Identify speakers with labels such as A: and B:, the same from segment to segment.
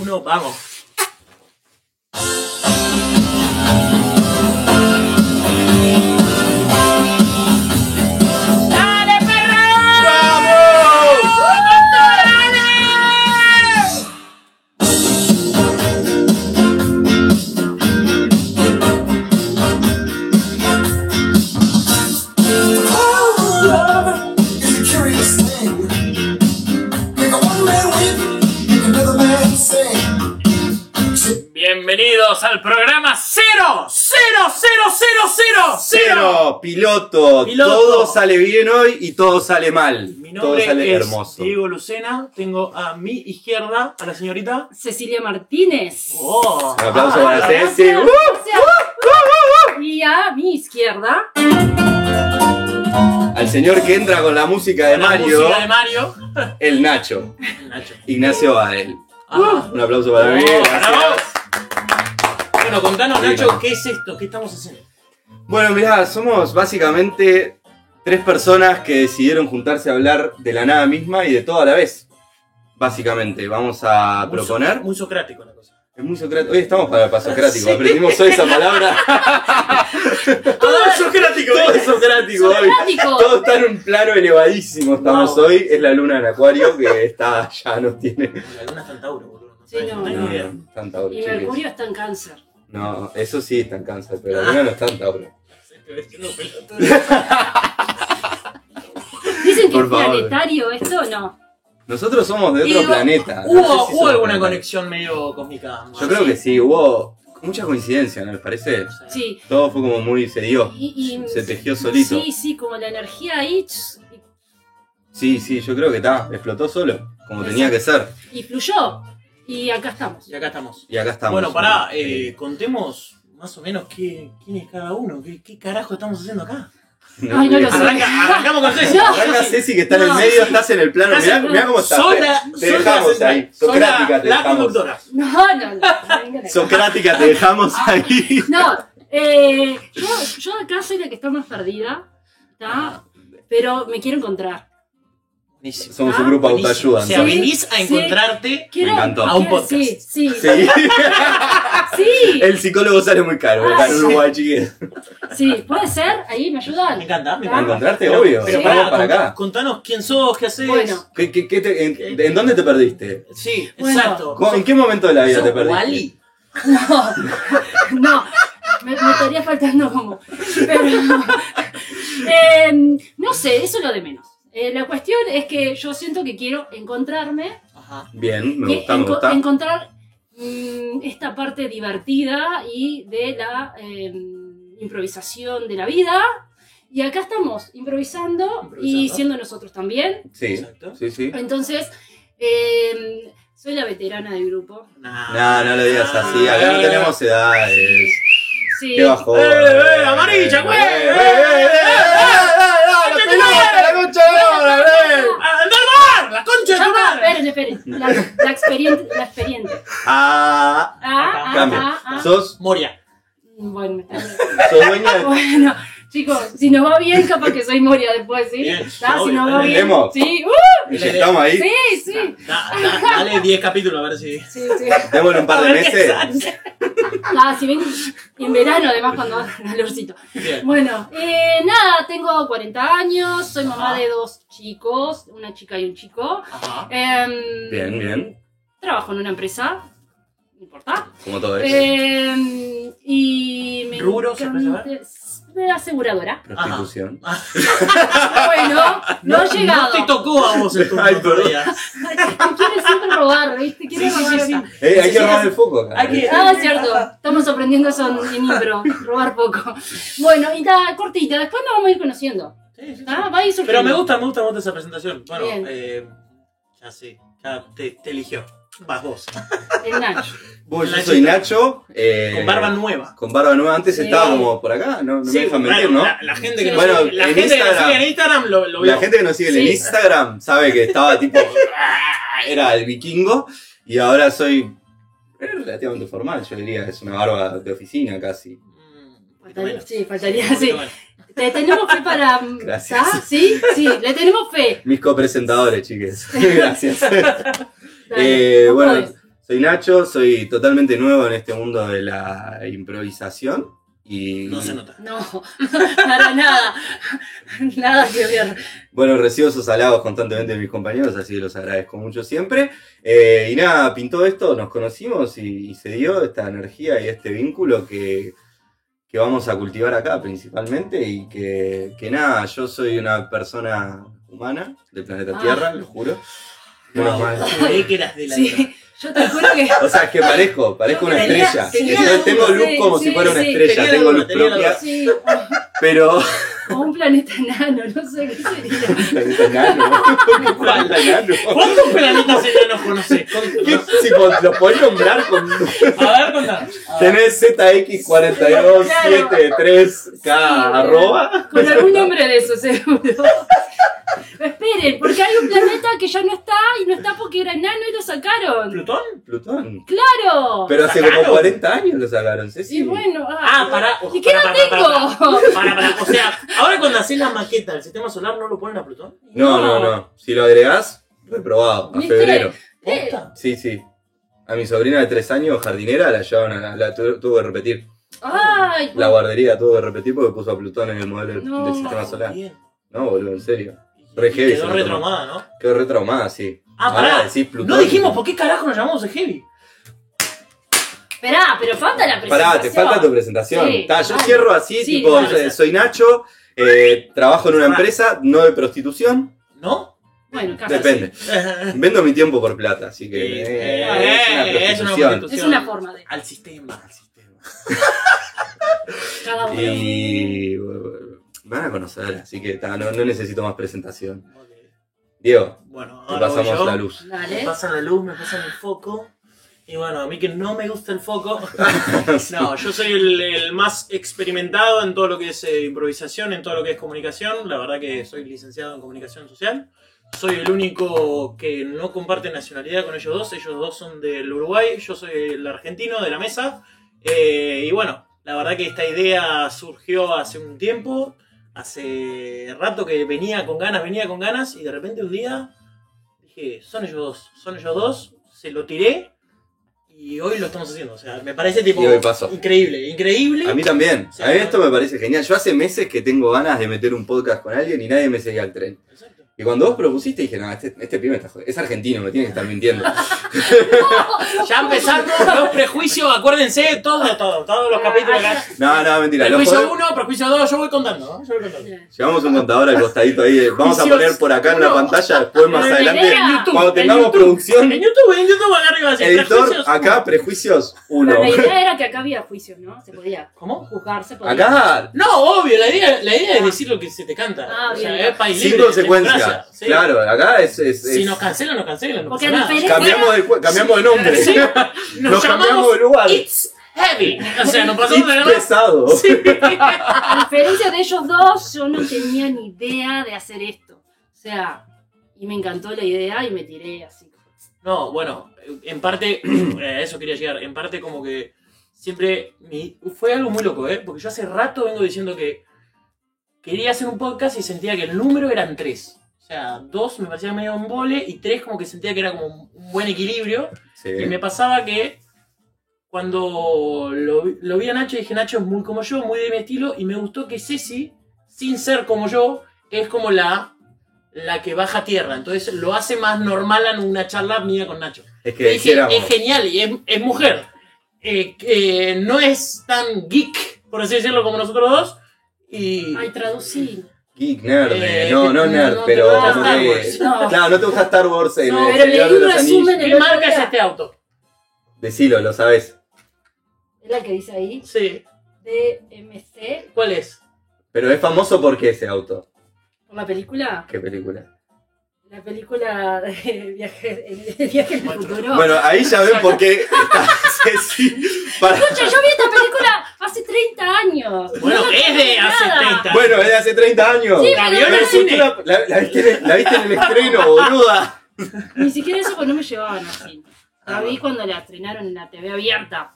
A: uno, vamos.
B: ¡Dale, perra!
A: ¡Vamos!
C: Love is a curious thing. Make a one man weep, make another man sing.
A: Bienvenidos al programa cero, cero, cero, cero, cero, cero.
D: Cero, piloto.
A: Piloto.
D: Todo sale bien hoy y todo sale mal.
A: Mi
D: todo
A: nombre
D: sale
A: es
D: hermoso.
A: Diego Lucena. Tengo a mi izquierda a la señorita.
B: Cecilia Martínez.
A: Oh,
D: Un aplauso
A: Ah,
D: para
A: la-
D: Ceci.
B: Gracias,
D: ¡Uh!
B: gracias. Y a mi izquierda,
D: Al señor que entra con la música de
A: la
D: Mario,
A: música de Mario.
D: el Nacho.
A: Nacho.
D: Ignacio Bael.
A: Ah.
D: Un aplauso para mí.
A: Oh,
D: gracias.
A: bravo. Bueno, contanos,
D: Divino.
A: Nacho, ¿qué es esto? ¿Qué estamos haciendo?
D: Bueno, mirá, somos básicamente tres personas que decidieron juntarse a hablar de la nada misma y de todo a la vez. Básicamente, vamos a
A: Muy so-
D: proponer.
A: Muy socrático la cosa.
D: Es muy socrático. Hoy estamos para pasocrático.
A: Sí.
D: Aprendimos hoy esa palabra.
A: Todo es socrático.
D: Todo ¡Ah, es socrático hoy.
B: Socrático.
D: Todo está en un plano elevadísimo. Estamos
A: Wow.
D: hoy. Es la luna en Acuario que está ya nos tiene.
A: La luna es tan Tauro, boludo.
B: Sí, no.
A: hay
D: No,
A: ni idea.
D: no, tanta hora,
B: y Mercurio está en cáncer.
D: No, eso sí está en cáncer, pero la luna no está en Tauro.
A: Estoy haciendo pelotudo.
B: Dicen que
D: Por
B: es
D: favor.
B: planetario esto, no.
D: Nosotros somos de
A: Y
D: otro
A: hubo-
D: planeta. no
A: ¿Hubo,
D: sé si
A: hubo
D: somos
A: alguna
D: planeta.
A: conexión medio cósmica?
D: Yo creo que sí, hubo mucha coincidencia, ¿no les parece?
A: No sé.
B: Sí.
D: Todo fue como muy. se dio.
B: Y- y-
D: Se tejió solito.
B: Sí, sí, como la energía ahí ch-
D: Sí, sí, yo creo que está. Explotó solo, como tenía que ser.
B: y fluyó. Y acá estamos.
A: Y acá estamos.
D: Y acá estamos.
A: Bueno, pará, eh, contemos más o menos qué, quién es cada uno, qué, qué carajo estamos haciendo acá.
B: Ay, no
D: me-
B: lo sé.
A: Arranca, arrancamos con Ceci.
B: No.
D: Arranca Ceci que está en el
A: Ah, No,
D: medio, estás en el plano.
A: Estás
D: Mirá,
A: en el
D: mirá cómo estás.
A: Soy
D: eh.
A: la,
D: te
A: soy la
D: dejamos
A: central,
D: ahí.
A: soy la-
D: Socrática te
A: la
D: dejamos.
A: conductora.
B: No, no, no.
D: Socrática te dejamos
A: Ah,
D: ahí.
B: No, eh, yo, yo acá soy la que está más perdida, ¿tá? pero me quiero encontrar.
A: Buenísimo.
D: Somos
B: Ah,
D: un grupo de
A: Buenísimo.
D: autoayuda.
A: O sea,
D: entonces.
B: Sí,
A: venís a
B: sí.
A: encontrarte.
B: Quiero,
D: Me encantó.
B: quiero-
A: A un podcast.
B: Sí, sí, sí.
D: Sí.
B: Sí,
D: El psicólogo sale muy caro, acá
A: Ah,
D: en Uruguay, chiques.
B: puede ser, ahí me ayudan.
A: Me encanta, me
D: Para
B: Ah.
A: encanta.
D: encontrarte,
A: Pero-
D: obvio.
A: Pero
D: Estamos
A: pará,
D: para
A: cont-
D: acá.
A: contanos quién sos, qué haces.
B: Bueno.
D: ¿Qué- qué- qué te- en, en dónde te perdiste?
A: Sí,
B: Bueno.
A: exacto.
D: ¿Cómo- ¿En qué momento de la vida
A: ¿Sos
D: te perdiste?
A: Wally?
B: No, me, me estaría faltando como. Pero, Em, no sé, eso es lo de menos. Eh, la cuestión es que yo siento que quiero encontrarme,
A: Ajá.
D: Bien, me
B: que
D: gusta, me
B: enco-
D: gusta.
B: encontrar mm, esta parte divertida y de la em, improvisación de la vida. Y acá estamos improvisando, y
A: Improvisando.
B: siendo nosotros también.
D: Sí,
A: Exacto.
D: sí, sí.
B: Entonces, em, soy la veterana del grupo.
D: No, no lo digas así. Acá no
A: Ah.
D: tenemos edades.
B: Sí.
D: Qué eh, bajo.
A: Eh, eh, amarilla, güey.
D: eh,
A: ¡A andar bar! ¡Ah, ¡La concha de
B: Ya
A: tu
B: va,
A: madre!
B: esperen, esperen. La, la experien- la experiencia.
D: Ah,
B: Ah, ah,
D: cambia.
B: ah, ah.
D: Sos,
A: Moria.
B: Bueno, me está bien.
D: sos dueña de
B: bueno, chicos, si nos va bien, capaz que soy Moria después, ¿sí?
A: Bien,
B: ¿Está? Si
A: obvio,
B: nos va bien.
D: entendemos.
B: Sí, uh,
D: Inyectamos ahí.
B: sí, sí.
A: Da- da- dale 10 capítulos a ver si.
B: Sí, sí.
D: Démosle un par de
A: A ver qué
D: meses.
A: sale.
B: Ah, si ven, en verano además cuando hace calorcito.
A: Bien.
B: Bueno, eh, nada, tengo 40 años, soy mamá
A: Ajá.
B: de dos chicos, una chica y un chico.
A: Ajá.
B: Em,
D: Bien, bien.
B: Trabajo en una empresa, no importa.
D: Como todo eso.
B: Eh, y me
A: ¿Rubro, se puede
B: encanta- de aseguradora.
D: Prostitución.
B: Bueno, no, he llegado.
A: No te tocó a vos el turno
D: Ay,
A: todavía.
B: Me quiere siempre robar, ¿viste? Quiere
A: Sí, sí,
B: robar.
A: sí, sí.
D: Eh, hay que robar el foco acá.
A: Hay que-
B: Ah, es cierto. Estamos aprendiendo eso en, en impro, robar poco. Bueno, y nada, cortita. Después nos vamos a ir conociendo.
A: Sí, sí, sí.
B: ¿tá? Va a ir surgiendo.
A: Pero me gusta, me gusta, me gusta esa presentación. Bueno,
B: Ah, Bien.
A: eh, ya sé. Ya te, te eligió. Vas vos.
B: El Nacho.
D: Vos, yo soy Nacho. eh,
A: Con barba nueva.
D: Con barba nueva. Antes
B: Sí.
D: estaba como por acá. No, no me dejan
A: bueno,
D: mentir, ¿no?
A: La, la gente que, nos
D: Bueno,
A: sigue- la
D: en
A: gente que nos
D: Instagram.
A: sigue en Instagram lo, lo vio.
D: La gente que nos sigue en
B: Sí.
D: Instagram sabe que estaba tipo. Era el vikingo. Y ahora soy. eh, Relativamente formal, yo diría. Es una barba de oficina casi.
A: Mm, poquito
B: Faltaría,
A: menos.
B: sí,
A: Un
B: faltaría,
A: poquito
B: sí.
A: menos.
B: Te tenemos fe para.
D: Gracias.
B: ¿tá? Sí, sí, le tenemos fe.
D: Mis copresentadores, chiques. Gracias.
B: Dale,
D: Eh,
B: vos
D: bueno,
B: podés.
D: Soy Nacho, soy totalmente nuevo en este mundo de la improvisación. Y
A: No se nota.
B: No, para nada. Nada que ver.
D: bueno, recibo esos halagos constantemente de mis compañeros, así que los agradezco mucho siempre. Eh, y nada, pintó esto, nos conocimos y, y se dio esta energía y este vínculo que, que vamos a cultivar acá principalmente. Y que, que nada, yo soy una persona humana del planeta
B: Ah.
D: Tierra, lo juro. Menos mal.
A: Wow, creí que eras de la
B: Sí, yo te juro que.
D: O sea, es que parezco, parezco
B: No,
D: una
B: tenía-
D: estrella.
B: tenía
D: Entonces,
B: algo,
D: tengo luz
B: sí,
D: como
B: sí,
D: si fuera una
B: sí.
D: estrella,
A: Tenía
D: tengo
A: algo,
D: luz
A: tenía algo.
D: propia,
B: Sí, o,
D: pero...
B: o un planeta enano, no sé qué sería.
D: Planeta enano.
A: ¿Cuál?
D: Planeta enano.
A: ¿Cuántos planetas enanos conoces?
D: ¿Qué-
A: Con-
D: Si vos los podés nombrar con...
A: A ver, contá. A ver.
D: Tenés ZX42733K arroba.
B: Con algún nombre de eso, seguro. Esperen, porque hay un planeta que ya no está y no está porque era enano y lo sacaron.
A: ¿Plutón?
D: Plutón.
B: ¡Claro!
D: Pero hace
A: ¿Sacaron?
D: como 40 años lo sacaron,
B: Y
D: Ceci.
B: bueno,
A: Ah, pará.
B: ¿Y qué
A: pará,
B: no
A: pará, pará, pará.
B: tengo?
A: Para, para, o sea, ahora cuando haces la maqueta del sistema solar no lo ponen a Plutón.
D: No, no, no. Si lo agregás, reprobado. A
B: ¿Viste?
D: febrero.
A: ¿Posta?
D: Sí, sí. A mi sobrina de 3 años, jardinera, la llevaron a la, la tu- tuvo que repetir.
B: ¡Ay!
D: La guardería tuvo que repetir porque puso a Plutón en el modelo
B: No.
D: del sistema solar.
A: Bien.
D: No, boludo, en serio.
A: Y
D: Re heavy,
A: Quedó
D: se lo
A: retraumada, ¿no?
D: Quedó re traumada, sí.
A: Ah,
D: Ahora
A: pará.
D: decís Plutón.
A: No dijimos por qué carajo nos llamamos de heavy.
B: Esperá, pero falta la presentación.
D: Pará, te falta tu presentación.
B: Sí,
D: Ta, yo
B: vale.
D: cierro así,
B: Sí,
D: tipo,
B: vale.
D: eh, soy Nacho, eh, trabajo en una
A: Pará.
D: empresa, no de prostitución.
A: ¿No?
B: Bueno, casi.
D: Depende.
A: Eh,
D: Vendo mi tiempo por plata, así que.
A: eh,
D: eh,
A: eh,
D: es una prostitución.
B: Es una forma de.
A: Al sistema, al sistema.
B: Cada uno.
D: Y. bueno, Me van a conocer, así que ta, no, no necesito más presentación. Diego,
A: Bueno,
D: te
A: ahora voy
D: pasamos
A: yo.
D: la luz.
A: Me
B: Dale.
A: pasan la luz, me pasan el foco. Y bueno, a mí que no me gusta el foco. No, yo soy el, el más experimentado en todo lo que es eh, improvisación, en todo lo que es comunicación. La verdad que soy licenciado en comunicación social. Soy el único que no comparte nacionalidad con ellos dos. Ellos dos son del Uruguay, yo soy el argentino de la mesa. Eh, y bueno, la verdad que esta idea surgió hace un tiempo, hace rato que venía con ganas, venía con ganas y de repente un día dije, son ellos dos, son ellos dos, se lo tiré y hoy lo estamos haciendo. O sea, me parece tipo...
D: Y hoy pasó.
A: Increíble, increíble.
D: A mí también.
A: Sí.
D: A mí esto me parece genial. Yo hace meses que tengo ganas de meter un podcast con alguien y nadie me seguía al tren.
A: Exacto.
D: Y cuando vos propusiste, dije, no, este, este pibe está jod- es argentino, me tiene que estar mintiendo.
A: Ya empezando, los prejuicios, acuérdense, todo, todo, todos los capítulos acá.
D: No, no, mentira. Lo
A: Prejuicio
D: podemos-
A: 1, prejuicio 2, yo voy contando, ¿no? Yo voy contando.
D: Llevamos un contador al costadito ahí. eh. Vamos a
A: Juicios.
D: poner por acá en la
A: No.
D: pantalla, después más
B: Pero la
D: adelante.
B: idea- En YouTube,
D: Cuando tengamos
A: en YouTube.
D: producción,
A: En YouTube, en YouTube acá arriba, así,
D: editor,
A: prejuicios.
D: acá, prejuicios, uno.
B: Pero la idea era que acá había juicio, ¿no? Se podía
A: ¿Cómo?
B: juzgar, se podía.
D: Acá,
A: No, obvio, la idea, la idea es decir lo que se te canta.
B: Ah,
A: o sea,
B: bien.
A: es país
D: sin
A: libre,
D: consecuencias.
A: democracia, sí.
D: Claro, acá es. es-
A: Si
D: es-
A: nos cancelan, nos cancelan. No
B: Porque
A: pasa nada.
B: a diferencia-
D: Cambiamos de, cu- cambiamos de nombre.
A: Sí. Nos,
D: Nos cambiamos
A: llamamos
D: de lugar.
A: It's Heavy. O sea, nos pasamos de
D: It's
A: la
D: pesado.
B: A diferencia de ellos dos, yo no tenía ni idea de hacer esto. O sea, y me encantó la idea y me tiré así.
A: No, bueno, en parte, eh, a eso quería llegar. En parte, como que siempre. mi- fue algo muy loco, ¿eh? Porque yo hace rato vengo diciendo que quería hacer un podcast y sentía que el número eran tres. O sea, dos me parecía medio un vole y tres como que sentía que era como un buen equilibrio.
D: Sí.
A: Y me pasaba que cuando lo, vi- lo vi a Nacho, dije, Nacho es muy como yo, muy de mi estilo, y me gustó que Ceci, sin ser como yo, es como la, la que baja tierra. Entonces lo hace más normal en una charla mía con Nacho.
D: Es que
A: Le dije,
D: dijéramos.
A: es genial y es, es mujer. Eh, que no es tan geek, por así decirlo, como nosotros dos. Y
B: Ay, traducí.
D: Geek, nerd,
A: Eh,
D: no, no
A: no
D: nerd,
A: te
D: pero
A: gusta
D: como
A: Star
D: que-
A: Wars.
B: No.
D: Claro, no te gusta Star Wars en
B: No,
D: el
B: pero
D: Señor
B: leí
D: de
B: un
D: los
B: resumen
D: Anillos.
A: ¿qué marca es este auto?
D: Decilo, lo sabes.
B: Es la que dice ahí.
A: Sí,
B: DMC.
A: ¿cuál es?
D: Pero es famoso porque ese auto.
B: Por la película.
D: Qué película.
B: La película de viaje, el de viaje al futuro.
D: Bueno, ahí ya ven por qué está Ceci para-
B: Escucha, yo vi esta película hace 30 años.
A: Bueno,
B: No
A: es de hace
B: nada.
A: 30.
D: Bueno, es de hace 30 años.
B: Sí,
A: La
B: pero
A: vio en
D: Pero
A: el
D: escuchá
A: cine.
D: la- la- la viste en el- la viste en el estreno, boluda.
B: Ni siquiera eso porque no me llevaban así. La vi cuando la estrenaron en la TV abierta.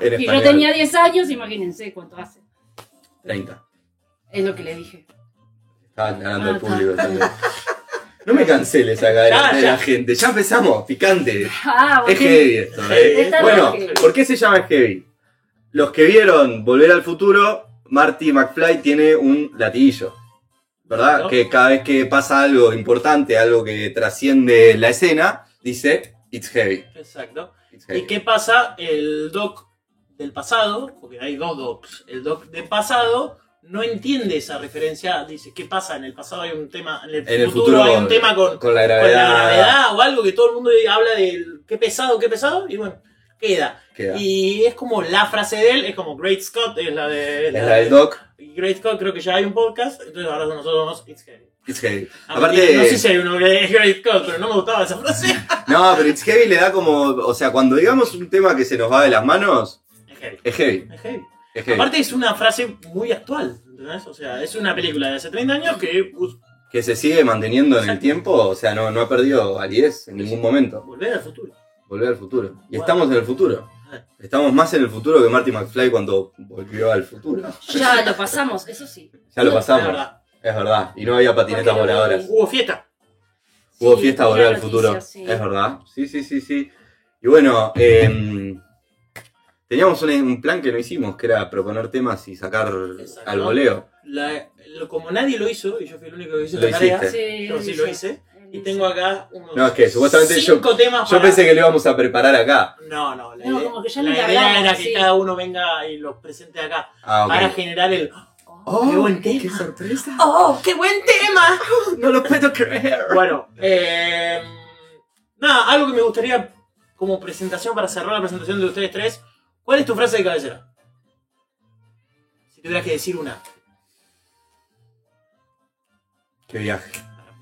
D: En
B: Y
D: español.
B: yo tenía 10 años, imagínense cuánto hace.
D: 30.
B: Es lo que le dije.
D: Estaban ganando
B: Ah,
D: el público. también. No me canceles acá
A: Ya,
D: delante de
A: ya.
D: la gente. Ya empezamos, picante.
B: Ah,
D: Es
B: ok.
D: heavy esto, ¿eh?
B: Está
D: Bueno,
B: bien.
D: ¿por qué se llama Heavy? Los que vieron Volver al Futuro, Marty McFly tiene un latillo, ¿verdad?
A: Claro.
D: Que cada vez que pasa algo importante, algo que trasciende la escena, dice, It's heavy.
A: Exacto.
D: It's heavy".
A: ¿Y qué pasa? El doc del pasado, porque hay dos docs, el doc del pasado no entiende esa referencia, dice, ¿qué pasa? En el pasado hay un tema, en el,
D: En el
A: futuro,
D: futuro
A: hay un tema con,
D: con la
A: con
D: gravedad.
A: la gravedad o algo que todo el mundo habla del qué pesado, qué pesado, y bueno, queda.
D: queda.
A: Y es como la frase de él, es como Great Scott, es la de...
D: Es la del Doc,
A: Y Great Scott creo que ya hay un podcast, entonces ahora nosotros vamos It's Heavy.
D: It's heavy.
A: Ah,
D: Aparte,
A: no sé si hay uno que es Great Scott, pero no me gustaba esa frase.
D: no, pero It's heavy le da como, o sea, cuando digamos un tema que se nos va de las manos,
A: Es heavy,
D: es heavy.
A: es heavy.
D: Es heavy.
A: Aparte es una frase muy actual, ¿entendés? O sea, es una película de hace 30 años que us-
D: que se sigue manteniendo en el
A: Exacto.
D: tiempo, o sea, no, no ha perdido validez en ningún momento.
A: volver al futuro.
D: Volver al futuro. Y
A: Wow.
D: estamos en el futuro. Estamos más en el futuro que Marty McFly cuando volvió al futuro.
B: Ya lo pasamos, eso sí.
D: Ya lo
A: La
D: pasamos.
A: verdad.
D: Es verdad. Y no había patinetas
B: Porque lo
D: voladoras.
A: Hubo fiesta.
D: Hubo
B: Sí,
D: fiesta
B: buena
D: Volver al
B: noticia,
D: futuro.
B: sí.
D: Es verdad. Sí, sí, sí, sí. Y bueno, eh, teníamos un, un plan que no hicimos, que era proponer temas y sacar
A: Exacto.
D: al voleo.
A: La- lo- como nadie lo hizo, y yo fui el único que hizo
D: Lo
A: la tarea,
D: hiciste.
A: yo sí lo hice. Y tengo acá unos
D: No, es que supuestamente yo-
A: cinco temas
D: Yo
A: para-
D: pensé que lo íbamos a preparar acá.
A: No, no, la,
B: No,
A: idea-
B: como que ya
A: la
B: ni
A: idea
B: hablamos,
A: era que
B: sí.
A: cada uno venga y los presente acá
D: Ah,
A: para
D: ok.
A: generar el...
D: Oh,
A: ¡Qué buen tema!
D: ¡Qué sorpresa!
A: ¡Oh, qué buen tema!
D: No lo puedo creer.
A: Bueno, eh, nada, algo que me gustaría como presentación para cerrar la presentación de ustedes tres. ¿Cuál es tu frase de cabecera? Si tuvieras que decir una.
D: Qué viaje,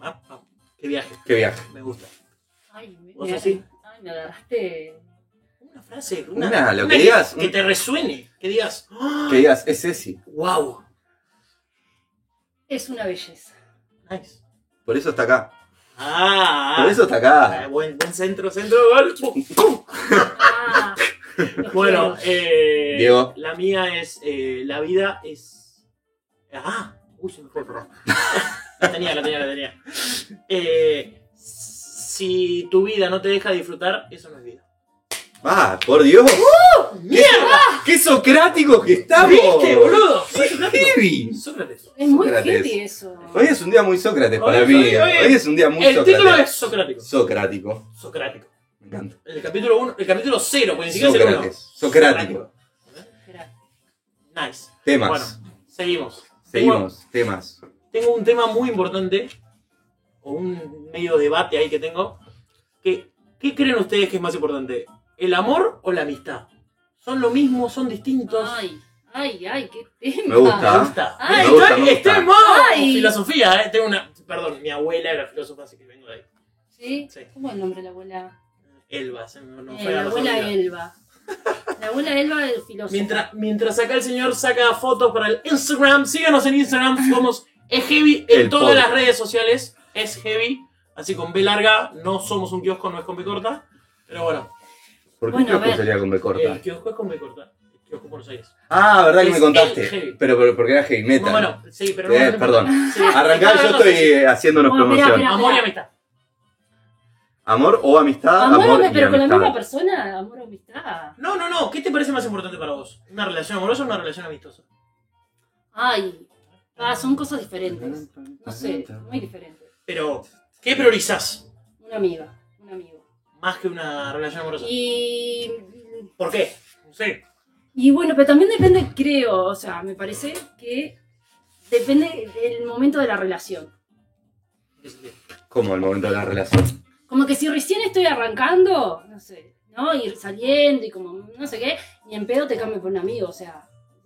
A: Ah, ah, Qué viaje,
D: qué viaje.
A: me gusta.
B: Ay, me,
A: ¿Vos así?
B: ay, me agarraste.
A: Una frase, una,
D: Una, lo que digas,
A: Que
D: un-
A: te resuene, que digas,
D: Que digas, es Ceci.
A: wow,
B: Es una belleza.
A: nice.
D: Por eso está acá.
A: Ah,
D: Por eso está
A: ah,
D: acá.
A: buen, buen centro, centro, gol. Pum, pum.
B: Ah, los
A: Bueno,
B: quiero.
A: eh,
D: Diego.
A: la mía es, eh, la vida es... Ah, uy, se me fue el programa. La tenía, la tenía, la tenía. Eh, si tu vida no te deja disfrutar, eso no es vida.
D: Ah, por Dios.
A: ¡Mierda!
D: ¡Qué socráticos que estamos!
A: ¿Viste, boludo?
D: ¡Qué heavy!
A: Sócrates.
B: es muy
D: Sócrates.
B: heavy eso.
D: Hoy es un día muy Sócrates
A: Hoy
D: para
A: es-
D: mí.
A: hoy- hoy es-
D: Hoy es un día muy
A: El título
D: Sócrates.
A: es Socrático.
D: Socrático.
A: Socrático.
D: Me encanta.
A: El capítulo 1, el capítulo 0, porque ni siquiera es el uno.
D: Sócrates. Socrático.
B: Espera.
A: Nice.
D: Temas.
A: Bueno, seguimos.
D: Seguimos. Temas.
A: Tengo un tema muy importante, o un medio debate ahí que tengo, que ¿qué creen ustedes que es más importante? ¿El amor o la amistad? ¿Son lo mismo? ¿Son distintos?
B: Ay, ay, ay, qué tema.
D: Me gusta.
A: Me gusta.
B: Ay.
A: Estoy-
D: Me gusta, me gusta.
A: estoy en modo
B: Ay.
A: filosofía, eh. Tengo una... Perdón, mi abuela era filósofa, así que vengo de ahí.
B: ¿Sí?
A: Sí.
B: ¿Cómo es el nombre de la abuela?
A: Elba, se me- no
B: Eh,
A: fue
B: la
A: la
B: abuela
A: casualidad.
B: Elba. La abuela Elba del filósofo.
A: Mientras, mientras acá el señor saca fotos para el Instagram, síganos en Instagram, somos es heavy en
D: El
A: todas
D: pod.
A: las redes sociales, es heavy, así con B larga, no somos un kiosco, no es con B corta, pero bueno,
D: ¿Por qué
B: Bueno, a
D: kiosco
B: ver.
D: sería con B corta?
A: el kiosco es con B corta, el kiosco Buenos Aires.
D: Ah, verdad que
A: Eh, Es
D: me
A: el heavy.
D: contaste. Pero, pero porque era heavy metal.
A: No, bueno, sí, pero no,
D: Eh,
A: no te-
D: perdón.
A: sí.
D: Arrancá,
A: Está
D: yo
A: hablando
D: estoy
A: así.
D: eh, haciéndonos
B: Bueno, mirá,
D: promoción.
B: mirá.
A: Amor y amistad.
D: Amor o amistad.
B: Amor,
D: Amor, y
B: pero con la
D: amistad.
B: misma persona, amor o amistad.
A: No, no, no, ¿qué te parece más importante para vos? ¿Una relación amorosa o una relación amistosa?
B: Ay, ah, son cosas diferentes. No sé, muy diferentes.
A: Pero, ¿qué priorizás
B: Una amiga, un amigo.
A: más que una relación amorosa?
B: Y,
A: ¿Por qué? No sé.
B: y bueno, pero también depende, creo, o sea, me parece que depende del momento de la relación.
D: Como el momento de la relación.
B: Como que si recién estoy arrancando, no sé, ¿no? Ir saliendo y como no sé qué, y en pedo te cambio por un amigo, o sea.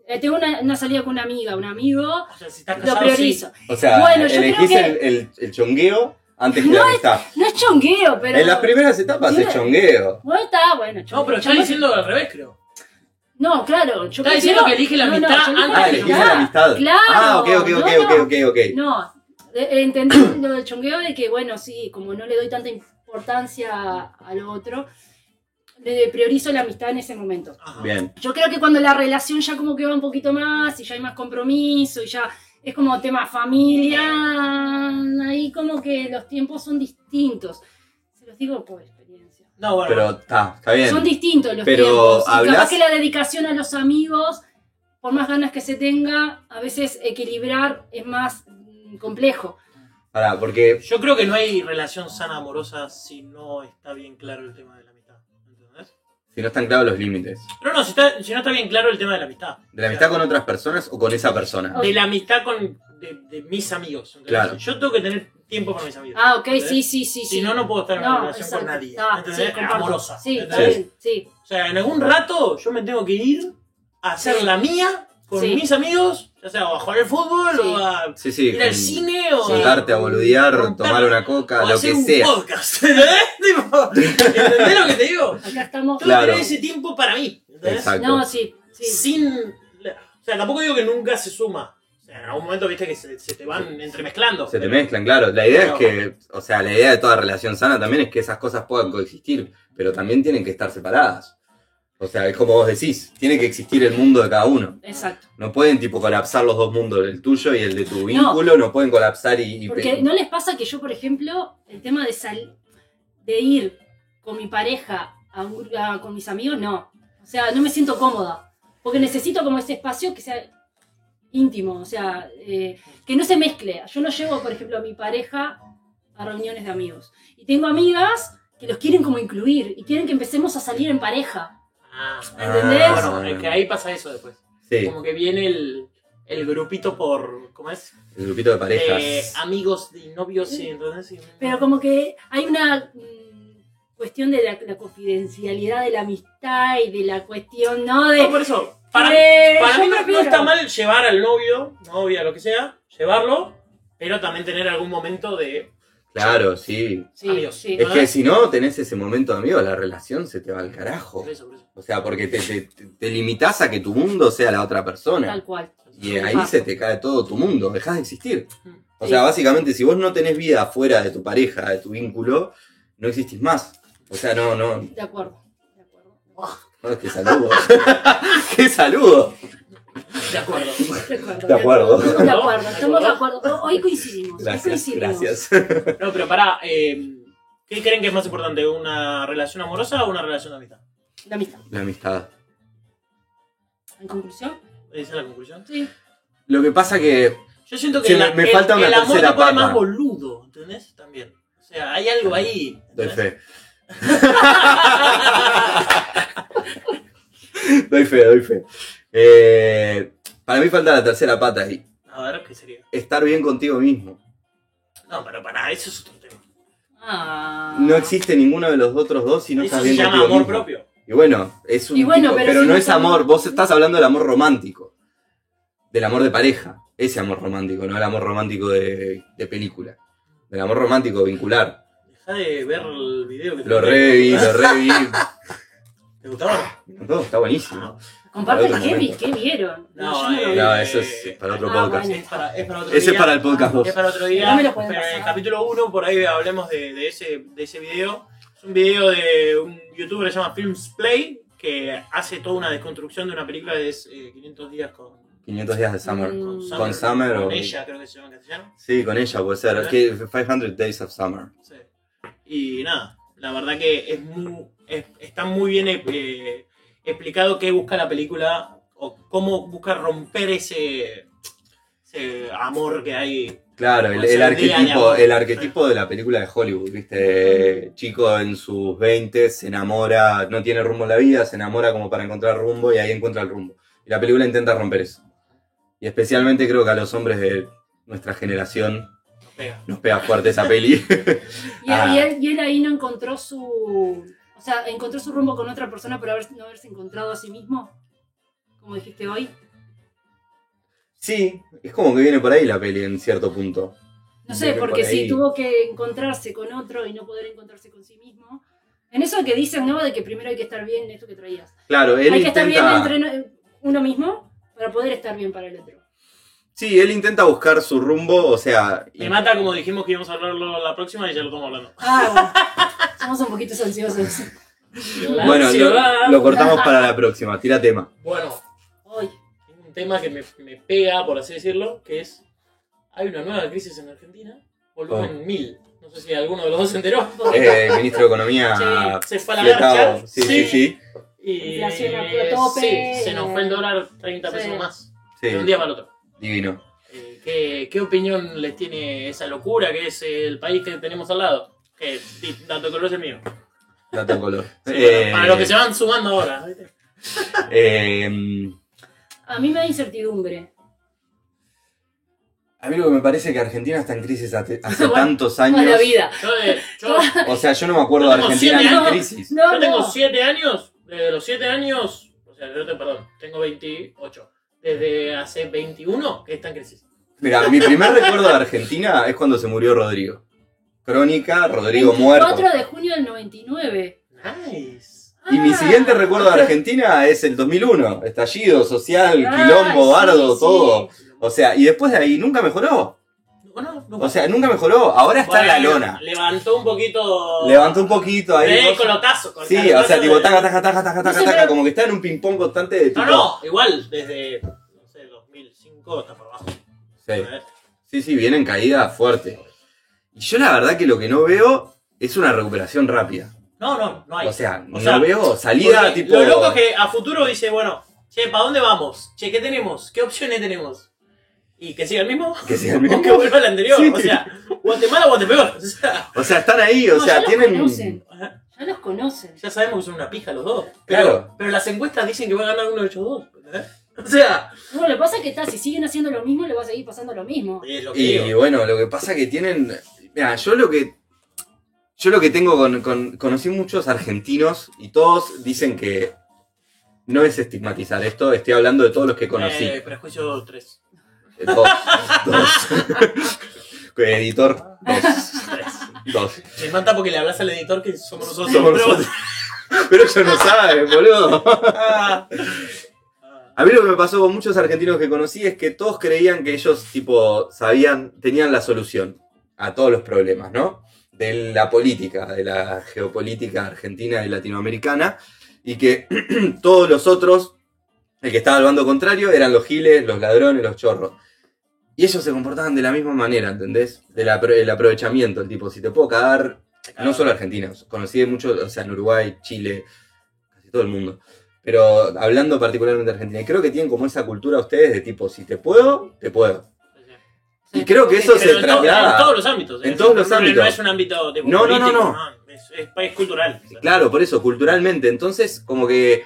B: eh, Tengo una, una salida con una amiga, un amigo,
A: O sea, si estás
B: lo
A: casado, sí.
B: priorizo.
D: O sea,
B: Bueno, yo
D: elegís
B: creo que-
D: el, el, el chongueo antes que
B: No
D: la amistad.
B: No es chongueo, pero.
D: En las primeras etapas
B: Sí,
D: es chongueo.
B: Bueno, está, bueno, chongueo.
A: No, pero está
B: Chongueo-
A: diciendo al revés, creo.
B: No, claro. Yo
A: Está diciendo
B: prefiero-
A: que elige la
B: No, no,
A: amistad
B: yo elijo
A: antes
D: Ah,
A: de
D: elegís la amistad.
B: Claro.
D: Ah, ok, ok,
B: no,
D: ok,
B: no.
D: ok, ok, ok.
B: No, eh, entendí lo del chongueo de que, bueno, sí, como no le doy tanta importancia al otro, le priorizo la amistad en ese momento.
A: Ajá.
D: Bien.
B: Yo creo que cuando la relación ya como que va un poquito más y ya hay más compromiso y ya es como tema familia, ahí como que los tiempos son distintos. Se los digo por experiencia.
A: No, bueno,
D: Pero está, está bien.
B: Son distintos los
D: Pero
B: tiempos. Y
D: ¿hablas?
B: capaz que la dedicación a los amigos, por más ganas que se tenga, a veces equilibrar es más mm, complejo.
D: Pará, porque
A: yo creo que no hay relación sana amorosa si no está bien claro el tema de la amistad. ¿Entendés?
D: si no están claros los límites.
A: Pero no, si, está- si no está bien claro el tema de la amistad.
D: ¿De la amistad con otras personas o con esa persona?
A: De la amistad con de, de mis amigos. ¿entendés?
D: Claro.
A: Yo tengo que tener tiempo para mis amigos.
B: Ah, ok,
A: ¿entendés?
B: sí, sí, sí.
A: Si
B: sí.
A: no, no puedo estar en una
B: No,
A: relación
B: exacto.
A: con nadie.
B: Está,
A: ¿entendés?
B: sí, comparto.
A: Amorosa.
B: Sí, está
A: ¿entendés?
B: bien, sí.
A: O sea, en algún rato yo me tengo que ir a hacer
B: Sí.
A: la mía con
B: Sí.
A: mis amigos, ya sea o a jugar al fútbol
B: Sí.
A: o a
D: Sí, sí.
A: ir al
D: con-
A: cine o
D: Sentarte a boludear,
A: romper-
D: tomar una
A: o
D: coca, lo
A: hacer
D: que
A: un
D: sea.
A: podcast. ¿entendés? Tipo, ¿Entendés lo que te digo?
B: Acá
A: Tengo
B: estamos.
D: Claro.
A: que tener ese tiempo para mí. ¿entendés?
D: Exacto.
B: No, sí, sí.
A: Sin. O sea, tampoco digo que nunca se suma. O sea, en algún momento viste que se, se te van entremezclando.
D: Se te
A: pero-
D: mezclan, claro. La idea es
A: No.
D: que, o sea, la idea de toda relación sana también es que esas cosas puedan coexistir, pero también tienen que estar separadas. O sea, es como vos decís, tiene que existir el mundo de cada uno.
B: Exacto.
D: No pueden tipo colapsar los dos mundos, el tuyo y el de tu vínculo, no, pueden colapsar y... y
B: Porque no les pasa que yo, por ejemplo, el tema de sal de ir con mi pareja a un- a- con mis amigos, no. O sea, no me siento cómoda. Porque necesito como ese espacio que sea íntimo, o sea, eh, que no se mezcle. Yo no llevo, por ejemplo, a mi pareja a reuniones de amigos. Y tengo amigas que los quieren como incluir y quieren que empecemos a salir en pareja.
A: Ah,
B: ¿Entendés?
A: bueno, es que ahí pasa eso después.
D: Ah. Sí,
A: Como que viene el, el grupito por. ¿Cómo es?
D: el grupito de parejas.
A: Eh, amigos y novios, y entonces. y-
B: Pero como que hay una mm, cuestión de la, la confidencialidad de la amistad y de la cuestión, ¿no? De,
A: No, por eso. Para,
B: Eh,
A: para
B: yo
A: mí no- no,
B: prefiero.
A: está mal llevar al novio, novia, lo que sea, llevarlo, pero también tener algún momento de.
D: Claro, sí.
B: Sí,
A: Adiós.
B: sí.
D: Es que si no tenés ese momento, amigo, la relación se te va al carajo.
A: Por eso, por eso.
D: O sea, porque te, te, te- te limitás a que tu mundo sea la otra persona.
B: Tal cual.
D: Y ahí se te cae todo tu mundo, dejás de existir. O
B: Sí.
D: sea, básicamente, si vos no tenés vida fuera de tu pareja, de tu vínculo, no existís más. O sea, no, no,
B: De acuerdo. De acuerdo.
D: no, qué saludo. qué saludo.
A: De acuerdo.
B: De acuerdo.
D: De acuerdo.
B: De acuerdo. Estamos de acuerdo. Hoy coincidimos. hoy
D: Gracias,
B: coincidimos.
D: gracias.
A: No, pero pará. eh, ¿Qué creen que es más importante? ¿Una relación amorosa o una relación de amistad?
B: La amistad.
D: La amistad.
B: En conclusión.
A: Esa es la conclusión.
B: Sí.
D: Lo que pasa que
A: Yo siento que
D: Sí,
A: la-
D: me- me
A: el,
D: falta una
A: el amor te
D: tercera
A: pone
D: pata.
A: más boludo, ¿entendés? También. O sea, hay algo ahí.
D: Doy
A: ¿entendés?
D: fe. doy fe, doy fe. Eh, para mí falta la tercera pata ahí.
A: A ver, ¿qué sería?
D: Estar bien contigo mismo.
A: No, pero pará, eso es otro tema.
B: Ah.
D: No existe ninguno de los otros dos si no
A: eso
D: estás
A: se
D: bien
A: llama
D: contigo
A: amor
D: mismo.
A: propio.
D: Y bueno, es un
B: Y bueno,
D: tipo- pero,
B: pero si
D: no
B: no
D: es
B: estamos-
D: amor. Vos estás hablando del amor romántico. Del amor de pareja. Ese amor romántico, no el amor romántico de, de película. Del amor romántico vincular.
A: Deja de ver el video que te
D: Lo
A: mandé.
D: reví, lo reví.
A: ¿Te gustaron?
D: No, está
A: Ah.
D: buenísimo.
B: Comparten
D: Para otro
B: qué, vi-
D: momento.
B: qué vieron.
A: No,
B: yo no lo
A: eh,
B: vi.
D: No, eso es para otro
B: Ah,
D: podcast.
A: Es para, es para otro
D: Ese es
A: día.
D: para el podcast 2.
A: Es para otro día.
B: No me lo pueden
A: Pero en el
B: pasar.
A: capítulo 1, por ahí hablemos de, de ese, de ese video. Es un video de un youtuber que se llama Films Play, que hace toda una desconstrucción de una película de eh, 500 días con,
D: 500 días de Summer.
B: Mm.
A: con Summer.
D: Con Summer
A: Con
D: o-
A: ella, creo que se llama en castellano.
D: Sí, con ella puede ser. Es que 500 Days of Summer.
A: Sí. Y nada, la verdad que es muy, es- está muy bien eh, explicado qué busca la película o cómo busca romper ese, ese amor que hay.
D: Claro, el,
A: Puede
D: el
A: ser día de
D: arquetipo,
A: amor.
D: el arquetipo de la película de Hollywood, ¿viste? Chico en sus 20 se enamora, no tiene rumbo en la vida, se enamora como para encontrar rumbo y ahí encuentra el rumbo. Y la película intenta romper eso. Y especialmente creo que a los hombres de nuestra generación
A: nos pega.
D: nos pega fuerte esa peli.
B: Y, él-
D: Ah.
B: y él, y él ahí no encontró su. O sea, encontró su rumbo con otra persona por haber, no haberse encontrado a sí mismo. Como dijiste hoy.
D: sí, es como que viene por ahí la peli en cierto punto.
B: No
D: Creo
B: sé,
D: que
B: porque
D: por
B: si
D: ahí-
B: tuvo que encontrarse con otro y no poder encontrarse con sí mismo. En eso que dicen, ¿no? De que primero hay que estar bien, esto que traías.
D: Claro, él
B: hay que
D: intenta...
B: estar bien entre no- uno mismo para poder estar bien para el otro.
D: Sí, él intenta buscar su rumbo, o sea...
A: Me mata como dijimos que íbamos a hablarlo la próxima y ya lo estamos hablando.
B: Ah, bueno. Somos un poquito ansiosos.
D: Bueno,
A: Ansiedad.
D: lo, lo cortamos para la próxima, tira tema.
A: Bueno,
B: Hoy.
A: tengo un tema que me, me pega, por así decirlo, que es Hay una nueva crisis en Argentina, volumen 1000. No sé si alguno de los dos se enteró.
D: Oh. Eh, el ministro de Economía.
A: Sí, se fue a la
D: fletado.
A: marcha.
D: Sí, sí, sí.
A: Y
B: Inflación a tope. eh,
A: sí, se nos fue el dólar 30
B: Sí.
A: pesos más.
D: Sí,
A: De un día para el otro.
D: divino.
A: Eh, ¿Qué, qué opinión les tiene esa locura que es el país que tenemos al lado? Que di- dato de color es el mío.
D: Dato en color.
A: Sí,
D: Eh,
A: para los que se van sumando ahora. ¿viste?
D: eh,
B: A mí me da incertidumbre.
D: a mí lo que me parece que Argentina está en crisis hace, hace
B: Bueno,
D: tantos
B: Toda
D: años.
B: la vida.
A: Yo, eh, yo-
D: O sea, yo no me acuerdo de
A: Tenemos
D: Argentina
A: siete
D: en
A: años.
D: crisis.
B: No,
A: yo tengo
B: no.
A: 7 años. Desde los 7 años. O sea, yo te- perdón, tengo 28. Desde hace 21 que está en crisis.
D: Mira, mi primer recuerdo de Argentina es cuando se murió Rodrigo. Crónica, Rodrigo
B: 24
D: muerto.
B: de junio del 99.
A: Nice.
D: Y mi
B: Ah.
D: siguiente recuerdo de Argentina es el 2001. Estallido social,
B: Ah,
D: quilombo,
B: sí,
D: bardo,
B: sí.
D: todo. O sea, y después de ahí nunca mejoró.
A: Bueno, no-
D: O sea, nunca mejoró. Ahora está en la
A: Bueno,
D: lona.
A: Levantó un poquito.
D: Levantó un poquito ahí.
A: De colotazo. con
D: Sí, o
A: colotazo
D: sea, tipo
A: de-
D: taca, taca, taca, taca,
B: No sé,
D: taca, taca.
B: pero-
D: Como que está en un ping-pong constante de tipo.
A: No, no, igual, desde, no sé, 2005 hasta para abajo.
D: Sí.
A: A ver.
D: Sí, sí, viene en caída fuerte. Y yo la verdad que lo que no veo es una recuperación rápida.
A: No, no, no hay.
D: O sea, no
A: sea,
D: veo salida
A: Porque
D: tipo.
A: Lo loco es que a futuro dice, bueno, che, ¿para dónde vamos? Che, ¿qué tenemos? ¿Qué opciones tenemos? Y que siga el mismo.
D: Que siga el
A: O que
D: mismo.
A: vuelva el anterior.
D: Sí.
A: O sea, Guatemala, Guatepeor. O sea,
D: O sea, están ahí, o
B: No,
D: sea,
B: ya
D: tienen.
B: Los conocen, ya los conocen.
A: ya sabemos que son una pija los dos. Pero,
D: Claro.
A: pero las encuestas dicen que va a ganar uno de ellos dos. ¿eh? O sea,
B: No, lo que pasa es que está, si siguen haciendo lo mismo, le va a seguir pasando lo mismo.
A: es lo que
D: Y,
A: digo.
D: bueno, lo que pasa que tienen. Mira, yo lo que. Yo lo que tengo con, con- Conocí muchos argentinos y todos dicen que. No es estigmatizar esto, estoy hablando de todos los que conocí.
A: Eh, prejuicio 3.
D: Eh, Dos. dos. Editor, dos. Dos.
A: Me encanta porque le hablas al editor que somos nosotros.
D: Somos
A: Pero-
D: nosotros. Pero ellos no saben, boludo.
A: Ah. Ah.
D: A mí lo que me pasó con muchos argentinos que conocí es que todos creían que ellos, tipo, sabían, tenían la solución a todos los problemas, ¿no? De la política, de la geopolítica argentina y latinoamericana, y que todos los otros, el que estaba al bando contrario, eran los giles, los ladrones, los chorros. Y ellos se comportaban de la misma manera, ¿entendés? Del apro- el aprovechamiento, el tipo, si te puedo cagar, Ah, no solo argentinos, conocí mucho, o sea, en Uruguay, Chile, casi todo el mundo. Pero hablando particularmente de Argentina, y creo que tienen como esa cultura ustedes de tipo, si te puedo, te puedo. Y creo que eso
A: Pero
D: se
A: en, to- en todos
D: traslada.
A: los ámbitos.
D: En
A: Es
D: todos
A: decir,
D: los
A: no-
D: ámbitos.
A: No es un ámbito tipo
D: No, no, no,
A: político,
D: no.
A: Es, es país cultural.
D: Claro, por eso, culturalmente. Entonces, como que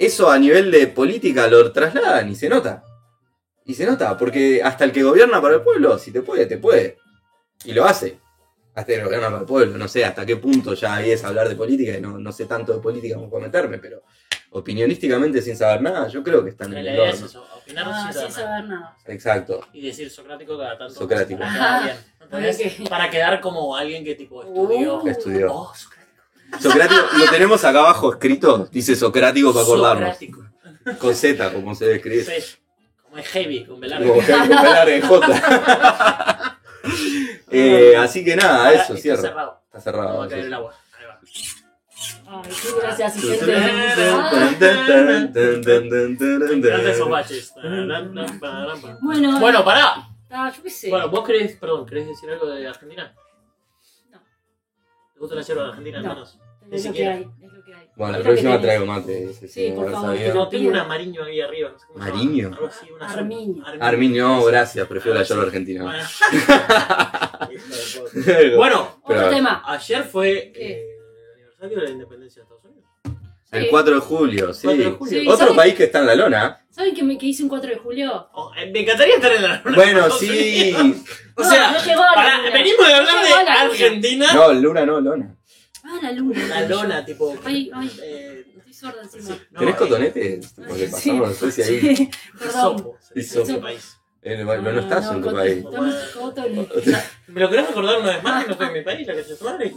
D: eso a nivel de política lo trasladan y se nota. Y se nota, porque hasta el que gobierna para el pueblo, si te puede, te puede. Y lo hace. Hasta el que gobierna para el pueblo, no sé hasta qué punto ya ahí es hablar de política, y no, no sé tanto de política como para meterme, pero opinionísticamente sin saber nada, yo creo que están en
A: La
D: el
A: idea es
D: horno.
A: eso, opinar
B: Ah,
A: sin
B: sin
A: saber nada.
B: saber nada.
D: Exacto.
A: Y decir socrático cada tanto.
D: Socrático.
A: Para quedar bien, ¿entendés?
B: Ah, Ok.
A: Para quedar como alguien que tipo estudió.
B: Uh.
D: Estudió.
A: Oh, socrático.
D: Socrático, lo tenemos acá abajo escrito, dice Socrático para acordarnos.
A: Socrático.
D: Con Z, como se describe.
A: Sí. Como es heavy, con velar.
D: Como que hay que pelar en J. Eh, así que nada,
A: Ahora
D: eso,
A: está
D: cierra.
A: cerrado.
D: Está
A: No
D: cerrado.
A: va a caer
D: sí.
A: el agua. Ahí va.
B: Ay, sí, gracias, asistente. Ah,
A: Me encantan esos
D: Bueno,
A: baches. Tarán, tarán, tarán, tarán.
B: bueno,
A: Bueno, pará.
B: ah, yo qué sé.
A: Bueno, vos querés, perdón, ¿querés decir algo de Argentina?
B: No.
A: ¿Te gusta la yerba de Argentina,
B: No.
A: hermanos? ni
B: es, lo que
A: siquiera.
B: hay, es lo que hay.
D: la
B: Es lo que
D: próxima
B: tenés.
D: traigo mate. ese
B: Sí,
D: no
B: por
D: lo
B: favor,
D: sabía.
A: No, tengo
B: Pido.
A: un amariño ahí arriba. No sé cómo se llama.
D: ¿Mariño?
A: Algo así, una sopa.
B: Armiño.
D: Armiño, no, gracias, prefiero la
A: Ah, sí.
D: yerba argentina.
A: Bueno.
D: Bueno,
A: Bueno,
B: Otro
D: Pero-
B: tema.
A: ayer fue
B: ¿Qué?
A: eh, el aniversario de la independencia de Estados Unidos.
D: el 4 de julio, sí.
A: 4 de julio.
B: Sí.
D: Otro
B: ¿Sabe?
D: país que está en la lona.
B: ¿Saben que, me, que hice un 4 de julio?
A: Oh, eh, me encantaría estar en la luna.
D: Bueno,
A: Estados
D: sí.
A: Unidos. O
B: No,
A: sea,
B: no llegó a la
A: pará,
B: luna.
A: venimos de hablar
B: No
A: de
B: llegó a la luna.
A: Argentina.
D: No, luna no, lona.
B: Ah, la luna.
A: La lona, tipo.
B: Ay, ay,
A: eh,
B: estoy sorda encima.
A: sí, no,
D: ¿Tenés
A: eh,
D: cotonetes? Porque
B: Sí.
D: pasamos, no sé si ahí.
B: Sí, perdón.
A: Hisopo.
D: Hisopo.
A: Ese país.
D: Eh, bueno, no estás en tu
B: Cotton,
D: país.
B: estamos en Cotton.
A: ¿Me lo querés recordar una vez más
B: Ah.
A: que no estoy en mi país, la que se madre?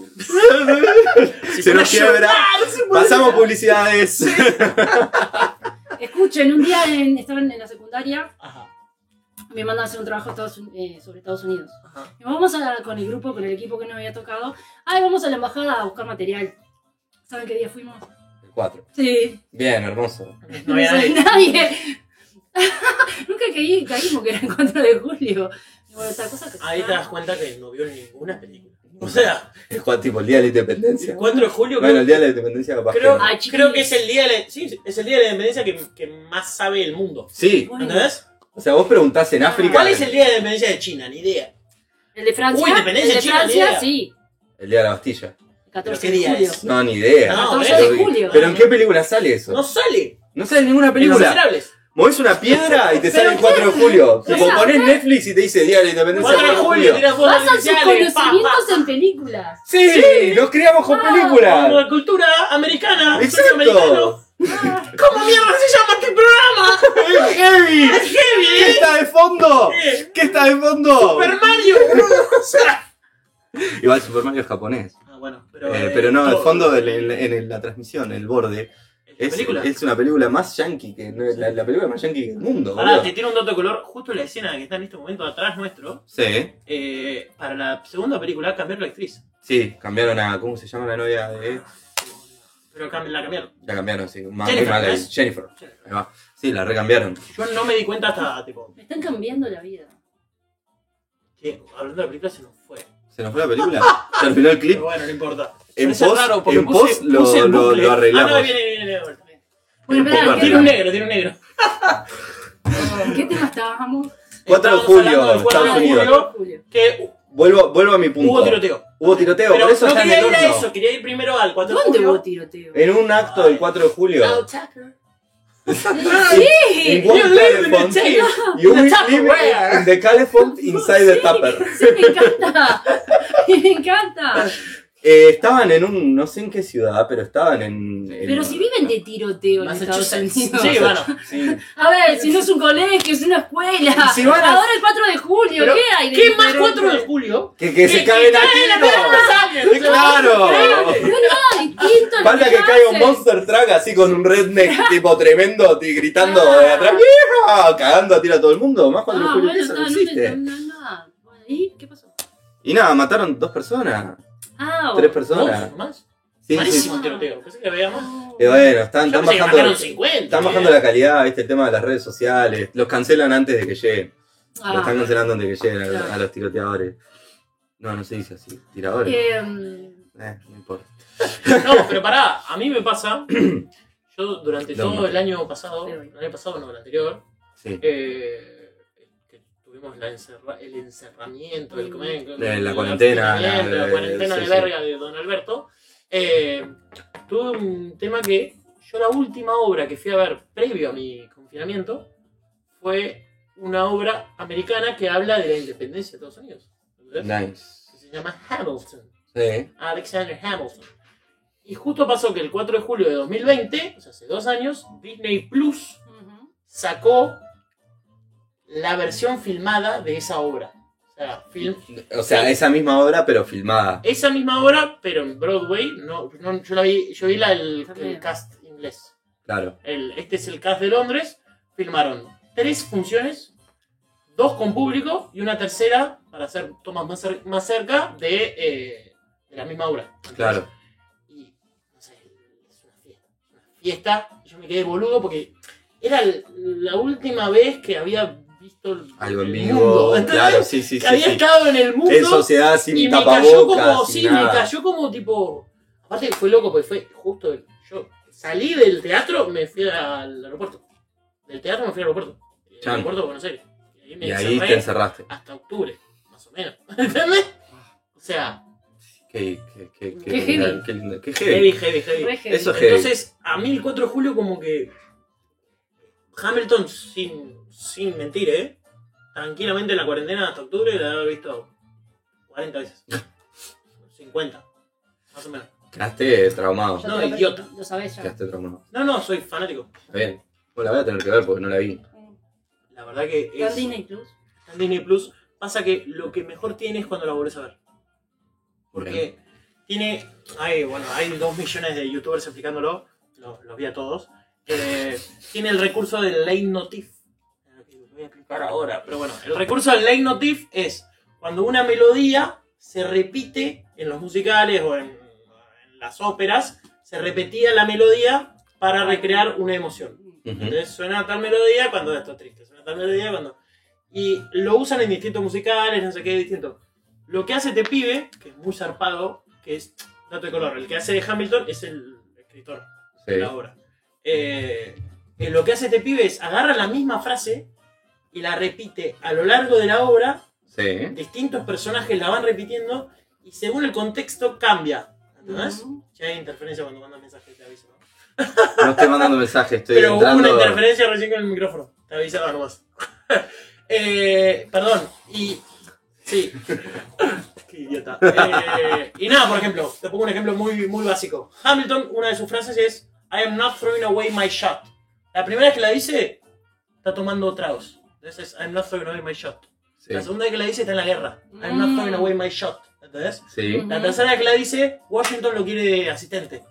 A: Si
D: Se
A: pone
D: nos
A: a
D: quiebra.
A: llorar, se pone-
D: Pasamos publicidades.
B: Escuchen, un día en- estaba en en la secundaria,
A: Ajá,
B: me mandan a hacer un trabajo a Estados Un- eh, sobre Estados Unidos.
A: ajá.
B: Y vamos a, con el grupo, con el equipo que nos había tocado. Ay, vamos a la embajada a buscar material. ¿Saben qué día fuimos?
D: El 4.
B: Sí.
D: Bien, hermoso.
A: No había
B: sabe
A: nadie.
B: nadie. Nunca caí, caímos que era el 4 de julio. o de otra cosa que
A: Ahí te
B: sea.
A: das cuenta que no vio ninguna película. O sea,
D: Es cual- tipo el día de la
A: el
D: independencia.
A: 4 de julio creo-
D: Bueno, el día de la independencia capaz que
A: creo,
D: no.
B: Ay,
A: creo que
B: chiquillos.
A: es el día de la, sí, es el día de la independencia que, que más sabe el mundo.
D: Sí,
B: Bueno,
A: ¿Entendés?
D: o sea, vos preguntás en África.
A: Ah, ¿Cuál es el día de la independencia de China? Ni idea.
B: El de Francia.
A: Uy, independencia
B: el de
A: china, ni
B: Francia,
A: idea.
B: sí.
D: El día de la Bastilla.
B: El
A: ¿Pero
B: 14
A: qué
B: de
A: día
B: julio.
A: es?
D: No, ni idea.
A: No,
B: 14
D: pero,
B: de julio.
D: pero ¿en qué película sale eso?
A: No
D: No,
A: sale.
D: sale en ninguna
A: En Los
D: película.
A: Miserables.
D: Movés una piedra y te sale el
A: Pero
D: 4 de julio.
A: ¿qué?
D: Tipo,
B: Pero-
D: ponés Netflix y te dice Día de la Independencia.
A: 4 de julio, tiras dos
B: Basan sus
A: iniciales. pa,
B: conocimientos
A: pa.
B: en películas.
D: Sí, nos criamos con
B: Ah,
A: Como la
D: películas.
A: cultura americana,
D: Exacto.
A: soy americano.
B: Ah.
A: ¿Cómo mierda se llama este programa?
D: ¡Es heavy!
A: ¡Es heavy!
D: ¿Qué
A: ¿eh?
D: está de fondo?
A: Eh,
D: ¿Qué está de fondo?
A: ¡Super Mario!
D: Eh,
A: boludo. O sea.
D: Igual Super Mario es japonés.
A: Ah, bueno, pero.
D: Eh,
A: eh,
D: pero no, el
A: todo-
D: fondo del- en, en el- la transmisión, el borde,
A: Es
D: es,
A: película.
D: es una película más yankee que no- la, la película más yankee del mundo.
A: Pará,
D: boludo.
A: te tiro un dato de color. Justo la escena que está en este momento atrás nuestro,
D: Sí,
A: eh, para la segunda película cambiaron la actriz.
D: sí, cambiaron a. ¿Cómo se llama la novia de.?
A: Pero cam- la cambiaron.
D: La cambiaron, sí. Ma-
A: Jennifer,
D: mala-
A: ¿ves?
D: Jennifer. Ahí va. Sí, la recambiaron.
A: Yo no me di cuenta hasta, tipo,
B: Me están cambiando la vida.
A: que hablando de la película se nos fue.
D: ¿Se nos fue la película? Terminó el clip.
A: Pero bueno, no importa.
D: En
A: Parece
D: post,
A: raro, porque
D: en
A: puse-
D: post lo,
A: puse el
D: lo-
A: bucle.
D: lo arreglamos.
A: Ah, no, viene, viene, viene. bueno, viene.
B: Bueno,
D: Un poco
A: Tiene un
B: pará, ¿qué,
D: arriba.
A: negro, tiene un negro.
B: ¿qué tema estábamos? Ah,
D: 4 de
A: Estábamos
D: julio,
A: hablando del 4 de
D: Estados
A: julio,
D: Unidos.
B: Julio.
A: Que
D: Vuelvo, vuelvo a mi punto.
A: hubo tiroteo.
D: Hubo tiroteo,
A: Pero
D: por eso
A: no
D: está en
A: quería
D: el
A: ir a
D: horno.
A: eso, quería ir primero al 4 de
B: ¿Dónde
A: julio.
B: hubo tiroteo?
D: En un acto del 4 de
B: Dow
D: julio.
B: Tucker.
D: in
B: ¡Sí!
D: one
A: You live in the
D: telephone,
A: tape.
D: You
A: The
D: will
A: Tupperware.
D: live in the telephone inside the tupper.
B: Sí, me encanta. Me encanta.
D: Eh, estaban en un, no sé en qué ciudad, pero estaban en... en-
B: Pero si viven de tiroteo en Estados
A: Massachusetts.
B: Unidos.
A: Sí, bueno.
D: Sí.
B: A ver, si no es un colegio, es una escuela.
D: Si van a-
B: Ahora el 4 de julio,
A: Pero,
B: ¿qué hay? de
A: ¿Qué más
B: diferente?
A: 4 de julio?
D: Que, que se caguen a tiro.
A: ¡Claro!
D: ¡Claro!
B: No es nada distinto. lo
D: Falta que
B: hacen.
D: caiga un monster truck así con un redneck tipo tremendo ti- gritando de atrás. ¡Vieja! Cagando a tiro a todo el mundo. Más cuando
B: Ah,
D: Julio
B: bueno,
D: Iglesias
B: no,
D: no
B: no, no,
D: existe.
B: no, no, nada. Bueno, ¿Y qué pasó?
D: Y nada, mataron dos personas.
B: Ah,
D: Tres
B: bueno.
D: personas.
A: más?
D: Sí, sí.
A: Malísimo el tiroteo. Pensé que había más.
D: Y
B: Ah.
D: bueno, están,
A: Yo
D: están
A: pensé que
D: bajando...
A: mataron 50.
D: Están bajando la calidad, ¿viste? El tema de las redes sociales. Los cancelan antes de que lleguen. Los están
B: Ah,
D: cancelando antes de que lleguen a,
B: Claro.
D: a los tiroteadores. No, no se dice así. Tiradores.
B: em,
D: Eh, no importa.
A: No, pero pará, a mí me pasa. Yo durante
D: No,
A: todo
D: no.
A: el año pasado,
B: Pero-
A: el año pasado, no, el anterior,
D: Sí.
A: eh, que tuvimos la encerra- el encerramiento, el comer-
D: De la cuarentena,
A: La,
D: la-
A: la cuarentena
D: sí,
A: de
D: sí.
A: verga de Don Alberto. eh, tuve un tema que yo la última obra que fui a ver previo a mi confinamiento fue una obra americana que habla de la independencia de Estados Unidos. ¿entendés?
D: Nice.
A: Que se llama Hamilton.
D: Sí.
A: Alexander Hamilton. Y justo pasó que el 4 de julio de 2020, o sea, hace dos años, Disney Plus
B: ujú.
A: sacó la versión filmada de esa obra. O sea, film-
D: O sea,
A: Sí.
D: esa misma obra, pero filmada.
A: esa misma obra, pero en Broadway. No, no- yo la vi, yo vi la, el, el cast inglés.
D: Claro.
A: El- este es el cast de Londres. Filmaron tres funciones, dos con público y una tercera para hacer tomas más, cer- más cerca de, eh, de la misma obra. Entonces,
D: Claro.
A: y no sé, es una fiesta. Una fiesta, y yo me quedé boludo porque era l- la última vez que había visto el-
D: Algo en
A: el
D: vivo.
A: mundo, ¿entendés?
D: Claro, sí, sí,
A: que
D: sí.
A: había
D: sí.
A: estado en el mundo
D: En sociedad
A: y
D: sin
A: me cayó
D: tapabocas.
A: como,
D: sin
A: sí, me
D: nada.
A: cayó como tipo, aparte que fue loco porque fue justo, el- yo salí del teatro, me fui al aeropuerto, del teatro me fui al aeropuerto, el
D: Chan.
A: aeropuerto de Buenos Aires, y ahí me
D: Y ahí
A: encerré
D: te encerraste.
A: hasta octubre, más o menos, ¿entendés? O sea,
D: Qué, qué, qué,
B: Qué heavy.
D: qué lindo. Qué
A: heavy,
D: heavy.
A: heavy, heavy.
B: Re heavy.
D: Eso es heavy.
A: Entonces, a mí el 4 de julio como que Hamilton, sin, sin mentir, ¿eh? Tranquilamente en la cuarentena hasta octubre la había visto 40 veces. 50, más o menos.
D: Quedaste traumado.
B: Ya
A: No,
B: te lo-
A: idiota.
B: Lo sabés ya.
D: Quedaste traumado.
A: No, no, soy fanático.
D: Está bien. Bueno, la voy a tener que ver porque no la vi.
A: La verdad que
B: Está en
A: es
B: Disney Plus.
A: en Disney Plus. Pasa que lo que mejor tiene es cuando la volvés a ver.
D: Bien.
A: Porque tiene. Hay, bueno, hay dos millones de youtubers explicándolo. Los, los vi a todos. Eh, tiene el recurso del late notif. Lo que voy a explicar ahora. Pero bueno, el recurso del late notif es cuando una melodía se repite en los musicales o en, en las óperas. Se repetía la melodía para recrear una emoción.
D: Ujú.
A: Entonces suena tal melodía cuando esto es triste, suena tal melodía cuando. y lo usan en distintos musicales, no sé qué, distinto. Lo que hace este pibe, que es muy zarpado, que es dato de color, el que hace de Hamilton es el escritor
D: Sí.
A: de la obra. Eh, eh, lo que hace este pibe es agarra la misma frase y la repite a lo largo de la obra
D: Sí. ¿eh?
A: distintos personajes la van repitiendo y según el contexto cambia. ¿Entendés?
B: Ujú.
A: Si hay interferencia cuando mandas mensajes, te aviso. ¿no?
D: No estoy mandando mensajes, estoy
A: Pero hubo una
D: entrando-
A: interferencia recién con el micrófono. Te avisaba nomás. eh, perdón. Y. Sí. Qué idiota. Eh, y nada, por ejemplo, te pongo un ejemplo muy, muy básico. Hamilton, una de sus frases es: I am not throwing away my shot. La primera vez que la dice, está tomando tragos. Entonces, I am not throwing away my shot.
D: Sí.
A: La segunda vez que la dice está en la guerra. I'm not
B: Mm.
A: throwing away my shot. ¿Entendés?
D: Sí.
A: La tercera vez que la dice, Washington lo quiere de asistente.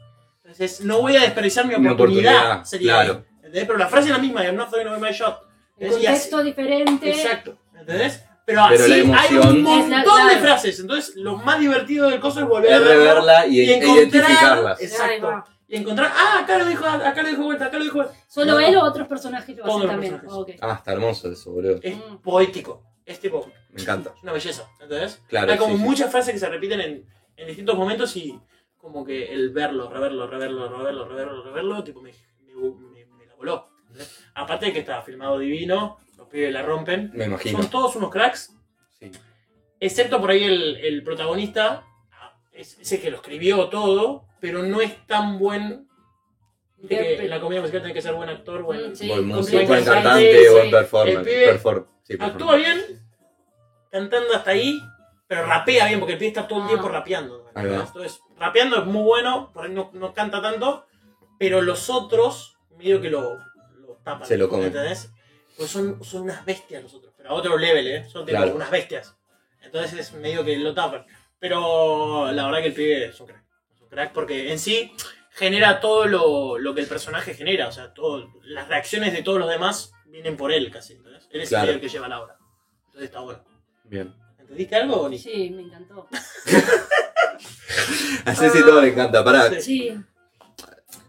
A: Entonces, no voy a desperdiciar mi oportunidad.
D: oportunidad,
A: sería
D: claro.
A: ahí, ¿entendés? Pero la frase es la misma, I'm not throwing away my shot.
B: El
A: Es- y así-
B: contexto diferente.
A: Exacto. ¿Entendés? Pero así
D: Pero la emoción-
A: hay un montón
B: Es la-
A: de
B: claro.
A: frases. Entonces, lo más divertido del coso es volver a
D: Es
A: verlo
D: reverla y, e
A: encontrar-
D: identificarlas.
B: Ahí
A: Exacto.
B: va.
A: Y encontrar, ah, acá lo dijo, acá lo dijo vuelta, acá lo dijo vuelta.
B: Solo
A: No.
B: él o otros personajes lo
A: Todos
B: hacen
A: los
B: también.
A: personajes.
B: Ok.
D: Ah, está hermoso eso, boludo.
A: Es
B: Mm.
A: poético. Es tipo,
D: Me encanta.
A: es una belleza. ¿Entendés?
D: Claro.
A: Hay como
D: sí, sí.
A: muchas frases que se repiten en, en distintos momentos y como que el verlo, reverlo, reverlo, reverlo, reverlo, reverlo, tipo me, me, me- me la voló. ¿entendés? Aparte de que está filmado divino, los pibes la rompen.
D: Me imagino.
A: Son todos unos cracks,
D: Sí.
A: excepto por ahí el, el protagonista, ah, es- ese que lo escribió todo, pero no es tan buen... viste que en la comedia musical tiene que ser buen actor, buen...
B: Sí,
D: buen músico,
A: completo.
D: buen
A: Sí,
D: cantante,
B: sí.
D: buen performer.
A: El pibe
D: perform- sí,
A: Actúa
D: performer.
A: bien, cantando hasta ahí, pero rapea bien, porque el pibe está todo el
B: Ah.
A: tiempo rapeando.
D: Ahí va.
A: Entonces, rapeando es muy bueno, por ahí no, no canta tanto, pero los otros, medio que lo, lo tapan.
D: Se lo comen.
A: ¿Entendés? Pues son, son unas bestias los otros, pero a otro level, ¿eh? Son tipo
D: Claro.
A: unas bestias. Entonces es medio que lo tapan. Pero la verdad que el pibe es un crack. Es un crack porque en sí genera todo lo, lo que el personaje genera. O sea, todo, las reacciones de todos los demás vienen por él casi. ¿entendés? Él es
D: Claro.
A: el que lleva la obra. Entonces está bueno.
D: Bien.
A: ¿Entendiste algo o ni?
B: Sí, me encantó.
D: A Ceci todo le encanta. Pará.
A: Sí.
B: Sí.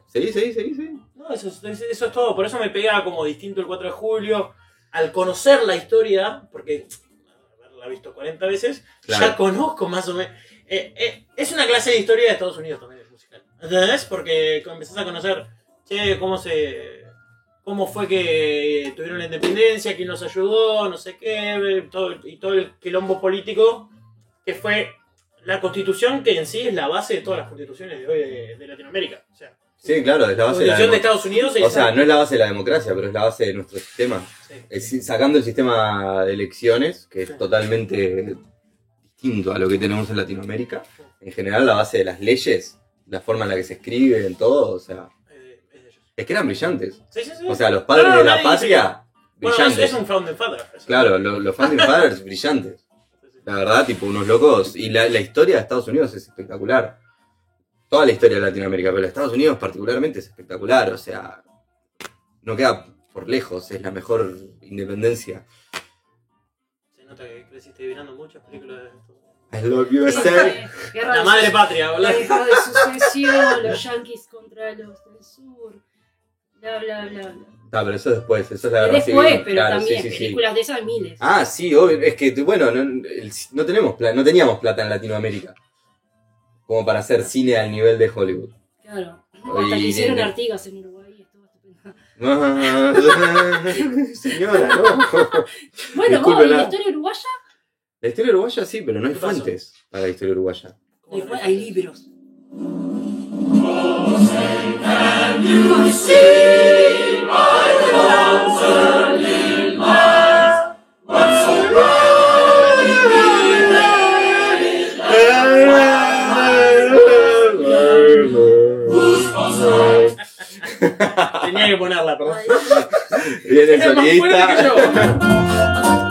D: Seguí, seguí, seguí, seguí.
A: No, eso, es- eso es todo. Por eso me pegaba como distinto el 4 de julio. Al conocer la historia, porque la he visto 40 veces,
D: Claro.
A: ya conozco más o menos. Eh, eh, es una clase de historia de Estados Unidos también el musical. ¿Entendés? Porque empezás a conocer, che, cómo se. cómo fue que tuvieron la independencia, quién los ayudó, no sé qué, todo, y todo el quilombo político que fue la constitución que en sí es la base de todas las constituciones de hoy de, de Latinoamérica. O sea,
D: Sí, claro, es la base de
A: Constitución de
D: la democracia.
A: Estados Unidos
D: O sea, no es la base de la democracia, pero es la base de nuestro sistema. Es decir, sacando el sistema de elecciones, que es totalmente distinto a lo que tenemos en Latinoamérica, en general la base de las leyes, la forma en la que se escriben, todo, o sea, es que eran brillantes.
A: Sí, sí, sí.
D: O sea, los padres
A: No,
D: de
A: nadie
D: la
A: dice
D: patria,
A: bueno, es,
D: brillantes.
A: es un founding father. es-
D: Claro, lo- los founding fathers, brillantes. La verdad, tipo, unos locos. Y la, la historia de Estados Unidos es espectacular. Toda la historia de Latinoamérica, pero la de Estados Unidos particularmente es espectacular. O sea, no queda por lejos, es la mejor independencia.
A: Se nota que creciste mirando muchas películas de esto.
D: I love you, USA.
B: Eh, Guerra
A: La
B: de
A: madre
B: Sus-
A: patria, boludo.
B: La guerra de sucesión, los yanquis contra los del sur. Bla, bla, bla. bla.
D: Ah, pero eso es después, eso es la guerra
B: Después,
D: civil.
B: pero
D: Claro,
B: también,
D: sí, sí, sí.
B: películas de esas miles.
D: Ah, sí, obvio. Es que, bueno, no, el- no tenemos pla- no teníamos plata en Latinoamérica. Como para hacer cine al nivel de Hollywood.
B: Claro.
D: Oye,
B: Hasta que hicieron
D: nene.
B: Artigas en Uruguay y estuvo estupendo.
D: Ah, Señora, no.
B: Bueno, vos,
D: Disculpen,
B: ¿y la
D: ah.
B: historia uruguaya?
D: La historia uruguaya sí, pero no hay
A: ¿Qué pasó?
D: fuentes para la historia uruguaya.
A: ¿Cómo
B: Igual
A: que-
B: Hay libros.
A: Tenía que ponerla, perdón.
D: Viene el
A: Es más fuerte que yo.
D: solista.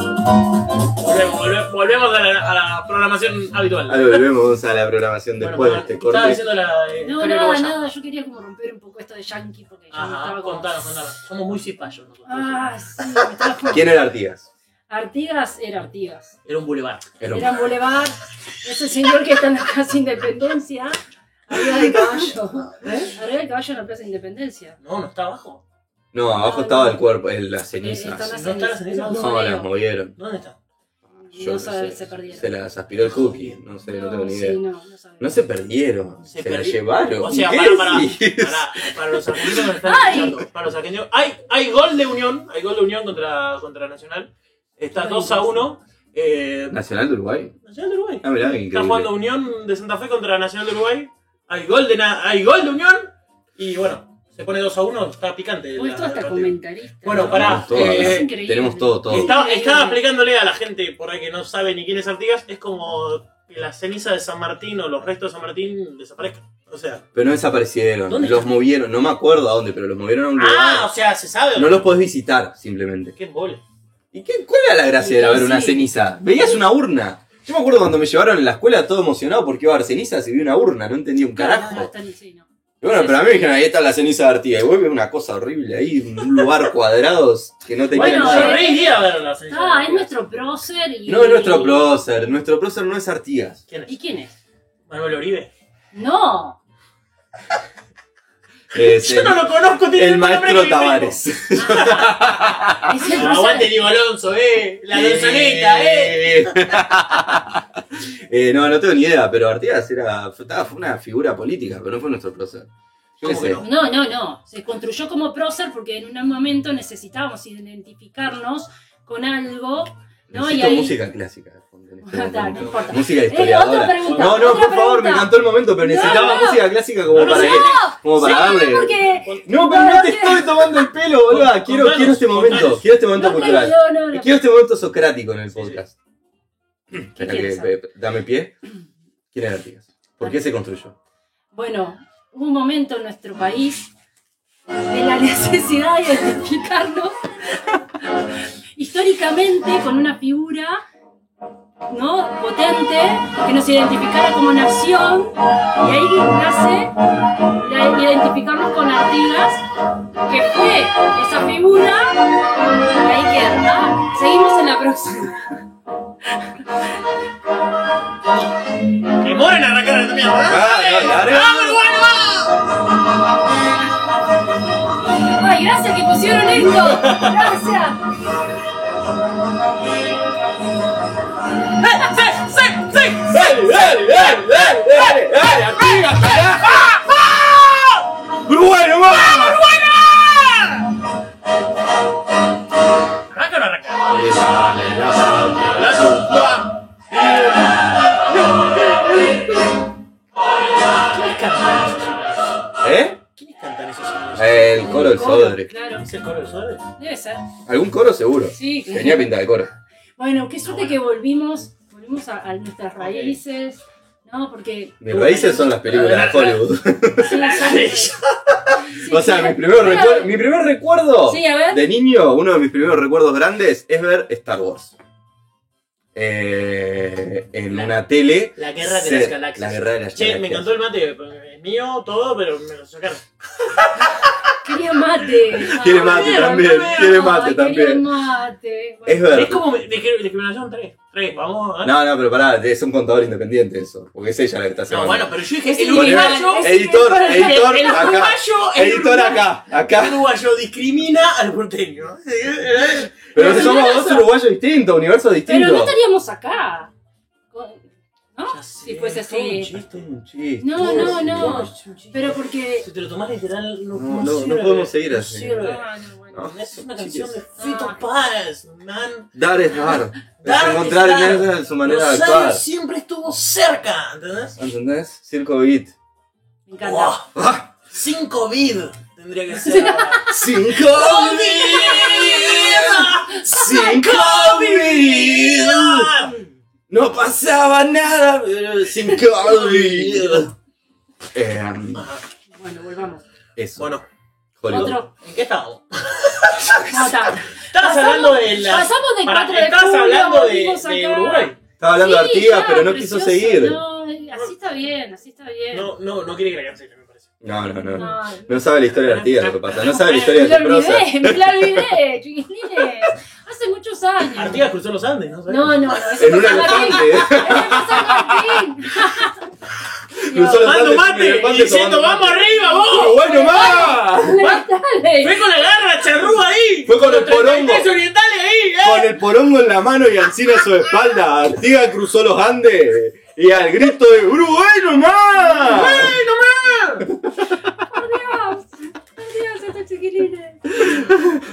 A: Volvemos, volve- volvemos a, la, a la programación habitual.
D: Ahora Ah, volvemos a la programación
A: Bueno,
D: después
A: perdón,
D: de este
A: Estaba
D: corte.
A: diciendo la eh,
B: No,
A: historia
B: nada,
A: uruguaya.
B: nada. Yo quería como romper un poco esto de yanqui porque ya me
A: Ajá,
B: estaba como...
A: contanos, contanos. Somos muy cipayos nosotros.
B: Ah, sí, me estaba como-
D: ¿Quién era Artigas?
B: Artigas era Artigas.
A: Era un bulevar.
D: Era un-
B: Era Boulevard, ese señor que está en la Plaza Independencia, arriba del caballo. Arriba del caballo en la Plaza Independencia.
A: No, no está abajo.
D: No, abajo estaba el cuerpo, el- las
B: Eh, Están
D: cenizas.
B: las
A: ¿No están las
B: cenizas?
A: cenizas?
B: No,
D: No,
B: no
D: las
B: veo.
D: movieron.
A: ¿Dónde está?
D: Yo
B: no
D: no
B: sabe,
D: sé.
B: se perdieron.
D: Se las aspiró el cookie. No sé, no tengo ni idea.
B: Sí, no, no sabe.
D: No se perdieron, se,
A: Se
D: la
A: perdi-
D: llevaron.
A: O sea,
D: ¿Qué
A: para, para,
D: decís?
A: para, para los argentinos que nos están
B: Ay.
A: escuchando. Para los argentinos. Hay, hay gol de Unión, hay gol de Unión contra, contra Nacional. Está
B: Ay,
A: 2 a 1. Eh,
D: Nacional de Uruguay.
A: Nacional de Uruguay.
D: Ah, mirá, qué
A: Está
D: increíble.
A: jugando Unión de Santa Fe contra Nacional de Uruguay. Hay gol de, na- hay gol de Unión. Y bueno, se pone 2 a 1, está picante. la-
B: Hoy esto
A: el
B: hasta
A: partido.
B: comentarista.
A: Bueno, pará.
D: para- Tenemos todo,
A: eh,
B: Es increíble.
D: Tenemos todo, todo.
A: Estaba,
B: Increíble.
A: estaba explicándole a la gente por ahí que no sabe ni quién es Artigas, es como que la ceniza de San Martín o los restos de San Martín desaparezcan. O sea.
D: Pero no desaparecieron,
A: ¿Dónde
D: los
A: está?
D: movieron, no me acuerdo a dónde, pero los movieron a un
A: Ah,
D: lugar.
A: o sea, se sabe.
D: No los podés visitar, simplemente.
A: Qué embole.
D: ¿Y qué, cuál era la gracia de ir a ver una
B: Sí.
D: ceniza? Veías una urna. Yo me acuerdo cuando me llevaron en la escuela todo emocionado porque iba a ver cenizas y vi una urna, no entendía un
B: No, no,
D: carajo.
B: están- sí, no.
D: Y bueno, pero a mí me dijeron, ahí está la ceniza de Artigas. Y vos ves una cosa horrible ahí, un lugar cuadrado que no tenía
A: Bueno,
B: Bueno,
A: yo
D: nada.
B: eh,
A: re iría a ver la ceniza. de
B: Ah, es
A: Artigas.
B: nuestro prócer y.
D: No es nuestro prócer, nuestro prócer no es Artigas.
A: ¿Quién
B: ¿Y
A: es?
B: quién es?
A: Manuel Oribe.
B: No.
D: Es
A: Yo
D: el,
A: no lo conozco, tiene
D: el
A: un nombre
D: maestro
A: que-
D: Tavares.
B: Es el
A: Aguante
B: prócer.
A: Diego Alonso, eh. La Alonsoneta, eh.
D: Eh, no, no tengo ni idea, pero Artigas era, fue, estaba- fue una figura política, pero no fue nuestro prócer. Yo qué
A: ¿Cómo que
D: sé.
A: no?
B: No, no, no. Se construyó como prócer porque en un momento necesitábamos identificarnos con algo. No, y
D: Necesito
B: ahí-
D: música clásica. de fondo en este
B: Ah,
D: momento.
B: no importa.
D: Música
B: Eh, otra
D: historiadora.
B: pregunta,
D: no, no, por
B: otra
D: favor, me
B: pregunta.
D: encantó el momento, pero
B: No,
D: necesitaba
B: no.
D: música clásica como
A: No, no,
D: para
A: no.
D: que- como para
B: Sí,
D: darle.
B: porque.
D: No, pero
B: No,
D: no te
B: no,
D: estoy tomando el pelo, boludo. Quiero,
A: Contanos,
D: quiero este momento,
A: contanos.
D: quiero este momento
B: no,
D: cultural.
B: no, no, no.
D: Quiero este momento socrático en el
A: Sí, sí.
D: podcast. Espera
B: quieres
D: que-
B: saber? Ah.
D: pe- dame pie. ¿Quién era Artigas? ¿Por qué se construyó?
B: Bueno, hubo un momento en nuestro país de la necesidad de identificarnos históricamente con una figura ¿no? potente que nos identificara como nación y ahí nace la de identificarnos con Artigas que fue esa figura y ahí queda ¿ah? seguimos en la próxima
A: Que moren a arrancar esta mierda.
D: Ah, no, larga.
A: ¡Vamos, bueno, vamos!
B: ay gracias que pusieron esto gracias
A: ¡Sí, sí, sí!
D: ¡Dale, dale, dale, dale, dale, dale, Artigas, carajo! ¡Uruguayo, vamos!
A: ¿Arranca o no arranca? ¿Quiénes cantan?
D: ¿Eh?
A: ¿Quiénes cantan esos sonidos?
D: El coro del Sodre.
B: claro
A: ¿Es el coro del Sodre?
B: debe ser
D: Algún coro seguro.
B: sí claro.
D: Tenía pinta de coro.
B: Bueno, qué suerte que volvimos, volvimos a, a nuestras raíces, ¿no? Porque
D: Mis raíces son las películas de Hollywood.
B: sí, sí, sí,
D: O sea,
B: sí.
D: mi primer
B: Bueno,
D: recuerdo, mi primer recuerdo
B: Sí, a ver.
D: de niño, uno de mis primeros recuerdos grandes es ver Star Wars. Eh, en
A: La-
D: una tele.
A: La guerra de
D: se-
A: las galaxias.
D: La guerra de las
A: Che,
D: galaxias.
A: me encantó el mate. Es mío, todo, pero me lo sacaron.
B: Quería mate.
D: Quiere
B: Ah,
D: mate
B: bueno,
D: también,
B: no,
D: quiere mate
B: quería
D: también.
B: mate.
D: Es
B: Bueno,
D: ver.
A: Es como me- discri- discriminación 3. 3, vamos. ¿eh?
D: No, no, pero pará, es un contador independiente eso. Porque es ella la que está
A: No,
D: haciendo.
A: bueno, pero yo dije
B: Es
A: el
B: igual,
A: uruguayo.
B: es-
D: Editor,
B: es-
D: editor,
A: el
D: acá.
A: uruguayo, el
D: Editor acá,
A: El
D: acá.
A: uruguayo discrimina al porteño.
D: Pero
B: Pero
D: somos
B: universo.
D: dos uruguayos distintos, universos
B: Pero no
D: distintos.
B: estaríamos acá. Con-
A: Ya
B: ¿No?
A: sé,
B: Si fuese
A: todo un
B: pues así.
A: chiste.
B: No, no, no.
A: Es un chiste.
B: Pero porque.
A: Si te lo tomás literal, no,
D: No, no, no podemos seguir así.
A: sirve.
B: Ah, no, bueno.
D: No.
A: Es una canción de
B: Ah.
A: Fito Páez, man.
D: Dar es dar. Es
A: Dar es
D: encontrar
A: dar.
D: en ella su manera de
A: Rosario
D: actuar.
A: siempre estuvo cerca, ¿entendés?
D: ¿Entendés? Circo Beat.
B: Me encanta.
A: Wow.
D: ¡Ah!
A: Sin COVID tendría que ser.
D: Sin COVID, sin COVID, no pasaba nada, pero sin COVID. Eh,
B: Bueno, volvamos.
D: eso.
A: Bueno,
D: Hollywood.
B: Otro.
A: ¿en qué estamos?
D: Ah,
B: No, está.
A: Estabas
B: Pasamos-
A: hablando de la.
B: pasamos del
A: Pará,
B: 4 de
A: estabas
B: julio,
A: hablando de,
B: volvimos
A: de
B: acá.
A: Uruguay.
D: Estaba hablando de
B: Sí,
D: Artigas,
B: ya,
D: pero no quiso
B: precioso.
D: seguir. No,
B: No, así está bien, así está bien.
A: No, no, no quiere que la cancele, me parece.
D: no, no. No,
B: No.
D: sabe la historia de Artigas lo que pasa. No sabe la historia de
B: Me la
D: su prosa.
B: olvidé, me la olvidé, chiquilines. Hace muchos años.
A: Artigas cruzó los Andes, ¿no?
B: No, no, no. ese
D: En un
B: fue San Martín.
D: elefante.
B: Ese fue San Martín.
D: Cruzó los
A: Mando
D: Andes,
A: mate
D: primero,
A: y
D: mate,
A: diciendo,
D: tomando
A: vamos
D: mate.
A: arriba, vos.
D: ¡Uruguay nomás!
A: Fue con la garra, charrúa ahí.
D: Fue con el
A: Los 33
D: porongo.
A: orientales ahí, eh.
D: Con el porongo en la mano y Ancina a su espalda, Artigas cruzó los Andes y al grito de ¡Uruguay nomás!
A: ¡Ay, no más!
B: Adiós. Adiós, estos chiquilines.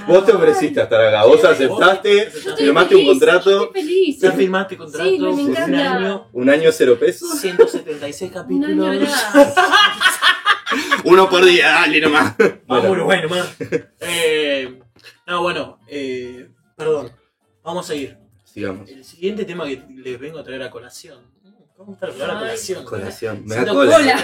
D: Vos te ofreciste a estar acá, vos aceptaste,
A: Yo
B: Yo estoy
D: firmaste un
B: feliz, yo
D: contrato,
B: Estoy feliz.
A: Ya firmaste contrato
B: Sí, me encanta.
A: un año,
D: un año cero pesos,
A: 176
B: Un año
A: capítulos.
B: atrás.
D: uno por día, dale nomás.
A: Vamos,
D: Bueno,
A: Uruguay nomás. Eh, no, bueno, eh, perdón. Vamos a seguir.
D: sigamos.
A: El siguiente tema que les vengo a traer a colación. ¿Cómo está la palabra
B: Ay.
A: colación?
D: Colación, me da
A: Siendo
D: cola.
B: cola.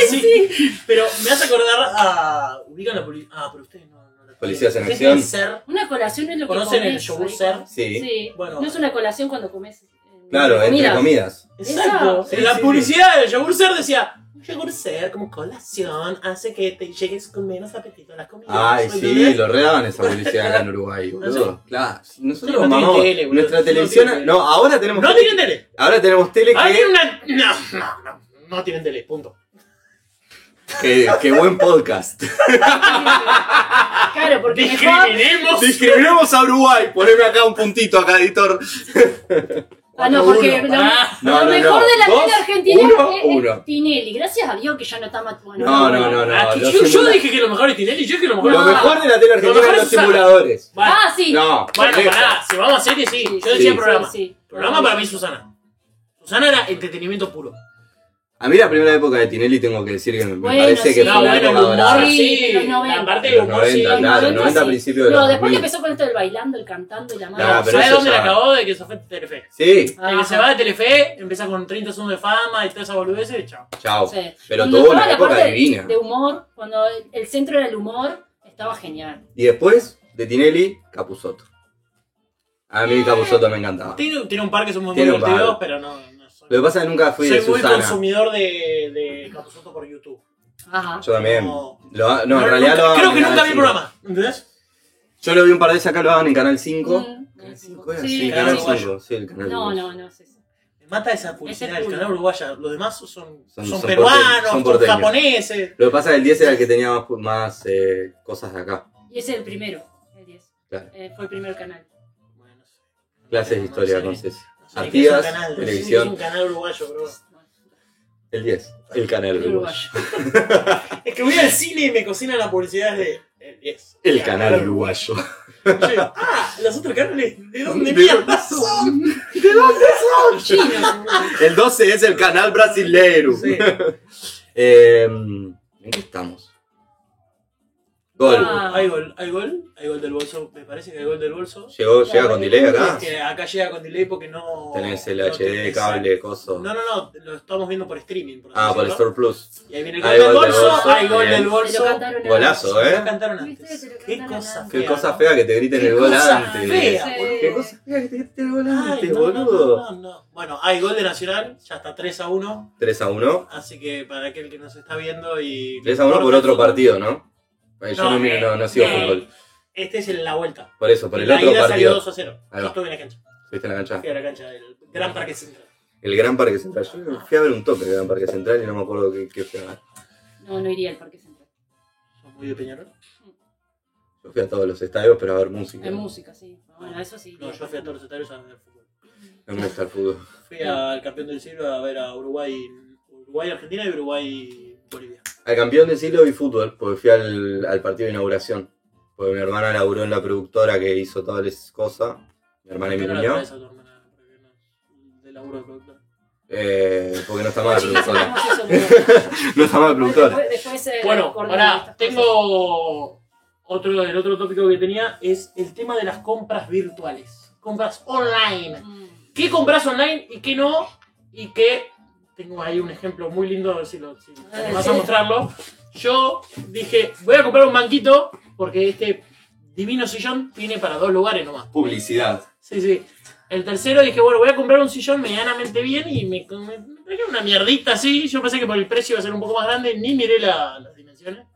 A: Sí, pero me hace acordar a. Ubican la policía. Ah, pero ustedes no, no la
D: Policías en
A: ¿Ustedes
D: acción.
A: tienen ser?
B: Una colación es lo que
A: ¿Conocen el
B: comes,
A: yogur
B: ahí.
A: ser?
D: Sí,
B: Sí.
A: Bueno.
B: No es una colación cuando comes. eh,
D: claro, entre
B: comida.
D: comidas.
A: Exacto.
D: Sí,
A: En la
D: sí.
A: publicidad del yogur ser decía. Un yogur ser como colación hace que te llegues con menos apetito a la comida.
D: Ay, sí,
A: ¿Entendés?
D: lo redaban esa publicidad acá en Uruguay, boludo. Claro,
A: No
D: nosotros
A: tienen
D: mamamos.
A: tele, boludo.
D: Nuestra
A: No tienen
D: televisión.
A: tele.
D: No, ahora tenemos
A: No tienen
D: tele.
A: tele.
D: Ahora tenemos tele
A: Ah, tienen
D: que.
A: una. No, no, no. No tienen tele, punto.
D: que- que buen podcast.
B: Claro, porque mejor
A: Discriminemos.
D: Discriminemos a Uruguay. Poneme acá un puntito acá, editor.
B: Ah, no, porque
D: Uno.
B: lo,
A: Ah.
B: lo
D: No, no,
B: mejor
D: no.
B: de la
D: Dos,
B: tele argentina
D: uno,
B: es,
D: uno.
B: es Tinelli. Gracias a Dios que ya no está Matuano.
D: No, no, no, no.
A: Ah,
D: lo
A: yo, yo
D: simula-
A: dije que lo mejor es Tinelli, yo dije que lo mejor
D: Lo
A: es-
D: mejor de la tele
A: Lo mejor
D: argentina
A: es
D: son los
A: Susana.
D: simuladores.
A: Vale.
B: Ah, sí.
D: No,
A: Bueno,
D: lejos.
A: pará, si vamos a serie, sí.
B: Sí,
A: Yo decía
D: sí,
A: programa.
B: sí, sí.
A: Programa para mí, Susana. Susana era entretenimiento puro.
D: A mí la primera época de Tinelli tengo que decir que me
B: Bueno,
D: parece que
B: sí.
A: No,
D: fue la
A: bueno, el
D: época
A: humor,
D: dorada.
B: Sí,
A: sí.
B: de los 90.
A: La parte
D: De
A: del
D: los
A: humor, sí.
D: 90, claro, 90
B: sí.
D: a principios de
B: No,
D: los
B: después que
D: 2000.
B: empezó con esto del bailando, el cantando y la madre.
D: Claro, pero
A: ¿Sabes
D: eso
A: dónde
D: ya-
A: la acabó? De que se fue de Telefe.
D: Sí,
A: De que
B: Ajá.
A: se va de Telefe, empieza con 30 segundos de fama y toda esa boludez y chao.
D: chao.
B: Sí.
D: Pero
B: Cuando
D: tuvo
B: estaba
D: una
B: la
D: época
B: parte de-
D: divina.
B: De humor, cuando el, el centro era el humor, estaba genial.
D: Y después, de Tinelli, Capusotto. A
B: Eh.
D: mí Capusotto me encantaba.
A: Tiene, tiene un par que son muy, muy
D: Tiene un par.
A: divertidos, pero no. no soy
D: Lo que pasa es que nunca fui
A: soy
D: de
A: muy
D: Susana.
A: consumidor de, de Capusotto por YouTube.
B: Ajá.
D: Yo también.
A: No.
D: Lo- no, en realidad
A: nunca-
D: lo
A: Creo que
D: en
A: nunca
D: Canal
A: vi el
D: 5.
A: programa. ¿Entendés?
D: Yo lo vi un par de veces acá, lo daban en Canal 5.
B: Mm,
D: ¿Canal
B: mm,
D: 5 era?
B: sí,
D: Sí,
B: sí.
D: Canal
A: Uruguayo.
D: 5. Sí, el Canal
B: No,
D: 5.
B: no, no es eso.
A: Me mata esa publicidad
B: Ese
A: del
B: culo.
A: canal uruguaya. Los demás son, son,
D: Son- son porteños,
A: peruanos,
D: son
A: son,
D: porteños.
A: japoneses.
D: Lo que pasa es que el 10 era el que tenía más, más, eh, cosas de acá.
B: Y ese es el primero, el 10.
D: Claro.
B: Eh, fue el primer canal.
A: Bueno, no sé.
D: Clases de
A: No
D: historia
A: sé.
D: con Ceci.
A: No sé qué es un
D: Artigas,
A: canal, no sé qué Es un
D: televisión.
A: canal uruguayo, bro.
D: El 10. El canal
B: El
D: uruguayo.
B: uruguayo.
A: Es que voy al cine y me cocinan la publicidad de. El 10.
D: El canal uruguayo.
A: Yo digo, Ah, los otros canales, ¿de dónde
D: ¿De
A: mierda
D: dónde
A: son?
B: Chino.
D: El 12 es el canal brasileiro.
A: Sí.
D: Eh, ¿En qué estamos? Gol.
B: Ah.
A: Hay gol, hay gol, hay gol del bolso. Me parece que hay gol del bolso.
D: Llegó, llega con delay acá.
A: Es que acá llega con delay porque no.
D: Tenés el
A: no
D: HD,
A: tenés-
D: cable, coso.
A: No, no, no, lo estamos viendo por streaming. Por así
D: Ah, por
A: decirlo.
D: Store Plus.
A: Y ahí viene el
D: Hay
A: gol del
D: gol del
A: bolso,
D: bolso,
A: hay gol
D: bien.
A: del
B: Te lo
A: bolso.
B: cantaron antes.
D: Golazo,
A: Lo
D: ¿eh?
A: cantaron
B: Viste, te
A: antes.
B: lo
A: Qué
B: cantaron
A: cosa
B: antes.
D: Qué
A: fea.
D: cosa fea que te griten
A: Qué
D: el gol
A: cosa
D: antes.
A: fea.
D: Qué cosa fea que te griten el gol
A: Ay,
D: antes,
A: no, no,
D: boludo.
A: no, no, no. Bueno, hay gol de Nacional, ya está 3 a 1.
D: 3 a 1.
A: Así que para aquel que nos está viendo y.
D: 3 a 1 por otro partido, ¿no? Ay, Yo
A: No,
D: no, miro,
A: eh,
D: no, no sigo
A: eh.
D: fútbol.
A: Este es en la vuelta.
D: Por eso, por el
A: la
D: otro
A: ida salió
D: partido.
A: 2 a 0.
D: Ahí
A: Yo
D: va.
A: estuve en la cancha.
D: Fuiste a la cancha.
A: Fui a la cancha del Gran Parque Central.
D: El Gran Parque Central. Yo fui a ver un toque del Gran Parque Central y no me acuerdo qué, qué fui a ver.
B: No, no iría al Parque Central.
A: ¿Sos muy de Peñarol?
D: Yo fui a todos los estadios, pero a ver música.
B: Hay música, sí. Bueno, eso sí.
A: No, yo fui a todos los estadios a ver fútbol.
D: No me gusta el fútbol.
A: Fui al campeón del siglo a ver a Uruguay, Uruguay Argentina y Uruguay Bolivia.
D: Al campeón del siglo vi fútbol, porque fui al, al partido de inauguración. Porque mi hermana laburó en la productora que hizo todas esas cosas. Mi hermana y mi
A: ¿Por qué no la
D: cuñado.
A: traes a tu hermana? ¿Por qué no? De laburo de productor.
D: Eh, porque no está mal la productora.
B: Hacemos Ah, eso, boludo.
D: No está mal la productora.
B: Después, después, eh,
A: Bueno,
B: acordamos
A: ahora
B: estas cosas.
A: tengo otro, el otro tópico que tenía es el tema de las compras virtuales, compras online.
B: Mm.
A: ¿Qué compras online y qué no? Y qué tengo ahí un ejemplo muy lindo, a ver si lo si te animás a mostrarlo. Yo dije, voy a comprar un banquito porque este divino sillón tiene para dos lugares nomás.
D: Publicidad.
A: Sí, sí. El tercero dije, bueno, voy a comprar un sillón medianamente bien y me, me, me traje una mierdita así. Yo pensé que por el precio iba a ser un poco más grande, ni miré la- las dimensiones.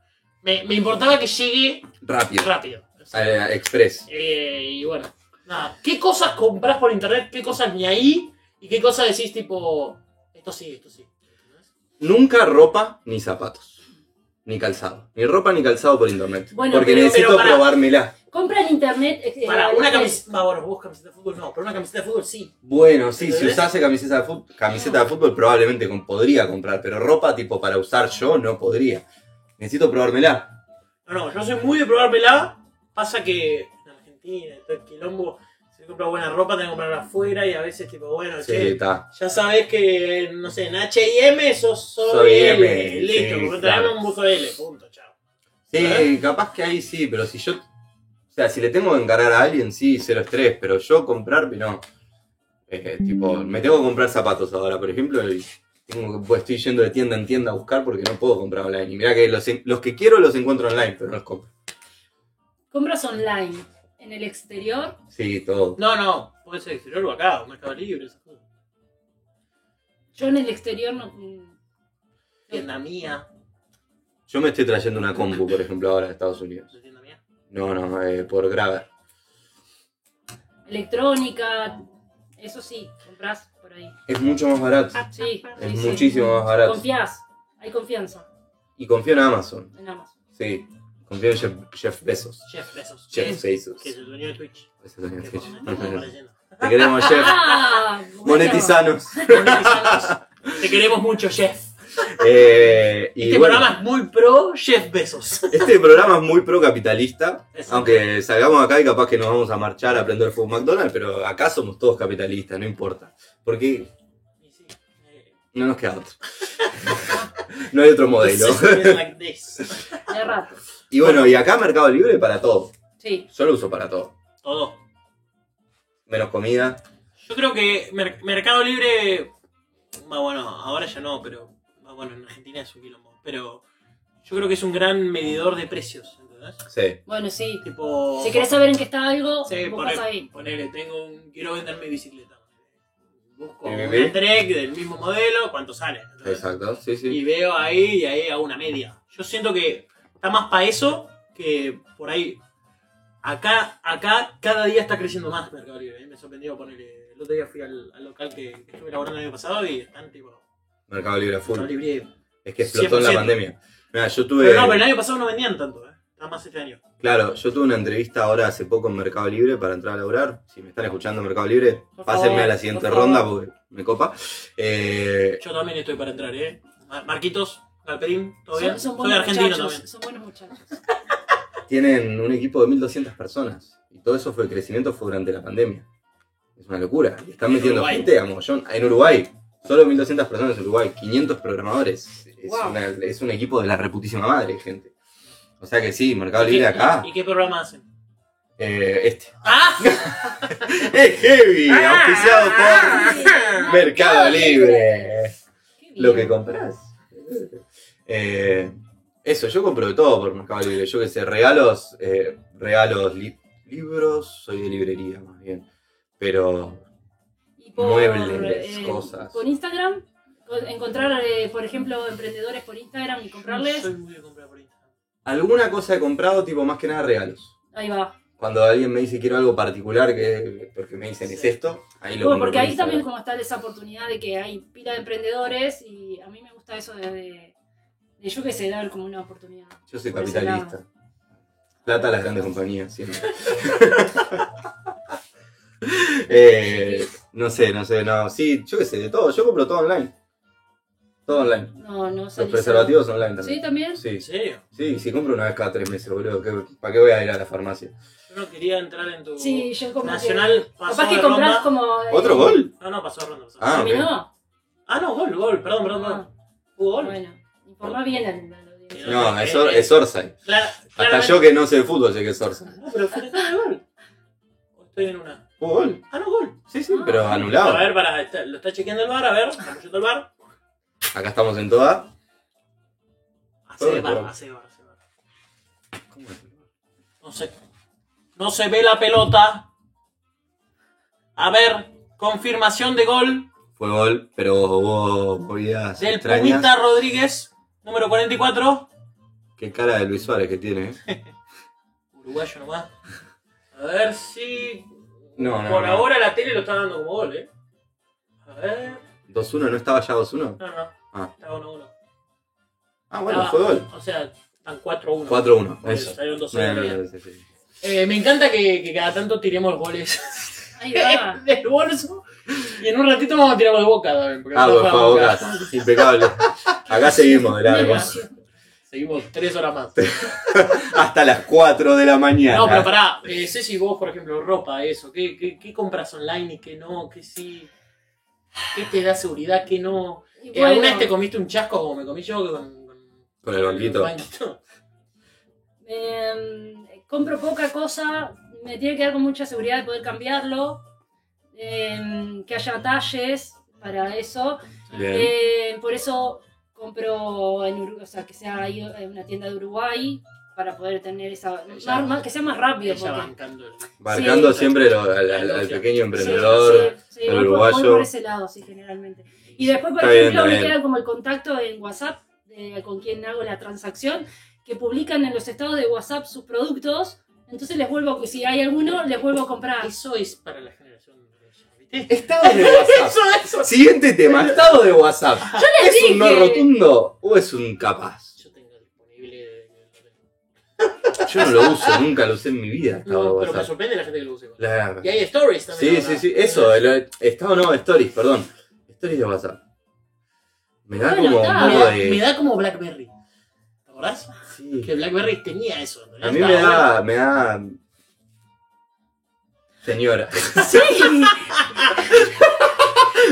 A: Me, me importaba que llegue
D: Rápido.
A: rápido.
D: Al- express.
A: Eh, y bueno, nada. ¿Qué cosas compras por internet? ¿Qué cosas ni ahí? ¿Y qué cosas decís tipo, esto sí, esto sí?
D: nunca ropa ni zapatos. Ni calzado. Ni ropa ni calzado por internet.
B: Bueno,
D: porque
B: pero-
D: necesito
A: pero para-
D: probármela.
B: Compra en internet. eh,
A: Para
B: eh,
A: una camiseta. Bueno, vos camiseta de fútbol no, pero una camiseta de fútbol sí.
D: Bueno, sí, si
A: ¿Entendés?
D: usase camiseta de fútbol, camiseta de fútbol probablemente con- podría comprar, pero ropa tipo para usar yo no podría. Necesito probármela.
A: No, no, yo soy muy de probar pelada. Pasa que en Argentina, en todo el quilombo, se compra buena ropa, tenés que comprarla afuera y a veces, tipo, bueno,
D: Sí,
A: che,
D: está.
A: ya sabés que, no sé, en HM sos soy,
D: Soy
A: L.
D: M, sí,
A: Listo, porque
D: claro.
A: un buzo L, punto, chao.
D: Sí,
A: ¿Eh?
D: capaz que ahí sí, pero si yo. O sea, si le tengo que encargar a alguien, sí, cero estrés, pero yo comprarme no. Eh, tipo, me tengo que comprar zapatos ahora, por ejemplo, y tengo que- pues, estoy yendo de tienda en tienda a buscar porque no puedo comprar online. Y mirá que los, en- los que quiero los encuentro online, pero no los compro.
B: Compras online. En el exterior.
D: Sí, todo.
A: No, no, puede ser exterior o acá, o Mercado Libre, esas cosas.
B: Yo en el exterior no. mm,
A: Tienda mía,
D: Yo me estoy trayendo una compu, por ejemplo, ahora de Estados Unidos.
A: ¿no es tienda mía.
D: No, no, eh, por Graver.
B: Electrónica. Eso sí, compras por ahí.
D: Es mucho más barato.
B: Sí,
D: Es
B: sí, sí.
D: muchísimo más barato.
B: Confías. Hay confianza
D: Y confío en Amazon.
B: en Amazon.
D: Sí. Confío en Jeff, Jeff Bezos.
A: Jeff Bezos.
D: Jeff
A: Que
D: Bezos.
A: es el dueño de Twitch.
D: Ese es el
A: Que
D: sketch.
A: por lo menos está apareciendo.
D: Te queremos, Jeff.
B: Ah,
D: Monetizanos.
A: Te queremos mucho, Jeff.
D: Eh, y
A: este
D: bueno,
A: programa es muy pro Jeff Bezos.
D: este programa es muy procapitalista.
A: Eso.
D: Aunque salgamos acá y capaz que nos vamos a marchar a prender fuego a McDonald's, pero acá somos todos capitalistas, no importa. Porque
A: Y sí, eh,
D: no nos queda otro. no hay otro modelo.
A: it's like this.
B: De rato.
D: Y bueno, y acá Mercado Libre para todo.
B: Sí.
D: Yo lo uso para todo.
A: Todo.
D: Menos comida.
A: Yo creo que Mer- Mercado Libre. bah, bueno, ahora ya no, pero. bah, bueno, en Argentina es un quilombo. Pero yo creo que es un gran medidor de precios, ¿entendés?
D: Sí.
B: Bueno, sí.
A: Tipo.
B: Si querés saber en qué está algo,
A: Oh. Sí,
B: buscas
A: poner,
B: ahí.
A: ponele, tengo un, quiero vender mi bicicleta. Busco
D: ¿Y
A: una
D: ve?
A: Trek del mismo modelo, ¿cuánto sale? ¿entendés?
D: Exacto. Sí, sí.
A: Y veo ahí y ahí hago una media. Yo siento que está más para eso que por ahí. Acá, acá cada día está creciendo más Mercado Libre. ¿eh? Me sorprendió ponerle. El otro día fui al, al local que, que estuve laborando el año pasado y están tipo.
D: Mercado Libre a full.
A: Mercado Libre.
D: Es que explotó en la
A: 100%.
D: pandemia. Mira, yo tuve.
A: Pero no, pero el año pasado no vendían tanto, ¿eh? Está más este año.
D: Claro, yo tuve una entrevista ahora hace poco en Mercado Libre para entrar a laburar. Si me están escuchando en Mercado Libre,
B: Por
D: pásenme
B: favor,
D: a la siguiente
B: por
D: ronda porque me copa. Eh,
A: Yo también estoy para entrar, ¿eh? Mar- Marquitos, Galperín, ¿todo bien?
B: Son, son
A: Soy
B: buenos
A: argentino
B: muchachos.
A: también.
B: Son buenos muchachos.
D: tienen un equipo de 1.200 personas. Y todo eso fue el crecimiento fue durante la pandemia. Es una locura. Y están
A: En
D: metiendo
A: Uruguay.
D: gente a mogollón en Uruguay. Solo 1.200 personas en Uruguay, 500 programadores. Es,
B: Wow.
D: una- es un equipo de la reputísima madre, gente. O sea que sí, Mercado Libre acá.
A: ¿Y qué programa hacen?
D: eh, este.
A: ¡Ah!
D: ¡Es heavy! Auspiciado por
B: Ah,
D: Mercado Libre.
B: Qué bien.
D: lo que compras. Eh, eso, yo compro de todo por Mercado Libre. Yo que sé, regalos, eh, regalos, li- libros, soy de librería más bien. Pero
B: Y por,
D: muebles,
B: eh,
D: cosas.
B: Con Instagram, con- encontrar, eh, por ejemplo, emprendedores por Instagram y comprarles.
A: Soy muy de comprar por Instagram.
D: alguna cosa he comprado, tipo más que nada regalos.
B: Ahí va.
D: Cuando alguien me dice quiero algo particular, que porque me dicen es esto, ahí lo
B: Bueno,
D: compro
B: porque
D: por
B: ahí también
D: Instagram.
B: como está esa oportunidad de que hay pila de emprendedores y a mí me gusta eso de, de, de, yo qué sé, dar como una oportunidad.
D: Yo soy
B: por ese
D: capitalista. Plata a las grandes compañías, siempre. Eh, no sé, no sé, no. Sí, yo qué sé, de todo. Yo compro todo online. Todo online.
B: No, no
D: Los
B: salís a-
D: preservativos online
B: Sí,
D: también.
B: también.
D: Sí,
A: ¿En serio?
D: sí, sí, compro una vez cada tres meses, boludo. ¿Para qué voy a ir a la farmacia?
A: Yo no quería entrar en tu.
B: Sí, yo como que-
A: Nacional pasó
B: Capaz
A: de
B: que compras
A: ronda.
B: como. eh,
D: ¿Otro gol?
A: No, no, pasó de ronda. pasó de
D: Ah,
A: ronda.
D: ok.
B: ¿Terminó?
A: Ah, no, gol, gol, perdón, perdón, perdón. ¿Hubo gol?
B: Ah, Bueno, informa bien al- a la audiencia.
D: No, es, Or- es Orsay.
A: Clara-
D: Hasta
A: claramente-
D: yo que no sé de fútbol sé que es Orsay.
A: No, pero fue de gol. O Estoy en una.
D: ¿Hubo gol?
A: Ah, no, gol.
D: Sí, sí, pero anulado.
A: A ver, para, está- lo está chequeando el bar, a ver, está apoyando el bar.
D: Acá estamos en toda.
A: Hace de
D: Todo
A: bar,
D: bien.
A: hace de bar, hace de bar.
D: ¿Cómo es?
A: No se, no se ve la pelota. A ver, confirmación de gol
D: Fue gol, pero hubo movidas
A: del
D: extrañas.
A: Pumita Rodríguez, número 44.
D: Qué cara de Luis Suárez que tiene, eh.
A: Uruguayo nomás. A ver si.
D: No, no,
A: Por
D: no.
A: ahora la tele lo está dando como gol, eh. A ver.
D: 2-1, ¿no estaba ya 2-1?
A: No, no.
D: Ah.
A: Está 1-1.
D: Ah, bueno,
A: Estaba-
D: fue gol.
A: O sea, están 4-1.
D: 4-1,
A: Porque
D: eso.
A: salieron dos
D: Bueno,
A: seguidas.
D: sí, sí.
A: Eh, me encanta que, que cada tanto tiremos goles
B: Ahí va.
A: del bolso. Y en un ratito vamos a tirar de boca también. porque
D: Ah,
A: no
D: por
A: juega
D: favor,
A: Boca.
D: Gas. impecable. Acá seguimos de largo.
A: Seguimos tres horas más.
D: Hasta las 4 de la mañana.
A: No, pero pará, eh, Ceci, vos, por ejemplo, ropa, eso, ¿qué, qué, qué compras online y qué no? ¿Qué sí? ¿Qué te da seguridad? ¿Qué no?
B: Y
A: Eh, ¿Alguna
B: bueno,
A: vez te comiste un chasco como me comí yo con, con-
D: Con el banquito.
A: con el banquito?
B: em, compro poca cosa, me tiene que dar con mucha seguridad de poder cambiarlo, em, que haya talles para eso.
D: Bien.
B: Eh, por eso compro en Uruguay, o sea, que sea ahí en una tienda de Uruguay para poder tener esa.
A: Ya.
B: más- más- que sea más rápido.
A: Ella
B: porque-
A: bancando el-
D: Marcando
A: sí.
D: siempre lo- al, al- al pequeño
B: Sí,
D: emprendedor.
B: sí, sí,
D: el
B: voy por-
D: uruguayo.
B: voy por ese lado, sí, generalmente. Y después, por
D: Está bien,
B: ejemplo,
D: está
B: me
D: bien.
B: queda como el contacto en WhatsApp eh, con quien hago la transacción, que publican en los estados de WhatsApp sus productos. Entonces les vuelvo, si hay alguno, les vuelvo a comprar.
A: Eso es para la generación de ella, ¿viste?
D: Estado de WhatsApp.
A: Eso, eso.
D: Siguiente tema, estado de WhatsApp. ¿Es un no
B: dije.
D: rotundo o es un capaz?
A: Yo tengo disponible.
D: Yo no lo uso, nunca lo usé en mi vida. Estado
A: No,
D: de
A: pero me
D: WhatsApp.
A: sorprende la gente que lo use.
D: La verdad.
A: Y hay stories también.
D: Sí,
A: ahora.
D: sí, sí, eso, eh, el- estado no, stories, perdón. Stories de WhatsApp. Me da
B: Bueno,
D: como un
B: está.
A: Me
D: modo
A: da,
D: de.
A: me da como Blackberry. ¿Te acordás?
D: sí.
A: Que Blackberry tenía eso. ¿no?
D: A mí
A: Estaba
D: me
A: bueno.
D: da. me da. Señora.
B: Sí.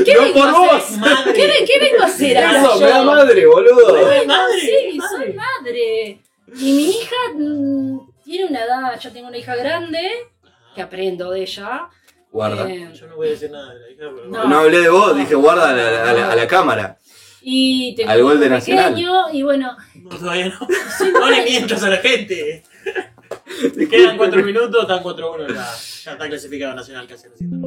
B: ¿Qué
D: no
B: vengo
D: por
B: a
D: vos.
B: hacer?
A: Madre.
B: ¿Qué, ve- qué vengo a hacer ahora
D: Eso,
B: yo?
D: me da madre, boludo.
A: Madre,
B: Bueno,
A: madre,
B: sí,
A: madre.
B: soy madre. Y mi hija mm, tiene una edad, yo tengo una hija grande, que aprendo de ella.
D: Guarda.
B: Eh,
A: Yo no voy a decir nada de la hija, pero.
B: No.
D: No hablé de vos, dije guarda a la, a la- a la cámara.
B: Y tengo
D: Al
B: un
D: gol de
B: hijo
D: Nacional.
B: pequeño, y bueno,
A: No, todavía no. No le mientas a la gente. Quedan cuatro minutos, están 4-1. Ya, ya está clasificado Nacional casi recién.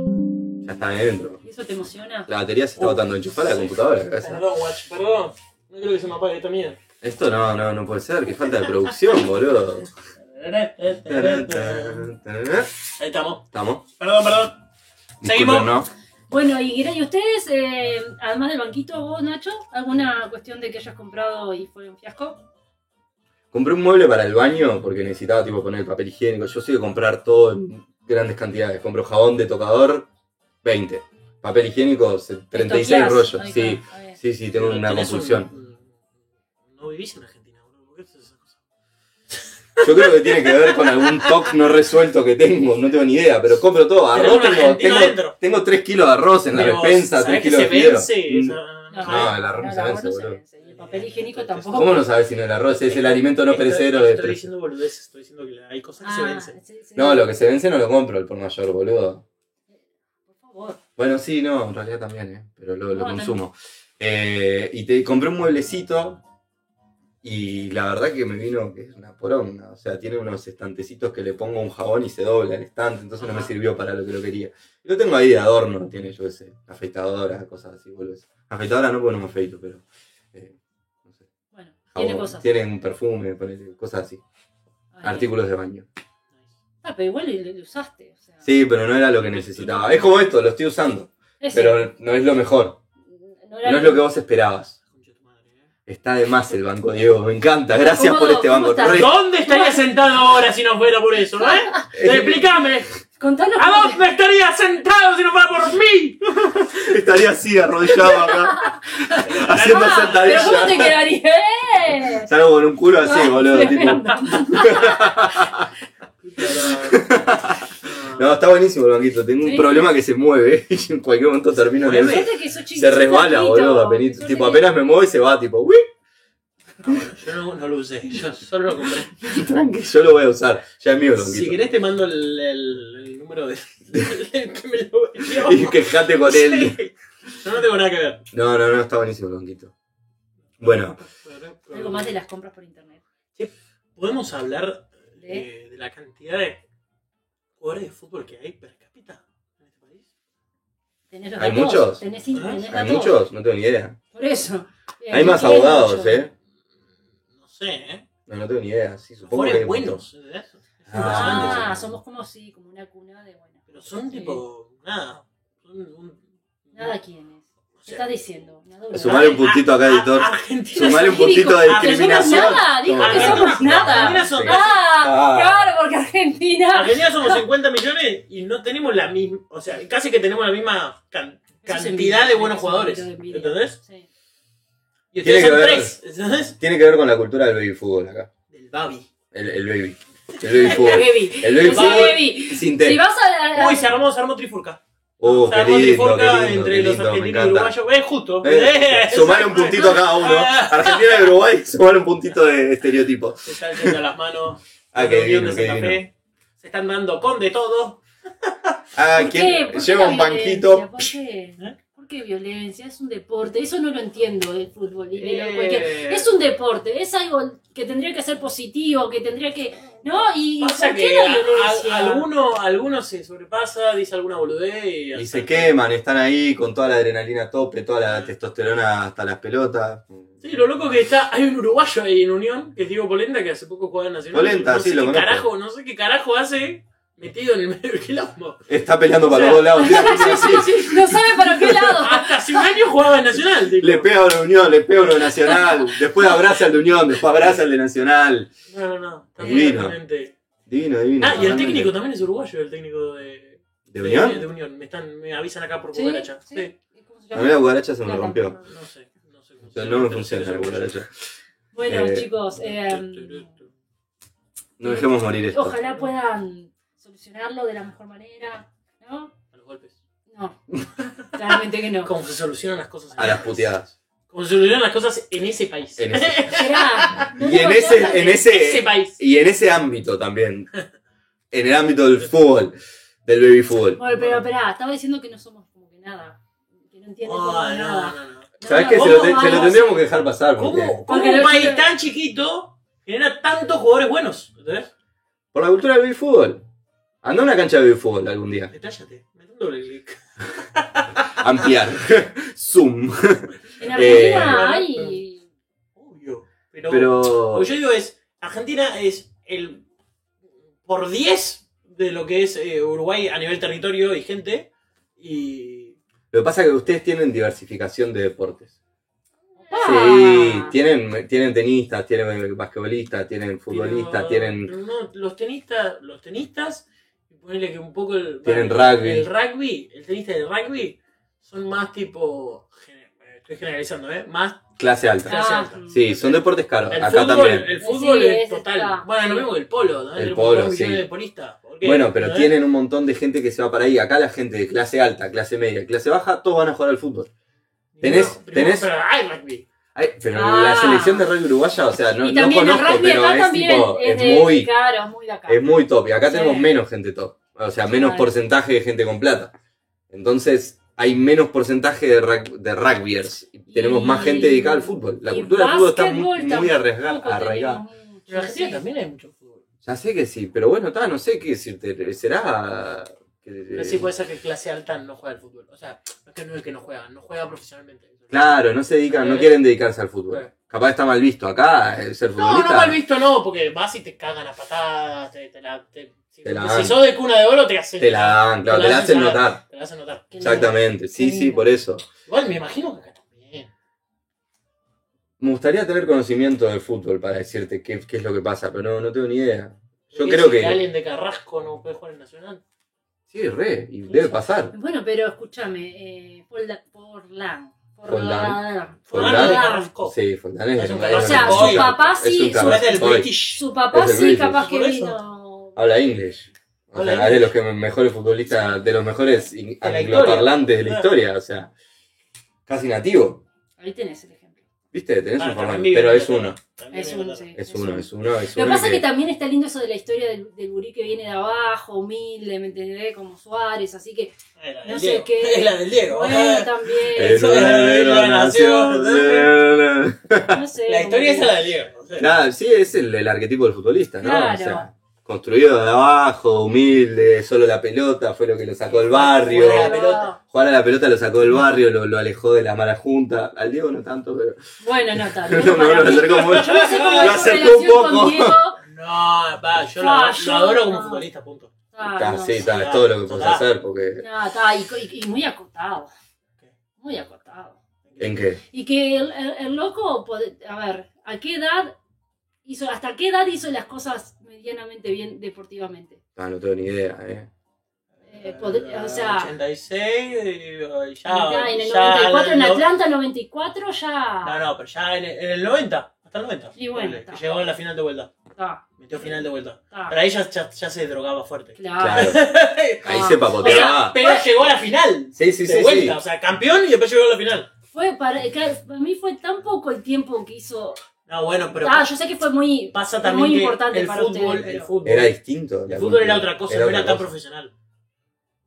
D: Ya está ahí dentro.
B: ¿eso te emociona?
D: La batería se está botando enchufada a la computadora. cabeza.
A: Perdón, guacho, perdón. No creo que se me apague esta mierda.
D: Esto no, no, no puede ser, que falta de producción, boludo.
A: Ahí
D: Estamos.
A: estamos. Perdón, perdón. Seguimos.
D: Disculpen, ¿no?
B: Bueno, y Guirá, ¿y ustedes, eh, además del banquito, vos, Nacho, alguna cuestión de que hayas comprado y fue un fiasco?
D: Compré un mueble para el baño porque necesitaba tipo poner el papel higiénico. Yo soy de comprar todo en grandes cantidades. Compro jabón de tocador, 20. Papel higiénico, se- 36
B: Estoqueás.
D: rollos.
B: Ahí
D: Sí,
B: está, ahí está.
D: sí, sí, tengo una
A: Tenés un-
D: compulsión.
A: No vivís en Argentina, boludo. ¿Por qué haces esas cosas?
D: Yo creo que tiene que ver con algún TOC no resuelto que tengo, no tengo ni idea, pero compro todo.
A: Pero
D: Arroz
A: un
D: tengo,
A: argentino
D: tengo,
A: adentro.
D: tengo 3 kilos de arroz en la
A: Pero,
D: despensa,
A: ¿sabés
D: 3
A: que
D: kilos de
A: se
D: fideo.
A: vence?
D: Mm.
A: Esa-
B: No,
D: No, el arroz no se
B: el
D: vence,
B: no se
D: boludo.
B: vence, y el papel higiénico tampoco.
D: ¿Cómo no sabes si no el arroz es el alimento no
A: Estoy-
D: perecero?
A: Estoy,
D: de tres-
A: diciendo boludeces, estoy diciendo que hay cosas que se
B: Ah,
A: vencen.
B: sí, sí.
D: No, lo que se vence no lo compro el por mayor, boludo.
B: Por favor.
D: Bueno, sí, no, en realidad también, ¿eh? pero lo, lo
B: No,
D: consumo. Eh, y te compré un mueblecito y la verdad que me vino que es una poronga. O sea, tiene unos estantecitos que le pongo un jabón y se dobla el estante, entonces no me
A: Ajá.
D: sirvió para lo que lo quería. Y lo tengo ahí de adorno, tiene yo ese, afeitadora, cosas así, boludo. Afeitadora no porque no me afeito, pero... eh, no sé,
B: Bueno, tiene
D: jabón.
B: cosas.
D: Tiene un perfume, ponele, cosas así.
B: Ahí.
D: Artículos de baño.
B: Ah, pero igual lo, lo usaste. O sea,
D: Sí, pero no era lo que necesitaba. Es como esto, lo estoy usando,
B: ese,
D: pero no es lo mejor.
B: no era
D: No es lo que vos esperabas.
A: Concha de tu madre, ¿eh?
D: Está de más el banco, Diego. Me encanta. Gracias
B: ¿Cómo-
D: por este
B: cómo
D: banco.
B: estás?
D: Re-
A: ¿Dónde estaría sentado ahora si no fuera por eso, eh? Explícame.
B: Contanos.
A: ¿A dónde estaría sentado si no fuera por mí?
D: Estaría así, arrodillado acá. haciendo
B: Ah, pero ¿cómo te
D: sentadilla.
B: quedaría? ¡Eh!
D: Salgo con un culo así,
B: Ah,
D: boludo. Tipo.
B: tremendo.
D: No, está buenísimo el banquito. Tengo un
B: Sí.
D: problema que se mueve. Y en cualquier momento termino en el...
B: Fíjate que sos chiquito,
D: Se resbala,
B: chiquito.
D: boludo, apenito.
B: Fíjate
D: Tipo,
B: que-
D: apenas me muevo y se va, tipo, uy,
A: Yo no, no lo usé, yo solo lo compré.
D: tranqui, yo lo voy a usar. Ya es mío el
A: Si
D: banquito.
A: querés te mando el, el- el número de, del que me lo vendió.
D: Y quejate con él.
A: Sí. Yo no tengo nada que ver.
D: No, no, no, está buenísimo el banquito. Bueno,
B: Algo más de las compras por internet.
A: ¿Podemos hablar
B: ¿De?
A: eh, de la cantidad de jugadores de fútbol que hay per cápita en este país?
B: ¿Tenés los
D: ¿Hay
B: datos?
D: muchos?
B: ¿Tenés, in-
A: ¿Ah?
B: tenés
D: hay
B: datos?
D: muchos, no tengo ni idea.
B: Por eso. Eh,
D: Hay
B: no
D: más
B: quiero
D: abogados,
B: mucho.
D: ¿eh?
A: No sé, ¿eh?
D: No, no tengo ni idea. Sí, supongo que hay
A: Jugadores
D: un montón.
A: buenos. ¿entendés?
D: Ah,
B: Ah,
D: sí.
B: somos como sí, como una cuna de bueno.
A: Pero son
B: Sí.
A: tipo. Nada. Son un.
B: Eh, Nada quién es.
A: O
B: ¿Qué
A: sea,
B: estás diciendo? Una doble.
D: Sumale un puntito acá,
A: a- a-
D: editor.
A: Argentina,
D: Sumale un
B: ¿Qué dijo?
D: puntito de
A: Ah, que somos
D: discriminación.
B: nada, dijo
D: Toma.
B: que somos nada.
A: son-
D: Sí.
B: Ah,
D: Ah.
B: claro, porque Argentina.
A: Argentina somos 50 millones y no tenemos la misma, o sea, casi que tenemos la misma can-
B: Eso es
A: cantidad
B: envidia,
A: de buenos
B: eso es
A: jugadores.
B: envidia, envidia.
A: ¿Entendés?
B: Sí.
A: Y ustedes
D: Tiene
A: son
D: que ver.
A: tres, ¿entendés?
D: Tiene que ver con la cultura del baby fútbol acá.
A: Del Babi.
D: El, el baby. El baby
B: La
D: fútbol.
B: Gaby.
D: El baby
B: Sí,
D: fútbol
B: Gaby.
D: sin
B: Si
D: té.
B: vas a la- la-
A: Uy, se armó, se armó Trifurca.
D: Oh,
A: se
D: qué
A: armó
D: lindo, qué
A: Trifurca
D: lindo,
A: entre
D: qué
A: los
D: lindo, me
A: argentinos y
D: encanta.
A: uruguayos. Es justo.
D: Eh,
A: Eh,
D: sumale un
A: exacto.
D: puntito a cada uno.
A: Ah,
D: Argentina y Uruguay, sumale un puntito de estereotipo.
A: Se están yendo las manos.
D: Ah,
A: La
D: qué
A: reunión
D: divino,
A: de
D: qué
A: Santa
D: divino.
A: Fe. Se están dando con de todo.
D: Ah,
B: ¿Por qué?
D: ¿quién
B: ¿Por qué
D: lleva
B: la
D: un
B: violencia?
D: banquito?
B: ¿Por qué?
A: ¿Eh?
B: ¿Por qué violencia? Es un deporte. Eso no lo entiendo del fútbol. y de lo-
A: Eh.
B: cualquier- Es un deporte. Es algo que tendría que ser positivo, que tendría que. ¿No? ¿Y
A: Pasa
B: por qué
A: que
B: la
A: a-
B: violencia?
A: a- alguno, alguno se sobrepasa, dice alguna boludez y,
D: Y se queman, están ahí con toda la adrenalina a tope, toda la testosterona hasta las pelotas.
A: Sí, lo loco que está, hay un uruguayo ahí en Unión, que es Diego Polenta, que hace poco jugaba en Nacional.
D: Polenta,
A: no sé
D: sí, lo
A: qué
D: conozco.
A: carajo, No sé qué carajo hace metido en el medio del quilombo.
D: Está peleando
A: O sea,
D: para los dos lados. tiene que ser así.
B: No sabe para qué lado.
A: Hasta hace un año jugaba en Nacional. tipo.
D: Le pega a la Unión, le pega a uno de Nacional. Después abraza al de Unión, después abraza al de Nacional.
A: No, no, no. está
D: Divino.
A: completamente-
D: Divino, divino.
A: Ah, y el
D: totalmente.
A: técnico también es uruguayo, el técnico de,
D: ¿De Unión?
A: de Me, están, me avisan acá por
B: Sí,
A: cucaracha.
B: sí.
A: Sí.
B: ¿Cómo se
D: A
B: llama?
D: mí la cucaracha se me
B: Claro.
D: rompió.
A: No sé, no sé cómo
D: O
A: se
D: sea,
A: llama,
D: no me
A: pero
D: funciona la
A: soy uruguayo.
D: cucaracha.
B: Bueno,
D: Eh,
B: chicos, eh,
D: No dejemos morir esto.
B: ojalá puedan solucionarlo de la mejor manera, ¿no?
A: A los golpes.
B: No, claramente que no.
A: Cómo se solucionan las cosas. en
D: A las puteadas.
A: Cómo se solucionan las cosas en ese país.
D: En ese-
B: Esperá, no
D: Y en
B: tengo plata.
D: ese, en
A: Ese
D: ese,
A: país.
D: y en ese ámbito también. En el ámbito del fútbol, del baby fútbol.
B: Bueno, pero esperá, estaba diciendo que no somos como que nada. Que no entienden
A: Oh,
B: como
A: no,
B: nada.
A: no, no.
B: No,
D: ¿Sabes
B: no,
D: qué? Se
B: ¿cómo
D: lo, te-
B: vamos?
D: se lo tendríamos que dejar pasar. Porque
A: ¿Cómo, cómo
B: Porque
A: un
B: lo-
A: país tan chiquito genera tantos jugadores buenos? ¿Entendés?
D: por la cultura del baby fútbol. Anda a una cancha de baby fútbol algún día.
A: Detállate. Mete un doble clic.
D: Ampliar. Zoom.
B: En Argentina
A: Eh,
B: hay.
A: Obvio. Pero,
D: Pero.
A: lo que Pues yo digo es, Argentina es el por 10 de lo que es eh, Uruguay a nivel territorio y gente. Y...
D: Lo que pasa es que ustedes tienen diversificación de deportes. Sí,
B: Ah.
D: tienen, tienen tenistas, tienen basquetbolistas, tienen futbolistas,
A: pero-
D: tienen.
A: pero no, los tenistas, los tenistas, y ponele que un poco el,
D: Tienen
A: bueno,
D: rugby.
A: el rugby, el tenista del rugby, son más tipo, gener- estoy generalizando, ¿eh? Más
D: Clase alta.
A: clase
B: Ah.
A: alta.
D: Sí, son deportes caros.
A: El
D: Acá
A: fútbol,
D: también.
A: el fútbol
B: Sí,
A: es
B: ese
A: total.
B: está.
A: Bueno, lo mismo que el polo, ¿no?
D: El
A: Tenemos
D: polo,
A: dos millones
D: sí.
A: de polistas. ¿Por qué? ¿Eh?
D: Bueno, pero
B: ¿eh?
A: ¿No es?
D: tienen un montón de gente que se va para ahí. Acá la gente de clase alta, clase media, clase baja, todos van a jugar al fútbol. tenés-
A: Primero-
D: tenés-
A: Pero hay rugby.
D: Ay, pero
B: Ah.
D: la selección de rugby uruguaya, o sea, no,
B: y
D: no
B: también el
D: conozco,
B: rugby
D: pero
B: acá
D: es,
B: también
D: tipo,
B: es,
D: es
B: de,
D: muy,
B: Claro, es muy de acá.
D: es muy top. Y acá
B: Sí.
D: tenemos menos gente top. O sea, menos
B: Claro.
D: porcentaje de gente con plata. Entonces, hay menos porcentaje de, rug- de rugbyers. Y tenemos
B: Y-
D: más gente dedicada al fútbol. La
B: y
D: cultura del fútbol está muy,
B: básquetbol
D: muy arraigada-
B: tampoco
D: arraigada.
B: tenemos mucho,
A: En Argentina
B: sí.
A: también hay mucho fútbol.
D: Ya sé que sí, pero bueno, está, no sé qué decirte. Será.
A: Pero sí puede ser que clase alta no juega al fútbol. O sea, no es que no es que no juega, no juega profesionalmente.
D: Claro, no se dedican, no
A: Eh.
D: quieren dedicarse al fútbol.
A: Eh.
D: Capaz está mal visto acá el ser
A: No,
D: futbolista.
A: no mal visto no, porque vas y te cagan a patadas, te, te la... Te, si,
D: Te la
A: si
D: dan.
A: sos de cuna de oro te hacen...
D: Te la dan, claro, te la hacen notar.
A: Te la hacen notar.
B: Qué lindo.
D: Exactamente, sí,
B: Qué
D: sí,
B: lindo.
D: por eso.
A: Igual me imagino que acá también.
D: Me gustaría tener conocimiento del fútbol para decirte qué, qué es lo que pasa, pero no, no tengo ni idea. Yo
A: ¿Qué
D: creo
A: si
D: que.
A: Alguien de Carrasco no puede jugar en Nacional.
D: Sí, re, y debe pasar.
B: Bueno, pero escúchame, eh, Forla- Forlán.
D: Forlán.
A: Forlán
B: Forlán.
A: de Carrasco.
D: Sí, Fontana es
A: Es un
D: un
A: carajo.
B: O sea,
A: Hoy.
B: su papá
D: Es un
B: sí,
D: carajo.
B: su,
A: Es del
D: Hoy.
A: British.
B: su papá
D: Es el
B: sí,
D: British.
B: capaz que
A: Por eso.
B: vino.
D: Habla inglés. O
A: Habla
D: sea, es de los que mejores futbolistas, de los mejores in-
A: De la
D: angloparlantes de la
A: historia.
D: historia, o sea, casi nativo.
B: Ahí tenés el ejemplo.
D: ¿Viste? Tenés
A: Ah,
D: un Forlán,
A: también vive
D: pero
A: en
D: es uno.
A: Inglaterra. También
B: Es
A: vive en
B: un,
A: Inglaterra.
B: sí,
D: Es
B: es
D: uno,
B: un.
D: es uno, es
B: Lo
D: uno.
B: que pasa es
D: que-
B: que también está lindo eso de la historia del, del gurí que viene de abajo, humilde, ¿me entendés? Como Suárez, así que
A: Es la del
B: No sé
A: Diego.
B: qué.
A: Es la del Diego.
B: bueno también.
A: Eso
D: Héroe
A: es
D: de la
A: la nación.
D: nación.
B: No sé.
A: La historia es
B: como
A: la del Diego. o sea.
D: Nada, sí, es el, el arquetipo del futbolista, ¿no?
B: Claro.
D: O sea, construido de abajo, humilde, solo la pelota fue lo que lo sacó el barrio.
A: Jugar a la
B: Claro.
A: pelota.
D: Jugar a la pelota lo sacó del barrio, lo, lo alejó de la mala junta. Al Diego no tanto, pero.
B: que- Bueno, no, tal.
D: No, no, lo acercó mucho.
B: Yo no sé cómo
D: Lo
B: es su
D: acercó un
B: relación con
D: poco.
B: Diego.
A: No, va, yo lo,
B: Ah,
A: lo
B: yo-
A: adoro como
B: no.
A: futbolista, punto.
B: Ah,
D: Ta,
B: no.
D: sí, ta, es todo lo que puedes
A: Ah.
D: hacer porque.
B: No, está, y, y- y muy acotado. muy acortado.
D: ¿En qué?
B: Y que el, el- el loco, pod- a ver, ¿a qué edad hizo, hasta qué edad hizo las cosas medianamente bien deportivamente?
D: Ah, no tengo ni idea, ¿eh?
B: Eh, pod- o sea,
A: 86, eh, ya,
B: ya Ah, en el
A: ya
B: 94, en
A: no-
B: Atlanta, 94,
A: No,
B: ya.
A: no, pero ya en el, en el 90, hasta el 90.
B: Y bueno,
A: ponele,
B: está.
A: que llegó a la final de vuelta,
B: Está,
A: metió final de vuelta.
B: está,
A: Pero ahí ya, ya- ya se drogaba fuerte.
D: Claro.
B: Claro.
D: Ahí
B: Ah.
D: se
A: O sea,
D: papoteaba.
A: pero llegó a la final.
D: Sí, sí,
A: de
D: sí,
A: vuelta,
D: sí.
A: o sea, campeón y después llegó a la final.
B: Fue para, eh, claro, para mí fue tan poco el tiempo que hizo.
A: No, bueno, pero
B: ah, yo sé que fue muy.
A: pasa
B: es
A: también
B: muy
A: que
B: importante
A: el,
B: para
A: fútbol,
B: ustedes,
A: el
B: pero-
A: fútbol,
D: Era distinto. la
A: el fútbol era
D: cultura.
A: otra cosa, no era tan profesional.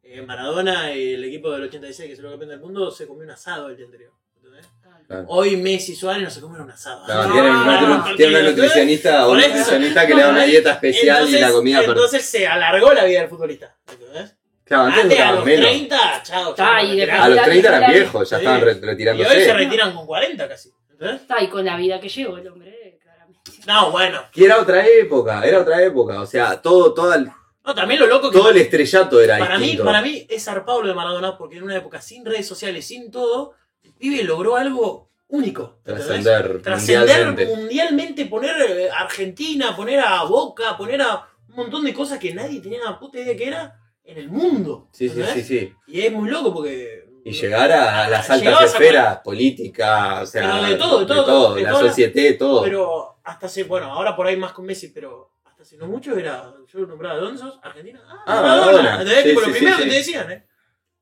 A: Eh, Maradona y el equipo del 86, que es el campeón del mundo, se comió un asado el día anterior. ¿entendés?
D: Claro.
A: Hoy Messi y Suárez no se comieron un asado.
D: Claro,
B: No,
D: tiene,
B: no,
D: una-
B: no,
D: tiene una nutricionista,
A: Ah. Por
D: una
A: eso.
D: nutricionista que le da una dieta especial
A: entonces,
D: y la comida perfecta.
A: entonces se alargó la vida del futbolista. ¿entendés?
D: Claro, antes
A: Antes a
D: duraban
A: los
D: menos.
A: 30, chao.
B: Ah,
A: chao,
B: y
A: retirá.
B: después-
D: A los 30 eran
B: Sí.
D: viejos, ya estaban re-
A: Y hoy se
D: retirándose.
A: retiran con 40 casi. ¿entendés?
B: Está, y con la vida que llevo el hombre, eh, claramente.
A: No, bueno.
D: Y era otra época, era otra época. O sea, todo, todo, el,
A: No, también lo loco que.
D: todo el estrellato era
A: para, mí,
D: distinto.
A: para mí es zarpado lo de Maradona porque en una época sin redes sociales, sin todo, el pibe logró algo único. ¿entendés?
D: Trascender
A: Trascender
D: mundialmente.
A: mundialmente, poner eh, Argentina, poner a Boca, poner a un montón de cosas que nadie tenía la puta idea que era en el mundo.
D: Sí, sí,
A: ¿entendés?
D: sí, sí.
A: Y es muy loco porque.
D: Y llegar a las altas
A: Llegabas a-
D: esferas políticas, o sea,
A: Pero de todo, de todo, de
D: la
A: todas las-
D: sociedad, todo.
A: Pero hasta hace, bueno, ahora por ahí más con Messi, pero hasta hace no mucho era, yo nombraba, ¿de dónde sos? Argentina. Ah,
D: Ah,
A: Maradona.
D: Maradona.
A: ¿Entendés?
D: Sí,
A: Tipo,
D: sí,
A: lo
D: sí,
A: primero
D: sí.
A: que te decían, ¿eh?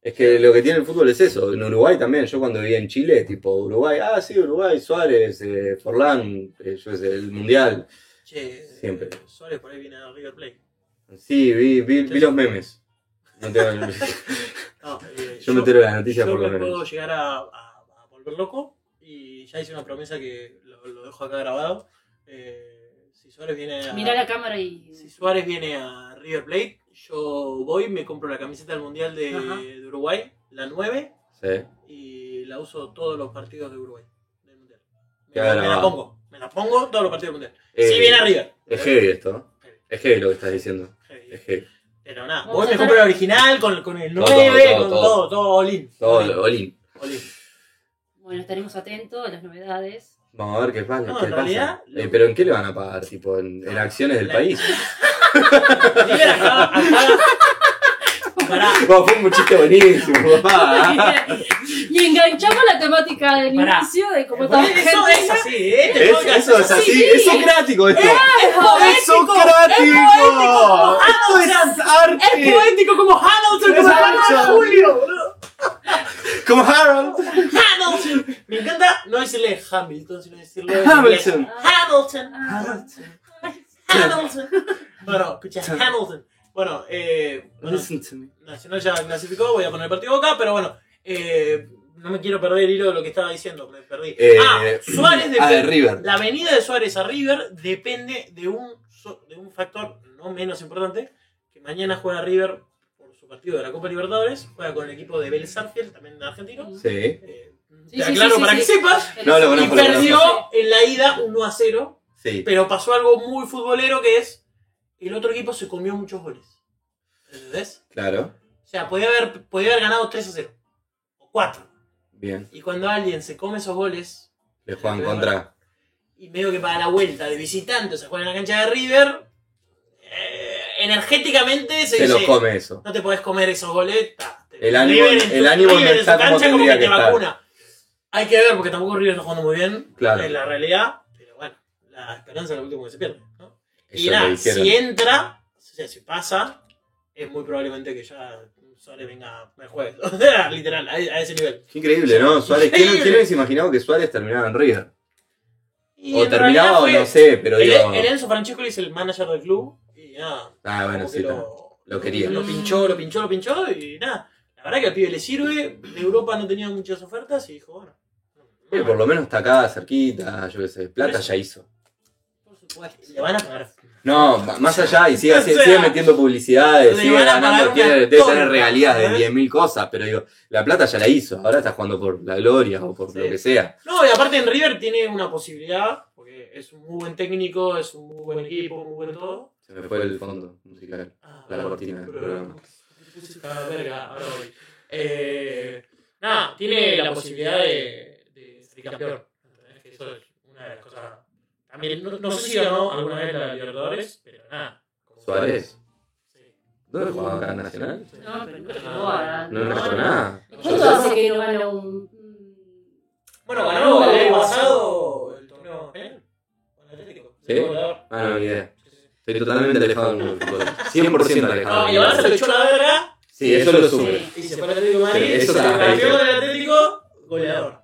D: Es que lo que tiene el fútbol es eso. En Uruguay también, yo cuando vivía en Chile, tipo Uruguay, ah, sí, Uruguay, Suárez, eh, Forlán, eh, yo qué sé, el Mundial.
A: Che,
D: Siempre.
A: eh, Suárez por ahí viene a River Plate.
D: Sí, vi, vi, vi los memes. No te-
A: No, eh,
D: yo me entero de las
A: yo
D: noticias por los
A: me puedo
D: memes.
A: llegar a, a- a volver loco y ya hice una promesa que lo, lo dejo acá grabado. Eh, si Suárez viene a...
B: Mirá la cámara y.
A: Si Suárez viene a River Plate, yo voy, me compro la camiseta del Mundial de,
B: Ajá.
A: de Uruguay, la 9,
D: Sí.
A: y la uso todos los partidos de Uruguay. Del mundial. Me,
D: Qué
A: me la
D: grabado.
A: pongo, me la pongo todos los partidos del Mundial.
D: Eh,
A: si viene a River.
D: Es heavy esto. Es heavy lo que estás diciendo. Es heavy.
A: Pero nada,
B: Vamos
A: voy,
B: a
A: me
B: estar-
A: compro la original con, con el
D: Todo,
A: 9,
D: todo,
A: con
D: todo.
A: todo, todo, all in.
D: Todo,
A: All in,
D: lo- Olin.
A: all in.
B: Bueno, estaremos atentos a las novedades.
D: Vamos a ver qué pasa.
A: No,
D: qué
A: en
D: pasa.
A: realidad,
D: Eh,
A: lo-
D: ¿Pero en qué le van a pagar? Tipo, en, en acciones del
A: La-
D: país.
A: River acaba, acaba- Pará,
D: Bueno, fue un chiste buenísimo, papá.
B: y enganchamos la temática del
A: Ah. Pará.
B: inicio de cómo estamos.
A: eso es así, ¿eh? Este
D: Es-
A: podcast
D: eso es así,
B: sí.
D: es socrático esto. ¡Es
A: poético,
D: socrático!
A: es poético.
D: ¡Esto es arte!
A: Es poético como Hamilton, como
D: Es
A: Juan
D: Hamilton.
A: Julio, boludo.
D: Como Harold.
A: Hamilton. Me encanta no decirle Hamilton, sino decirle
D: Hamilton.
A: Hamilton.
D: Hamilton.
A: Hamilton. Bueno, escucha, Hamilton. Bueno, eh, bueno,
D: Listen to me.
A: Nacional ya clasificó, voy a poner el partido Boca, pero bueno, eh, no me quiero perder el hilo de lo que estaba diciendo, me perdí.
D: Eh,
A: ah, Suárez
D: Ah, de
A: depende,
D: River.
A: la venida de Suárez a River depende de un, so- de un factor no menos importante, que mañana juega River por su partido de la Copa Libertadores, juega con el equipo de Vélez Sarsfield, también argentino.
D: Sí.
A: Eh,
B: Sí,
A: te
B: sí,
A: aclaro
B: sí,
A: para
B: sí,
A: que
B: sí.
A: sepas.
D: No, lo
A: Y
D: conozco, lo
A: perdió en la ida 1 a 0,
D: Sí.
A: pero pasó algo muy futbolero que es, el otro equipo se comió muchos goles. ¿Entendés?
D: Claro.
A: O sea, podía haber, podía haber ganado 3 a 0. O 4.
D: Bien.
A: Y cuando alguien se come esos goles,
D: Le juegan contra.
A: y medio que para la vuelta de visitante, o sea, juega en la cancha de River, eh, energéticamente se,
D: Se los
A: dice,
D: come eso.
A: no te podés comer esos goles. ta, te-
D: El ánimo-
A: en
D: el
A: su-
D: ánimo no
A: River en
D: está
A: su
D: como
A: cancha como
D: tendría
A: que te
D: que estar.
A: vacuna. Hay que ver, porque tampoco River está jugando muy bien,
D: Claro.
A: en la realidad, pero bueno, la esperanza es lo último que se pierde. ¿no? Y
D: Ellos lo
A: nada,
D: hicieron.
A: si entra, o sea, si pasa, es muy probablemente que ya Suárez venga el jueves. O sea, literal, a, a ese nivel.
D: Qué increíble, ¿no? Suárez. ¿Quién,
A: Increíble.
D: quién hubiese imaginado que Suárez terminaba en River?
A: Y
D: O
A: en realidad
D: terminaba o
A: fue-
D: no sé, pero
A: el,
D: digo.
A: el Enzo Francescoli es el manager del club y nada.
D: Ah, bueno,
A: como que
D: sí. está.
A: lo,
D: lo quería.
A: Lo pinchó, lo pinchó, lo pinchó y nada. La verdad que al pibe le sirve. De Europa no tenía muchas ofertas y dijo, bueno.
D: Eh, Por lo menos está acá cerquita, yo qué sé. Plata
A: Por eso.
D: ya hizo.
B: Por supuesto.
A: Le van a pagar.
D: No, ma- más allá, y sigue,
A: O sea,
D: sigue metiendo publicidades,
A: le
D: sigue
A: van a
D: ganando,
A: pagar
D: tiene-
A: una
D: debe
A: torta,
D: tener regalías de
A: ¿eh?
D: 10.000 cosas, pero digo, la plata ya la hizo, ahora está jugando por la gloria o por
A: Sí.
D: lo que sea.
A: No, y aparte en River tiene una posibilidad, porque es un muy buen técnico, es un muy buen equipo, muy buen todo.
D: Se me fue el fondo musical.
A: Ah,
D: La cortina del programa.
A: Verga, ahora voy. Eh, Nada, tiene la posibilidad de, de ser campeón. ¿entendés? Que eso es una de las cosas. También, no, no sé si ganó alguna vez la Libertadores, pero nada. como-
D: Suárez.
A: Sí.
D: ¿Dónde jugaba acá en Nacional?
B: No, pero no llegó a-
D: No, no,
A: No,
D: ganó
A: no.
D: nada.
B: ¿Cuánto hace que no gana un. mm,
A: Bueno, ganó el año pasado el torneo español, con el Atlético.
D: Sí.
A: Fue goleador.
D: Ah, no, ni idea.
A: Sí, sí.
D: Estoy totalmente alejado del mundo del fútbol. 100% alejado.
A: No,
D: del
A: Ah, y
D: mundo.
A: ahora se lo echó la verga
D: Sí, eso lo sube.
B: Sí.
A: y se fue al Atlético de Madrid.
D: Sí, eso
A: se
D: está
A: campeó
D: perfecto.
A: del Atlético, goleador.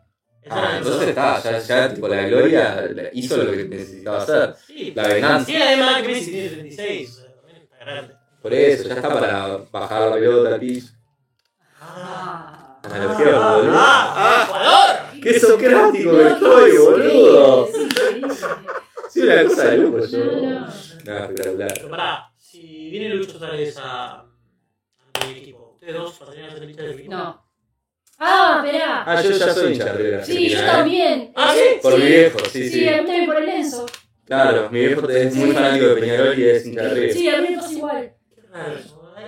A: Esa
D: Ah,
A: era
D: entonces
A: la
D: está, ya, ya tipo, la gloria la- hizo lo que necesitaba hacer.
A: Sí,
D: La venganza.
A: tiene además que Messi tiene 36. o sea, también está grande.
D: Por eso, ya está para bajar la pelota al piso.
B: Ah.
D: Analogía, boludo.
A: ah, jugador.
D: ¡Qué socrático
B: No,
D: que estoy,
B: sí,
D: boludo!
B: sí, sí.
D: Sí, una cosa de loco yo.
B: No, no.
D: No, espectacular.
A: Pero pará, si viene Lucho Suárez a, a mi equipo, ¿ustedes dos pasarían a ser hinchas del equipo?
B: No. Ah, esperá.
D: Ah, yo ya soy hincha de River
B: Sí,
D: Argentina,
B: yo
D: ¿eh?
B: también.
A: ¿Ah, sí?
D: Por
B: Sí.
D: mi viejo, sí,
B: Sí, eh.
D: sí.
B: a mí también por el Enzo.
D: Claro, mi viejo es muy
B: Sí.
D: fanático de Peñarol y es hincha de River.
B: Sí, a mí me pasa igual.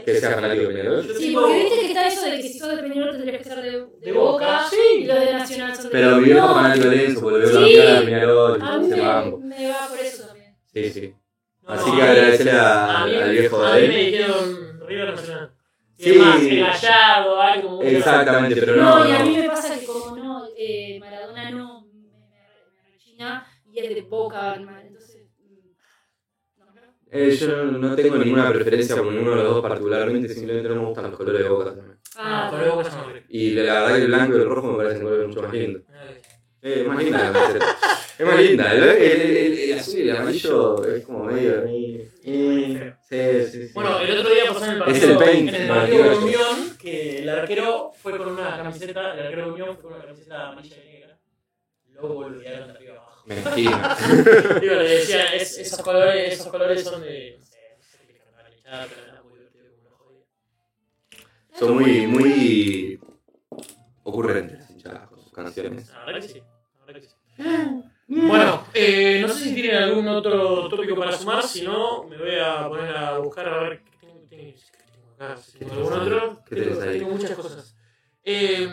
D: Que sea fanático de Peñarol.
B: Sí, porque viste que está eso de que si sos de Peñarol tendrías que ser de, de Boca
A: Sí.
B: y los de Nacional son de
D: Pero mi
B: Peñarol.
D: viejo es
B: No,
D: fanático de Enzo, porque lo veo
B: Sí.
D: campeón de Peñarol,
B: A mí
D: se banco.
B: me, me va por eso también.
D: Sí, sí.
A: No,
D: Así
A: no,
D: que
A: a mí-
D: agradecerle a-
A: a mí-
D: al viejo
A: A
D: de
A: mí
D: él.
A: me dijeron River Nacional.
D: Sí.
A: Sí. Más, el Gallardo, algo. como-
D: Exactamente, pero
B: No,
D: no.
B: y a mí
D: no.
B: me pasa que como no, eh, Maradona no me, me, me rechina y es de Boca, hermano. Entonces, mm, no, no.
D: Eh, yo no tengo ninguna preferencia por ninguno de los dos particularmente, simplemente no me gustan los colores de boca también.
A: Ah,
B: Ah,
A: pero luego pasa Madrid.
D: Y la verdad que el blanco y el rojo me parecen colores mucho más lindos.
A: Ah, ok.
D: Eh, es más linda la camiseta. Es más linda. El, el- el- el- el azul y el amarillo es como medio. eh, eh, sí, sí, sí.
A: Bueno, eh, el otro día pasó en el partido.
D: Es el paint,
A: en el
D: Martín
A: partido de
D: Gallo.
A: Unión, que el arquero fue con una camiseta, el arquero de Unión fue con una camiseta amarilla y negra. Luego volvieron de arriba abajo.
D: Mentira.
A: Digo, le decía, es- esos, colores, esos colores son de. No sé, no sé qué le cantaba la hinchada, pero era muy divertido como lo jodía.
D: Son muy, muy ocurrentes las hinchadas con sus canciones.
A: La verdad que sí. La verdad que sí. Bueno, eh, no sé si tienen algún otro tópico para sumar, si no, me voy a poner a buscar a ver qué tengo, qué tengo, qué tengo acá, si tengo algún otro.
D: ¿Qué tenés ahí?
A: Tengo muchas cosas. Eh,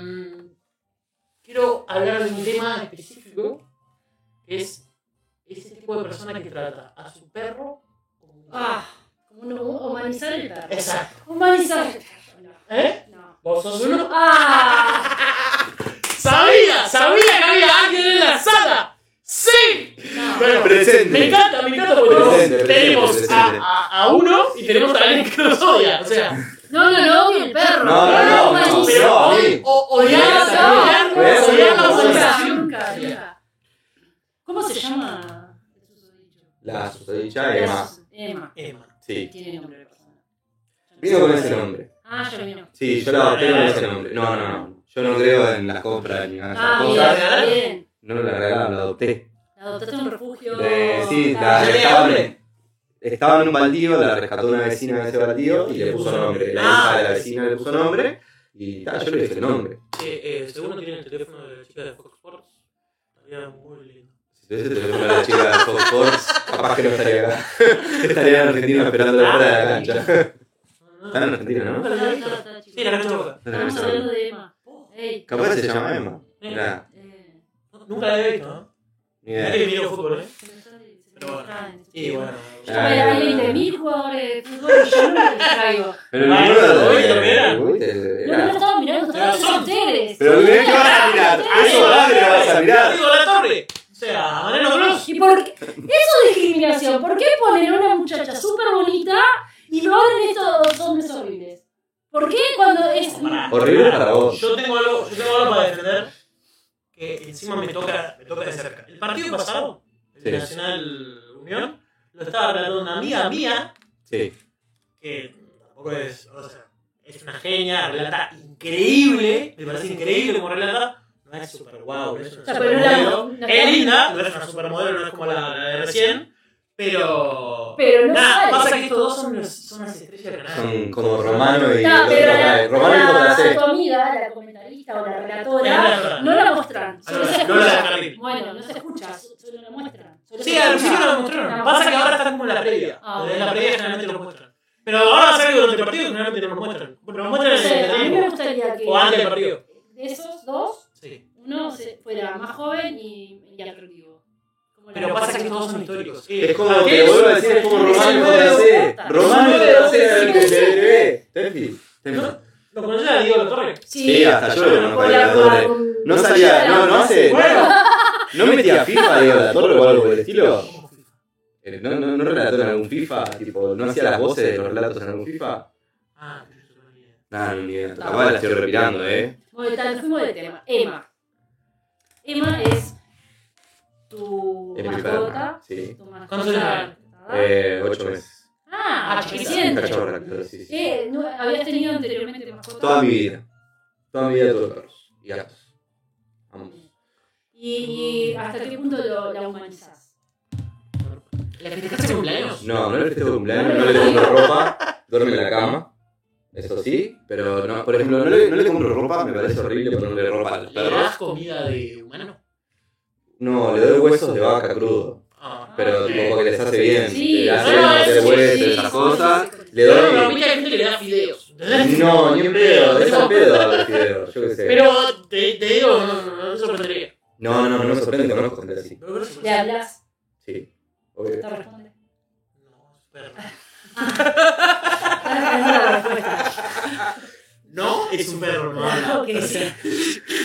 A: quiero hablar de un tema específico, que es ese tipo de persona que trata a su perro como...
B: ah, como no, humanizar el perro.
A: Exacto.
B: Humanizar el perro.
A: ¿Eh?
B: No, no.
A: ¿Vos sos uno?
B: Ah,
A: ¡Sabía! ¡Sabía que había alguien en la sala! ¡Sí!
B: no.
A: Bueno, Me
D: Presente.
A: encanta, me encanta porque tenemos,
D: Presente, presente,
A: tenemos
D: presente.
A: A, a- a uno y tenemos a alguien que nos odia. O sea,
B: No, no, no, odio el perro.
D: No, no, no,
B: humanizo.
D: no,
A: pero
D: no,
A: hoy,
D: sí.
A: o- odiar,
B: No,
A: odiar,
D: no,
A: odiar
D: no,
A: la
D: no,
B: nunca,
A: organización.
B: nunca, nunca. ¿Cómo se llama?
D: La susodicha Emma.
B: Emma.
A: Emma.
D: Sí.
B: Tiene nombre de persona.
D: Vino con ese nombre.
B: Ah, ya vino.
D: Sí, yo la adopté con ese nombre. No, no, no. Yo no creo en las compras ni nada de esas
B: Ah,
A: ¿la
D: cosas.
B: mira,
A: regalaron?
B: bien.
D: No la regalaron, la adopté.
B: La adoptaste en un refugio.
D: Eh, sí, la
B: Ah,
A: ¿Tiene
D: estaba en,
A: nombre?
D: estaba en un baldío, la rescató una vecina de ese baldío y le puso nombre. La hija
A: Ah.
D: de la vecina le puso nombre y ta, yo le dije el nombre.
A: Eh, eh, seguro tienen el teléfono de la chica de Fox Sports. Estaría muy lindo.
D: Si tuviese el teléfono de la chica de Fox Sports, capaz que no estaría acá. estaría en Argentina esperando la hora de la cancha.
A: No,
D: Está
A: no,
D: en Argentina, ¿no?
B: está, está, está, chico.
A: Sí, la cancha de boca.
B: Estamos hablando de Emma. Ey,
D: Capaz se llama Emma. Mirá,
B: eh,
A: Nunca la había visto, ¿no?
D: ni
A: Mirá
D: idea.
A: que miro fútbol, ¿eh?
B: se me está- se me
A: Pero bueno.
B: distraen.
A: Y bueno.
B: Yo me
D: Ah,
B: hay 20.000 jugadores de fútbol y yo no me distraigo.
D: Pero el
A: Bueno,
D: número
A: hoy lo
D: de-
A: verán.
D: Uy, te-
B: No, no lo
D: era-
B: estaba mirando, estaba
A: Pero
B: mirando
A: son-
B: ustedes.
D: Pero mirá que vas a mirar. A eso vas que vas a mirar.
A: Digo, la torre. O sea, Mariano Gross.
B: ¿Y por qué? Eso es discriminación. ¿Por qué ponen a una muchacha súper bonita y no abren estos hombres horribles? ¿Por qué cuando es...
A: Pará.
D: Horrible para vos.
A: Yo tengo algo, yo tengo algo para defender que encima me toca, me toca de cerca. El partido pasado, el
D: Sí.
A: Nacional Unión, lo estaba hablando una amiga mía
D: Sí.
A: que tampoco es, o sea, es una genia, relata increíble, me parece increíble como relata. No es super guau, no es una
B: O sea, pero no la-
A: supermodelo.
B: no-
A: Es linda, no es una supermodelo, no es como la, la de recién, pero.
B: Pero no
A: Nada,
B: sale.
A: pasa que estos dos son, unas- son unas estrellas de canal.
D: Son como Romano y
B: Está, pero
D: Romano
B: la,
D: y Romano
B: la,
D: C.
B: tu amiga, la comentarista o la
A: Claro,
B: relatora,
A: claro.
B: no la muestran.
A: Ah,
B: Solo se
A: no la
B: escucha.
A: descarril.
B: Bueno, no se escucha, solo la muestran. Solo
A: Sí,
B: se
A: al
B: escucha.
A: principio no lo mostraron. Pasa que ahora está como en la previa.
B: Ah,
A: Donde en
B: bueno.
A: la previa generalmente lo muestran. Pero ahora sale durante el partido que generalmente no lo muestran. Pero lo muestran
B: No sé, a mí
A: en el
B: me
A: tiempo
B: gustaría que
A: o antes del partido.
B: de eso era más joven y, y atractivo. ¿Cómo era?
A: Pero pasa que todos son históricos. Eh,
D: Es como, te
A: ¿qué?
D: vuelvo a decir, es como Román de
B: Sí.
D: Román de era el que te ve.
A: ¿Lo conoces a Diego La Torre?
D: Sí, hasta yo lo
B: con
D: conozco a
B: la-
D: Diego Torre.
B: con-
D: No salía, no, no hace.
A: Bueno,
D: No metía FIFA, Diego la Torre o algo por el estilo. Eh, No, no, no relató en algún FIFA, tipo, no hacía las voces de los relatos en algún FIFA.
A: Ah, pero yo no tengo ni idea.
D: Nah, ni idea. Capaz la estoy repilando, eh.
B: Bueno, tal, nos fuimos de tema. Emma. Emma es tu
D: Es mi perra.
B: mascota.
D: Sí.
B: Tu mascota.
A: ¿Cuántos años?
D: Eh, ocho meses.
B: ah,
A: ah,
B: recién.
D: Cachorra, claro, sí, sí.
B: Eh, no, ¿Habías tenido anteriormente mascota?
D: Toda mi vida. Toda mi vida tuve perros. Y gatos. Vamos.
B: ¿Y, y hasta qué punto lo, la humanizás?
A: ¿La gente que hace cumpleaños?
D: No, no le festejo de cumpleaños, no le compro ropa, duerme en la cama. Eso sí, pero no, por ejemplo, no le, no le compro ropa, me parece horrible ponerle ropa al
A: ¿Le
D: perro.
A: das comida de humano?
D: No, le doy huesos de vaca crudo.
A: Ah.
D: Pero tipo porque les hace bien,
B: Ah, Sí,
D: le hace
A: no,
D: bien hacer
A: eso sí,
D: huesos,
A: sí,
D: esas
A: sí,
D: cosas.
B: sí, sí, sí.
D: Le
A: Pero pero a
D: doy.
A: mucha gente le da fideos.
D: No, ni en pedo, es
A: No.
D: al pedo los fideos, yo qué sé.
A: Pero te, te digo, no, no, no me sorprendería.
D: No, no, no me sorprende, conozco gente así.
A: Pero creo que se
B: ¿Le hablas?
D: Sí,
B: ¿Te
D: obvio.
B: responde?
A: No, perro.
B: Ah,
A: No, es un perro, no habla.
B: Ok.
D: Sí,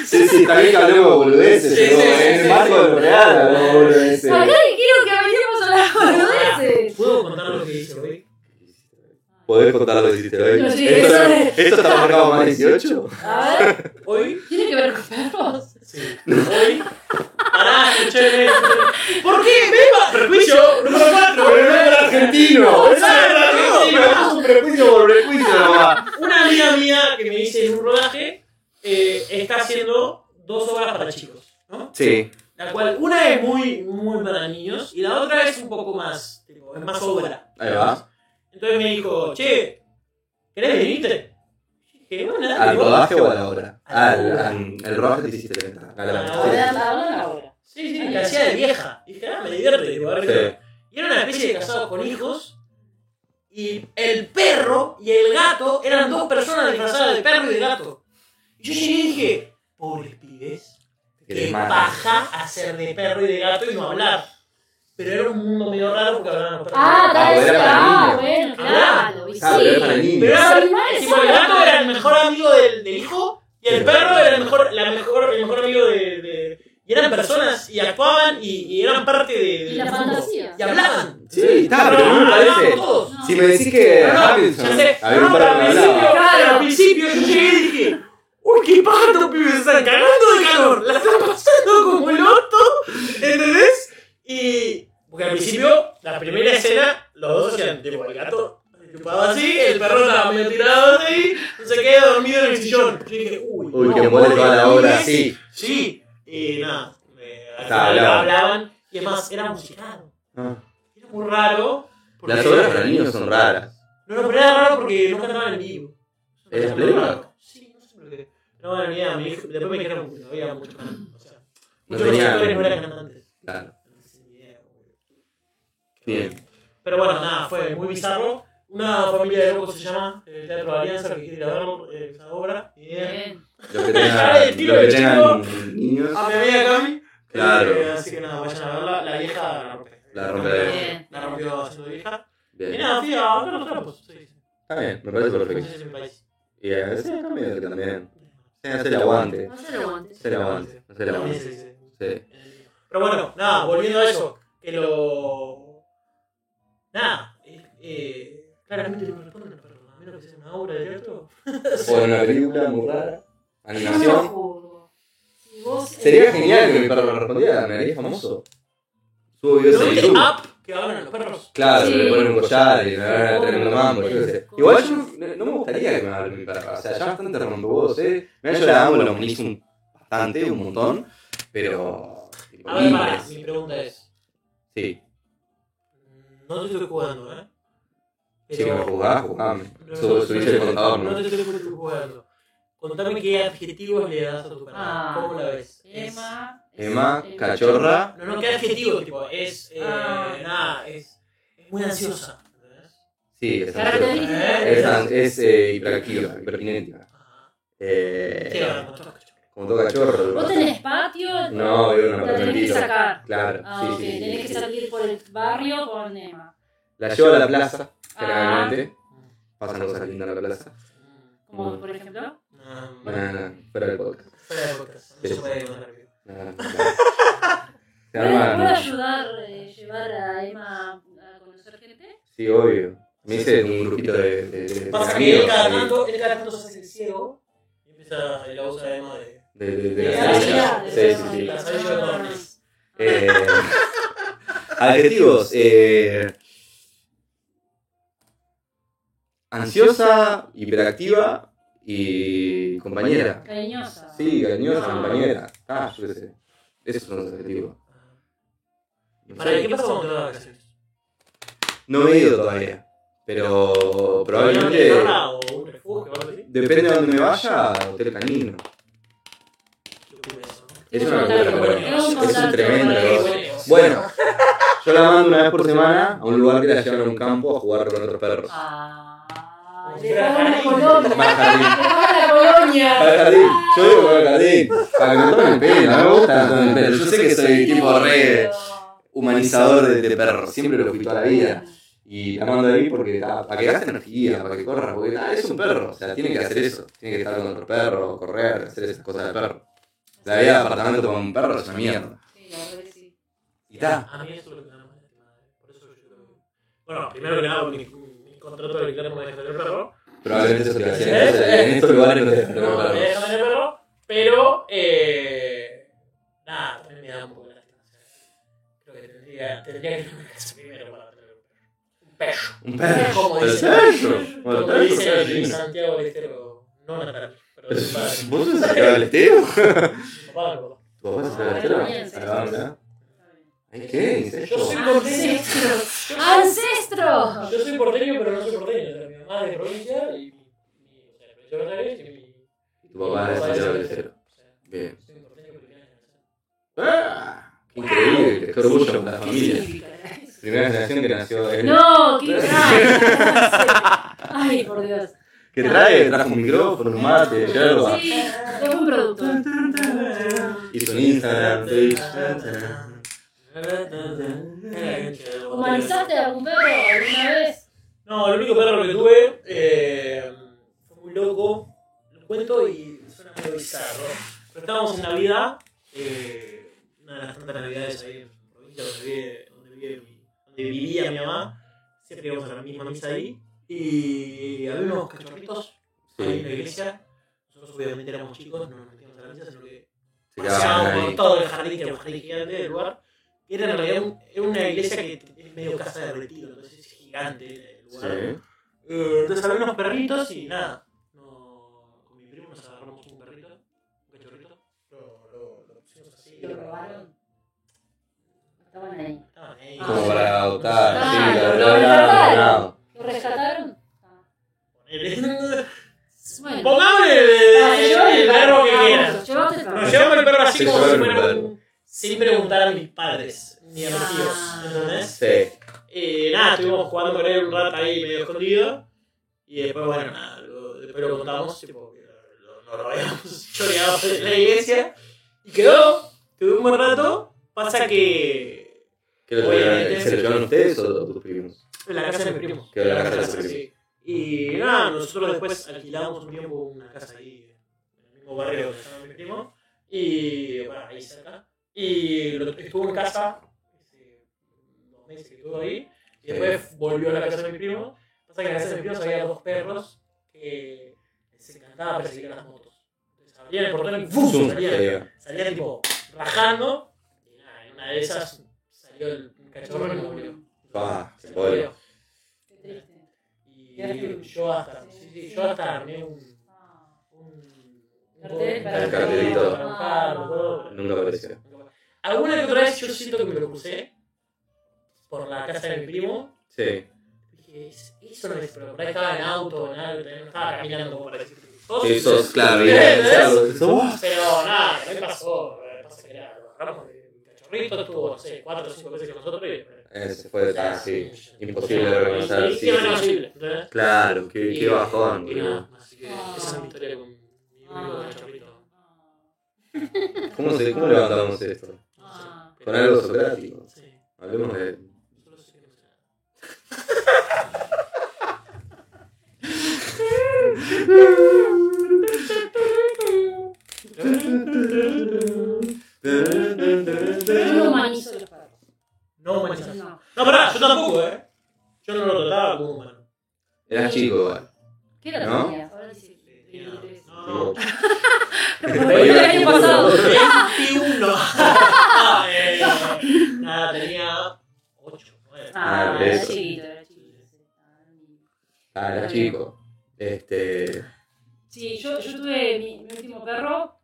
D: sí, está bien que hablemos boludeces,
A: Sí,
D: como
A: sí, sí,
D: en el
A: sí,
D: marco
A: sí.
D: del real hablemos boludeces.
B: Acá quiero que hablemos a las boludeces.
A: ¿Puedo contar lo que hice hoy?
D: Podés contar lo que hiciste hoy.
B: No, sí,
D: ¿Esto,
B: eso
D: era-
B: es.
D: ¿Esto está marcado más 18?
B: A ver,
A: Hoy,
B: ¿tiene que ver con perros?
A: sí. Hoy. Pará, escúchame. ¿Por qué? Beba, perjuicio número 4.
D: Pero no era argentino. Eso
A: Ah,
D: era
A: no,
D: argentino.
A: no.
D: Eso es un prejuicio por prejuicio nomás.
A: Una amiga mía que me dice en un rodaje eh, está haciendo dos obras para chicos, ¿no?
D: Sí.
A: La cual una es muy, muy para niños y la otra es un poco más, tipo, es más obra.
D: Ahí va.
A: Entonces me dijo, che, ¿querés venirte? Y dije, bueno, dale,
D: ¿Al
A: vos.
D: rodaje o a la Ah, obra?
A: Al-
D: Al, al- el rodaje que te hiciste venta. A la
A: A
D: obra.
A: la-
B: Ahora, ahora.
A: Sí, sí, la hacía de vieja. Dije, ah, me divierte, tipo, a ver
D: Sí.
A: qué onda. Y era una especie de casados con hijos. Y el perro y el gato eran dos personas disfrazadas de perro y de gato. Y yo llegué y dije, pobres pibes,
D: Que les
A: que
D: mata.
A: paja hacer de perro y de gato y no hablar. Pero era un mundo medio raro porque hablaban los perros.
B: Ah,
D: Ah,
B: tal vez.
D: era para
B: Ah,
D: niños.
B: bueno,
A: Ah,
B: claro. y
D: Ah, pero es
B: sí.
D: para niños.
A: Pero
B: Los
A: era,
B: animales
A: tipo, el
B: son
A: gato
B: raros.
A: era el mejor amigo del, del hijo y el perro era el mejor, la mejor, el mejor amigo de, de- Y eran personas y actuaban y, y eran parte de...
B: Y
A: del
B: la
A: mundo.
B: fantasía.
A: Y hablaban.
D: Sí, está, pero no me
A: hablaban
D: parece.
A: todos.
D: Si me decís que
A: No, no,
D: Robinson
A: ya sé. Ah,
D: había un
A: No,
D: perro
A: pero
D: que
A: al principio,
D: hablaba.
A: claro, al principio yo llegué y dije, uy, qué paja estos pibes se están cagando de calor, la están pasando como el orto, ¿entendés? Y, porque al principio, la primera escena, los dos hacían, tipo, el gato ocupado así, el perro estaba medio tirado así, no se queda dormido en el sillón. Yo dije, uy,
D: Uy,
A: no,
D: que muere toda la
A: pobres
D: obra.
A: pibes.
D: Sí.
A: Sí, y nada, eh, al
D: Está,
A: final
D: hablaban.
A: hablaban, y además era musical,
D: Ah.
A: era muy raro. porque-
D: Las obras para niños son raras.
A: no, no, pero era raro porque no cantaban en vivo.
D: ¿Era
A: Era
D: playback?
A: raro. Sí, no sé por qué. No, bueno, ni idea, me dijo- después me dijeron que no había muchos cantantes. O sea,
D: No
A: muchos de los
D: tenía-
A: actores no eran cantantes.
D: Claro.
A: No sé, ni idea, boludo.
D: Bien.
A: Pero bueno, nada, fue muy bizarro. Una familia de locos se llama, el Teatro Alianza, que quiere ir a ver eh, esa obra. Y, eh,
B: Bien.
D: Los que
A: Ya, el
D: tengan,
A: tiro
D: los que
A: del
D: tengan niños,
A: a Ah, mi amiga Cami.
D: Claro.
A: Eh, así que nada, vayan a verla. La vieja la rompe.
D: La rompe.
B: Bien.
A: La rompió haciendo vieja. Y
D: bien.
A: nada, fui a ver los trapos. Sí, sí.
D: Está bien, me parece
A: No
D: perfecto.
A: sé si es mi país.
D: Y a veces cambia que también. Sí, hacer el aguante.
B: No se lo aguantes.
D: Hacer el aguante. Hacer el
A: Sí,
D: aguante.
A: sí, sí.
D: Sí.
A: Pero bueno, nada, volviendo a eso, que lo. Nada, eh, eh, claramente no me responden, pero a menos que sea una obra de teatro.
D: O en una película muy rara.
B: Yo no lo
D: Animación.
B: juzgo. Si vos.
D: Sería genial que mi perro me respondiera, me haría famoso. Subo videos
A: ¿No
D: a
A: viste
D: YouTube.
A: app que hablan los perros?
D: Claro,
B: Sí.
D: le ponen un collar y le van a tener un mambo, yo qué sé.
B: Sí.
D: Igual yo no, no me gustaría que me hable mi perra. O sea, ya bastante rompehuevos, eh. Mira, yo la amo, la humanizo un- bastante, un montón. Pero. tipo,
A: A ver, para,
D: libres.
A: mi pregunta es:
D: Sí,
A: Mm, No te estoy jugando, ¿eh?
D: si me jugás, jugame. Su- Subís el contador,
A: No
D: ¿no?
A: te estoy jugando. Contame qué adjetivos le das a tu perro.
B: Ah.
A: ¿Cómo la ves? Es-
B: Emma.
D: Emma, cachorra.
A: No, no, qué adjetivo, tipo, es. eh,
B: Ah.
A: Nada, es. Es muy ansiosa. ¿entendés?
D: Sí, es ansiosa.
B: Característica.
D: Es, an- es eh, hiperactiva, hiperkinética.
A: Ajá. Sí,
D: Eh,
A: ahora, con todos los cachorros.
D: Como todo cachorro. lo
B: Vos
D: pasa.
B: tenés
D: No, vivo
B: patio,
D: en un
B: la tenés que
D: apartamentito.
B: sacar.
D: Claro,
B: Ah,
D: sí,
B: ok,
D: sí,
B: tenés
D: sí.
B: que salir por el barrio con Emma.
D: La llevo a la plaza,
B: Ah.
D: claramente. Pasan cosas lindas en la plaza.
B: Como
D: Mm.
B: por ejemplo.
A: No,
D: No, no, no, fuera del podcast.
A: fuera de podcast. No se
D: Sí.
A: puede más rápido.
D: No, no, no. Se
B: ¿Puedo puedo
D: arma, ¿no?
B: ayudar eh, llevar a Emma a conocer gente?
D: Sí, obvio. Me hice un grupito de, de, de- de
A: Pasa que él
D: amigos.
A: cada
D: ahí,
A: tanto, él cada tanto se hace el ciego y empieza la usa además de.
D: De, de, de
A: de
D: la
A: la
D: silla.
B: vida, de
D: Sí, sí,
B: la
D: sí.
B: vida.
A: Las hay yo dones.
D: Eh,
E: Adjetivos. eh,
D: ansiosa, hiperactiva y compañera.
B: Cariñosa.
D: Sí, cariñosa,
B: Ah.
D: compañera. Ah, yo qué sé. Esos son los objetivos.
A: Para ¿qué pasa cuando te vas de vacaciones?
D: No he ido todavía. Pero probablemente.
A: ¿Una casa o un refugio o algo así?
D: Depende de dónde me vaya, hotel canino.
A: Qué locura eso, ¿no?
D: Es una locura, pero
A: Es un
D: es un
B: contrato.
D: tremendo.
A: Qué
D: negocio.
A: bueno.
D: Bueno, yo la mando una vez por semana a un lugar que la llevan a un campo a jugar con otros perros.
B: Ah,
A: Sí.
B: le pagó la
A: Sí.
B: colonia.
D: Más jardín.
B: Le pagó la colonia.
D: Para el jardín, yo vivo con el jardín. Para que me tomen pelo, no me gusta que me tomen pelo. Yo sé que soy tipo re humanizador de, de perros, siempre lo fui toda la vida. Y la mando ahí porque ta, para que gaste energía, para que corra, porque ta, es un perro, o sea, tiene que hacer eso. Tiene que estar con otro perro, correr, hacer esas cosas de perro. La vida de apartamento con un perro es una mierda.
B: Sí, la verdad que sí.
D: Y ta.
A: A mí eso es lo que me da más lástima. Por eso yo creo que- Bueno, primero que nada, mi, mi contrato de Guillermo es tener perro.
D: Probablemente eso te va a decir. En estos lugares no te dejan tener
A: No, no
D: perros.
A: deja tener perro, pero. Eh, nada, también me da un poco de lástima. Creo que tendría, tendría que tener una casa primero para tener un perro. Un perro.
D: Un
A: perro.
D: perro.
A: Como dice-
D: perro. Bueno,
A: Como
D: perro,
A: dice
D: perro, sí.
A: Santiago del Estero, no Natal, pero de mi padre,
D: ¿Vos sos sacado del
A: mi
D: estero?
A: papá, mi papá.
D: ¿Vos sos sacado
B: Ah,
D: del
B: bien, sí.
D: estero? Ah, mirá. ¿Ay, qué? ¿Incesto?
A: Yo soy porteño.
B: Ancestros. Ancestros.
A: Yo soy porteño, pero no soy porteño. O sea, mi mamá es de provincia y mi. mi o sea, de provincia de Buenos Aires y mi.
D: Tu papá es Santiago del Estero.
A: O sea,
D: Bien.
A: soy un porteño de primera generación.
D: ¡Ah! ¡Qué increíble! ¡Qué orgullo para la familia! Primera generación que nació. él.
B: No, qué crack. Ay, por Dios.
D: Que trae, trajo un micrófono, un mate, yerba.
B: Sí, es un productor.
D: Hizo un Instagram, Twitch.
B: ¿Humanizaste a algún perro alguna vez?
A: No, el único perro que tuve eh, fue muy loco. Lo cuento y suena medio bizarro. Pero estábamos en Navidad, eh, una de las tantas Navidades ahí en provincia donde, vive- donde, vive mi- donde vivía mi mamá. Siempre íbamos a la misma misa ahí. Y había unos cachorritos ahí en la
D: Sí.
A: iglesia. Nosotros, obviamente, éramos chicos, no nos metíamos a la misa, sino que
D: Se quedaban
A: paseábamos por
D: ahí.
A: todo el jardín, que era un jardín gigante del lugar. que Era en realidad un- era una iglesia que es medio casa de retiro, entonces es gigante el lugar.
D: Sí.
A: Eh, entonces había unos perritos y nada. No, con mi primo nos agarramos un perrito, un cachorrito. Lo, lo, lo pusimos así.
B: ¿Lo robaron? Estaban ahí.
A: Estaban ahí.
D: Ah, Como para adoptar.
B: Ah,
D: Sí,
B: lo-
D: lo
B: lo
D: lograron,
B: lograron.
D: lo
B: ¿Lo rescataron? Ah,
A: Ponele.
B: Bueno.
A: Pongame
B: Ah,
A: el,
B: llevaba
A: el perro que quieras.
B: vamos, llevaste el
A: Nos
B: perro.
A: llevamos el perro así
D: Se
A: como si
D: llevaron el
A: fuera
D: perro.
A: un. Sin preguntar a mis padres, ni a mis
B: Ah.
A: tíos. ¿Entendés?
D: Sí.
A: Eh, nada, estuvimos jugando con él un rato ahí medio escondido. Y después, bueno, nada, lo- después lo contamos, tipo, que lo, lo, lo habíamos choreado en la iglesia. Y quedó, quedó un buen rato. Pasa que
D: ¿Qué lo
A: Obviamente.
D: ¿Se lo llevaron ustedes o tus primos?
A: en la casa de mi primo.
D: Quedó en la casa de su primo.
A: sí. Y nada, nosotros después alquilamos un tiempo una casa ahí, en el mismo barrio donde estaba mi primo. Y bueno, ahí cerca. Y lo, estuvo en casa, este, dos meses que estuvo ahí. Y después volvió a la casa de mi primo. Pasa que en la casa de mi primo había dos perros que les encantaba perseguir a las motos. Entonces abrían el portón y ¡fum!
D: Zoom,
A: salían,
D: se
A: salían tipo rajando. Y nada, en una de esas salió el cachorro y lo murió.
D: Ah,
A: Se
D: se
A: lo
D: jodió.
A: murió.
B: Qué triste.
A: Y yo hasta, sí, sí, yo hasta armé un.
B: Ah.
A: un
B: Cartel para-
A: un-
D: Cartelito.
A: para buscarlo, todo.
D: Nunca apareció.
A: Alguna que otra vez yo siento que me lo crucé por la casa de mi primo.
D: Sí.
A: Dije, "Es- eso no es, pero por ahí estaba en auto, en algo, no estaba caminando por ahí.
D: Sí, sos, claro,
A: ¿Ves?
D: bien. claro, sos vos.
A: Pero nada, no me pasó. eh, Pasa que era, lo agarramos de cachorrito, estuvo, no sé, cuatro o cinco veces con nosotros y.
D: Eh, Se fue de
A: o sea,
D: tal, sí. Imposible de
A: Sí,
D: reconocer.
A: sí,
D: Sí, sí.
A: irreconocible, ¿entendés?
D: Claro, qué,
A: Y-
D: qué bajón.
A: y nada, así que
B: Ah.
A: esa es mi historia con mi amigo
B: Ah.
A: cachorrito.
B: Ah.
D: ¿Cómo, se, ¿Cómo levantamos esto?
B: Ah,
D: Con algo socrático.
A: Sí.
D: Hablemos de.
A: Solo sé que no sé.
B: yo no humanizo los perros.
A: No, humanizas. No,
B: No.
A: pará, yo tampoco, eh. Yo no lo trataba como humano.
D: Eras chico, igual.
B: ¿Qué era
D: ¿No?
B: la comida? Ahora dice.
A: Tenía-
B: No,
A: No,
B: el año pasado.
A: 21. Ah, eh, Nada, tenía 8, 9.
B: Ah,
D: Ah,
B: era
D: eso.
B: chiquito, era chiquito.
D: Ah, eras chico. Este.
B: Sí, yo, yo tuve mi, mi último perro,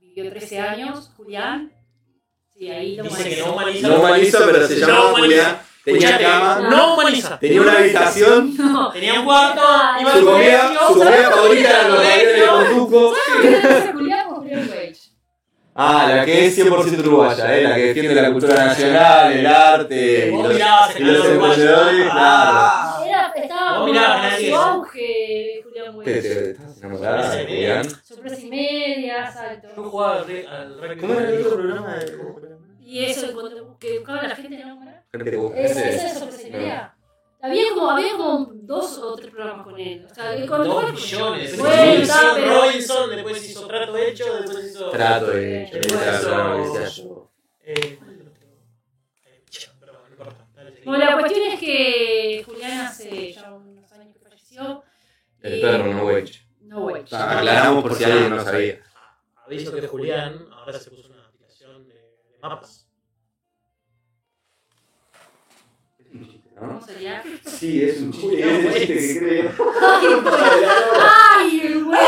B: vivió 13 años, Julián. Sí, ahí lo
A: Dice que no humaniza.
B: humanicé.
D: No humanizo, pero se
A: No
D: llamaba
A: humaniza.
D: Julián. Tenía
A: Escuchate,
D: cama.
A: No humaniza.
D: Tenía una habitación.
B: No,
A: Tenía un cuarto, iba al
D: Su comida,
A: colegio.
D: su comida favorita eran los
A: colegio.
D: ravioles con tuco.
B: ¿Julián o Julián Wage?
D: Ah, la que es 100% uruguaya, eh, la que defiende la cultura nacional, el arte. y
A: Vos
D: los-
A: mirabas
D: y
A: el
D: los
A: canal uruguayo.
D: emprendedores,
A: Ah.
B: Era,
A: No,
B: estaba en
A: mirá, nadie
B: su
A: es.
B: auge de Julián
D: ¿Te-
B: Wage.
D: te- ¿Estás enamorada
B: pues,
D: de Julián?
B: Sorpresa y media,
A: Yo
B: salto.
A: jugaba al re- al rugby.
D: ¿Cómo era el otro programa?
B: Y eso, cuando bu- que buscaba a la gente, ¿no? ¿Cómo era?
D: Gente
B: Esa
D: buscante.
B: esa es sorpresa y media. Había como, había como dos o tres programas con él. O sea, con
A: Dos millones.
B: Bueno,
A: Después
B: está,
A: hizo
B: pero-
A: Robinson, después hizo Trato Hecho, después
B: pues,
A: hizo...
D: Trato de
B: Por pues,
A: eso. Eh, pero bueno, no importa. Dale, seguí.
B: Bueno, la cuestión es que Julián hace ya unos años que falleció.
D: El
B: y-
D: perro no Wedge.
B: No güey.
D: Ah,
B: pues,
D: Aclaramos por si alguien no sabía.
A: Ah, Aviso que Julián ahora se puso una aplicación de, de mapas.
D: ¿no?
B: ¿Cómo sería?
D: Sí, es un chiste. Es un chiste que creo.
B: ¡Ay, el güey!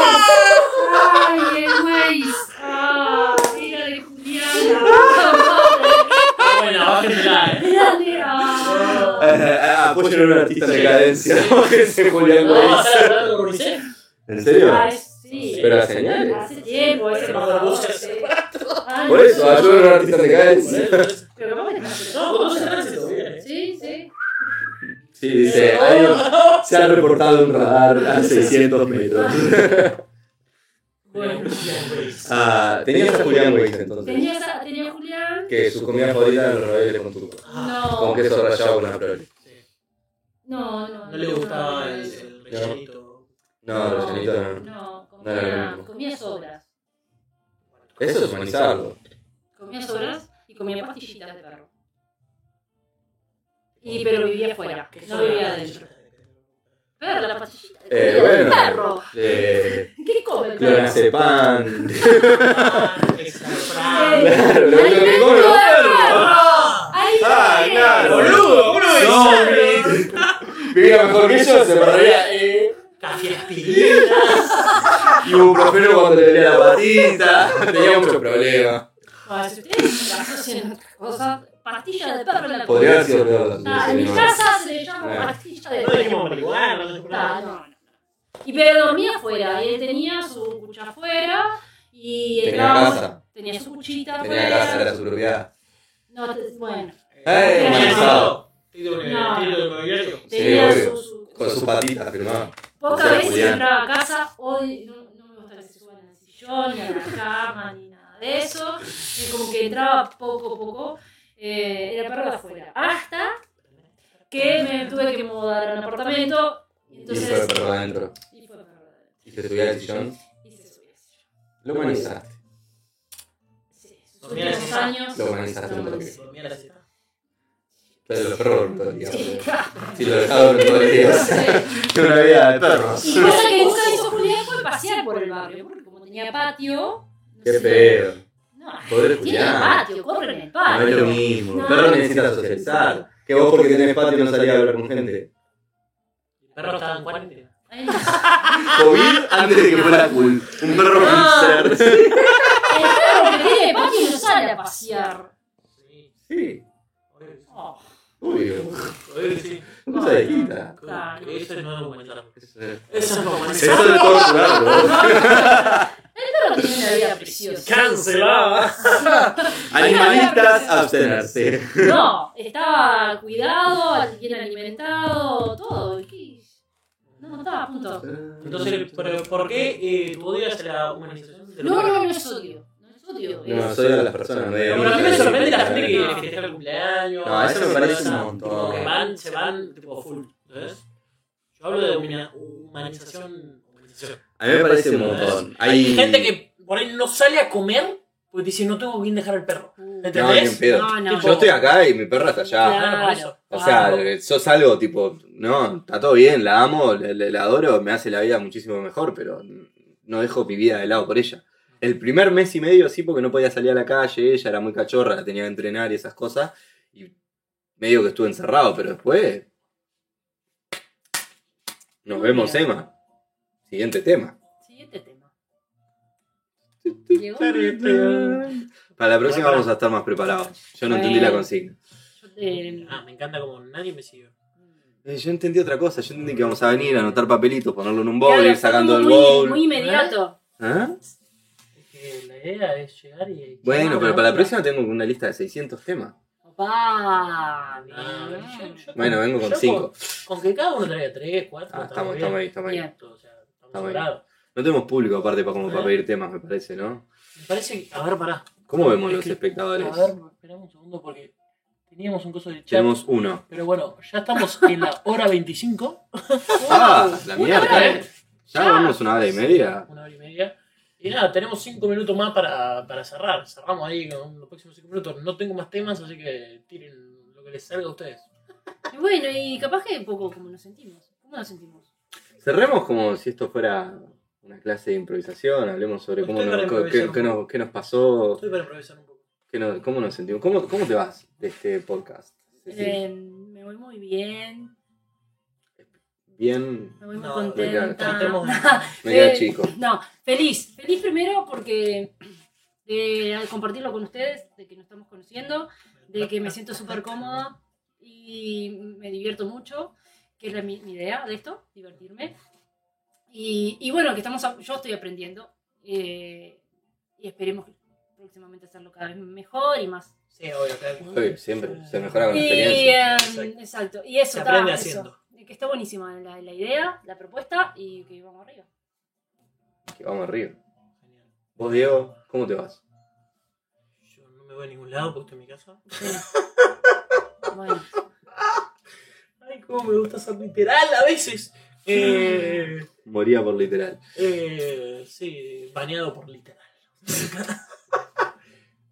B: ¡Ay, el güey! ¡Ah! Era de Julián.
A: Ah, bueno, bájenla, eh.
B: Era de. ¡Ah!
D: Apoyen a
B: pues,
D: un artista en decadencia. Bájense, Julián
A: ¿No vas a
D: Wedge.
A: estar hablando con Unicef?
D: ¿En serio?
B: Ay, Ah, sí.
D: Pero las señales.
B: Hace tiempo, ese
A: Bajo la luz,
B: sí. Ay,
D: Por eso,
B: no.
D: ayuden a un artista en
A: Por
D: decadencia.
A: eso es-
B: Pero vamos a dejar-
A: No, con dos tránsito, bien, eh.
B: Sí, sí.
D: Sí, dice, hay un- se ha reportado un radar a 600 metros.
B: Bueno.
A: pues.
D: Ah, tenías a Julián Weiss entonces.
B: Tenía, esa- tenía Julián.
D: Que su comida favorita eran los ravioles con tuco. Con
B: No.
D: queso rallado con una prole.
B: No, no.
A: No le gustaba el, el rellenito.
D: No, rellenito no.
B: No,
D: No era lo
B: comía,
D: mismo.
B: comía sobras.
D: Eso es humanizarlo.
B: Comía sobras y comía pastillitas de perro. Y, pero vivía afuera, no vivía adentro. Pero la pastillita de
D: Eh,
B: comida del
D: bueno.
B: perro.
D: Eh,
B: ¿Qué come el perro?
D: clonazepam.
A: Ah, exalfrán.
B: Eh,
D: Claro, lo único que comen los perros.
B: ¡Ay,
D: Ah,
B: qué!
D: claro.
A: ¡Boludo! ¡Uno de
D: Zombies.
A: esos!
D: Vivía mejor que yo, se perdería. eh,
A: Café aspirina.
D: Y un profero cuando le dolía la patita. Tenía muchos problemas.
B: Ah, si ustedes la asocian a otras cosas, pastilla de perro en la
D: Podría haber sido peor.
B: Ah, En mi
D: no.
B: casa se le llama
D: Claro.
B: pastilla de
A: No
B: perro.
A: dijimos marihuana, no dijimos
B: Ah,
A: nada.
B: no, no, no. Y pero dormía afuera, y él tenía su cucha afuera y
D: Tenía
B: estaba-
D: casa.
B: tenía su cuchita
D: Tenía
B: afuera.
D: casa, era su propiedad.
B: No, te- bueno,
D: Eh, humanizado.
A: Título de
B: No.
A: título de mobiliario.
B: tenía
D: obvio.
B: su, su-
D: Con sus patitas firmaba.
B: pocas
D: O sea,
B: veces
D: Julián.
B: entraba a casa, hoy no, no me gusta que se suban al sillón, ni a la cama, ni nada de eso. Y como que entraba poco a poco, eh, era perro de afuera. Hasta que me tuve que mudar a un apartamento, y
D: Y fue
B: entonces.
D: el perro adentro.
B: Y fue perro de afuera.
D: Y se subía al sillón.
B: Y se subió al sillón.
D: Lo humanizaste.
B: Sí, sus
A: Dormía en
B: últimos
A: la
B: años.
D: Lo humanizaste un toque.
A: Dormía la siesta.
D: Pero los perros duermen todo el día.
B: Sí, claro.
D: Si lo dejaban todo el día.
B: Sí.
D: Una vida de perros.
B: Y cosa que nunca hizo Julián fue pasear por el barrio, porque como tenía patio. no
D: Qué
B: sé,
D: feo.
B: No,
D: Pobre
B: tiene
D: Julián.
B: patio, corre en el
A: Ah,
D: No es
B: patio.
D: lo mismo. El
B: No.
D: perro necesita socializar. Que vos porque tenés patio no salís a hablar con gente.
A: El perro estaba en cuarentena.
B: Ay, no.
A: Ah.
D: COVID antes de que fuera cool. Un perro
B: Ah.
D: con ser.
B: El perro que tiene patio no sale a pasear.
A: Sí.
D: Sí.
B: Oh,
D: Obvio.
A: Oye, sí.
D: Una abejita.
B: Claro.
A: Eso no es humanizar.
D: Eso es
A: Eso no es humanizar.
D: Eso es torturarlo.
B: el perro tiene una vida preciosa.
A: Cancelada.
D: Animalistas, abstenerse.
B: No, estaba cuidado, bien alimentado, todo. ¿y qué? No, no estaba a punto.
A: Entonces, ¿pero ¿por qué eh, tú odias la humanización? del
B: No,
A: perro?
B: no, no es odio. No es odio.
D: No,
B: es-
D: soy de las personas. No, de
A: Pero a mí me
D: de-
A: sorprende la gente que
B: No.
A: festeja el cumpleaños.
D: No, eso me parece un
A: cosas,
D: montón.
A: tipo, que van, se van tipo full. ¿entendés? Yo hablo de humana- humanización. humanización.
D: A mí me parece un montón. Hay,
A: Hay gente que por ahí no sale a comer porque dice no tengo quien dejar el perro.
D: No, ni en
A: ¿Entendés?
D: pedo.
B: No, no.
D: Yo estoy acá y mi perra está allá.
A: Claro, Ah, por eso.
D: O sea,
B: Wow.
D: eh, sos algo tipo, no, está todo bien, la amo, le- le- la adoro, me hace la vida muchísimo mejor, pero no dejo mi vida de lado por ella. El primer mes y medio sí, porque no podía salir a la calle, ella era muy cachorra, la tenía que entrenar y esas cosas, y medio que estuve encerrado, pero después... Nos vemos, Emma. Siguiente tema.
B: Siguiente tema. Llegó.
D: Para la próxima
A: Para-
D: vamos a estar más preparados. Yo no
B: Bueno.
D: entendí la consigna.
B: Yo, eh,
A: Ah, me encanta como nadie me siguió.
D: Eh, Yo entendí otra cosa, yo entendí que vamos a venir a anotar papelitos, ponerlo en un bowl,
B: claro,
D: ir
B: fue
D: sacando el
B: como muy-
D: bowl.
B: Muy inmediato.
D: ¿Ah?
A: Es que la idea es llegar y.
D: Bueno,
A: Ah,
D: pero para la
A: no.
D: próxima tengo una lista de 600 temas.
B: Opa, bien.
A: Ah, yo- yo-
D: Bueno, vengo con
A: yo
D: 5.
A: Con que cada uno traiga 3, 4.
D: Ah, estamos, estamos ahí, estamos ahí.
B: Bien.
A: O sea, estamos
D: Estamos ahí.
A: sobrados.
D: No tenemos público aparte para, como para
A: ¿Eh?
D: pedir temas, me parece, ¿no?
A: Me parece que. A ver, pará.
D: ¿Cómo vemos
A: Es
D: los
A: que-
D: espectadores?
A: A ver, esperame un segundo porque teníamos un coso de chat.
D: Tenemos uno.
A: Pero bueno, ya estamos en la hora 25.
D: ¡Ah! ¡La
A: hora,
D: mierda!
A: ¿eh?
D: ¿Ya vamos una hora y media?
A: Una hora y media. Y nada, tenemos 5 minutos más para, para cerrar. Cerramos ahí con los próximos 5 minutos. No tengo más temas, así que tiren lo que les salga a ustedes.
B: Y bueno, y capaz que un poco como nos sentimos. ¿Cómo nos sentimos?
D: Cerremos como si esto fuera una clase de improvisación, hablemos sobre cómo
A: Estoy
D: nos,
A: para
D: qué- qué,
A: improvisar.
D: qué nos, qué nos pasó,
A: Estoy para improvisar un poco.
D: qué nos- cómo nos sentimos. ¿Cómo, ¿Cómo te vas de este podcast? Ceci?
B: Eh, me voy muy bien,
D: Bien,
B: me voy muy
A: No,
B: contenta.
A: estamos-
D: medio
B: Eh,
D: chico.
B: No, feliz. Feliz primero porque de al compartirlo con ustedes, de que nos estamos conociendo, de que me siento súper cómoda y me divierto mucho, que era mi, mi idea de esto, divertirme. Y, y bueno, que estamos, a- yo estoy aprendiendo eh, y esperemos próximamente hacerlo cada vez mejor y más.
A: Sí, obvio, claro.
D: Obvio, siempre se mejora con
B: Y,
D: la experiencia.
B: em, exacto. Y eso,
A: Se
B: está,
A: aprende
B: eso.
A: haciendo.
B: Que está buenísima la, la idea, la propuesta y que vamos arriba.
D: Que vamos arriba. Vos, Diego, ¿cómo te vas?
A: Yo no me voy a ningún lado porque estoy en mi casa.
B: Bueno,
A: Ay, cómo me gusta ser literal a veces. Eh,
D: Moría por literal.
A: eh, sí, baneado por literal.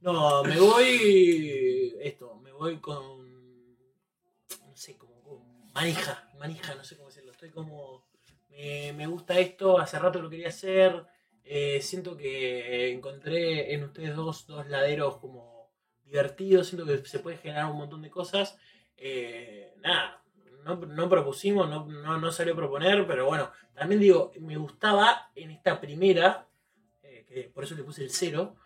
A: no, me voy. Esto, me voy con. No sé, como. con manija, manija, no sé cómo decirlo. Estoy como. Me, me gusta esto, hace rato lo quería hacer. eh, siento que encontré en ustedes dos dos laderos como divertidos. Siento que se puede generar un montón de cosas. Eh, nada, no, no propusimos, no, no, no salió a proponer, pero bueno, también digo, me gustaba en esta primera, eh, que por eso le puse el cero,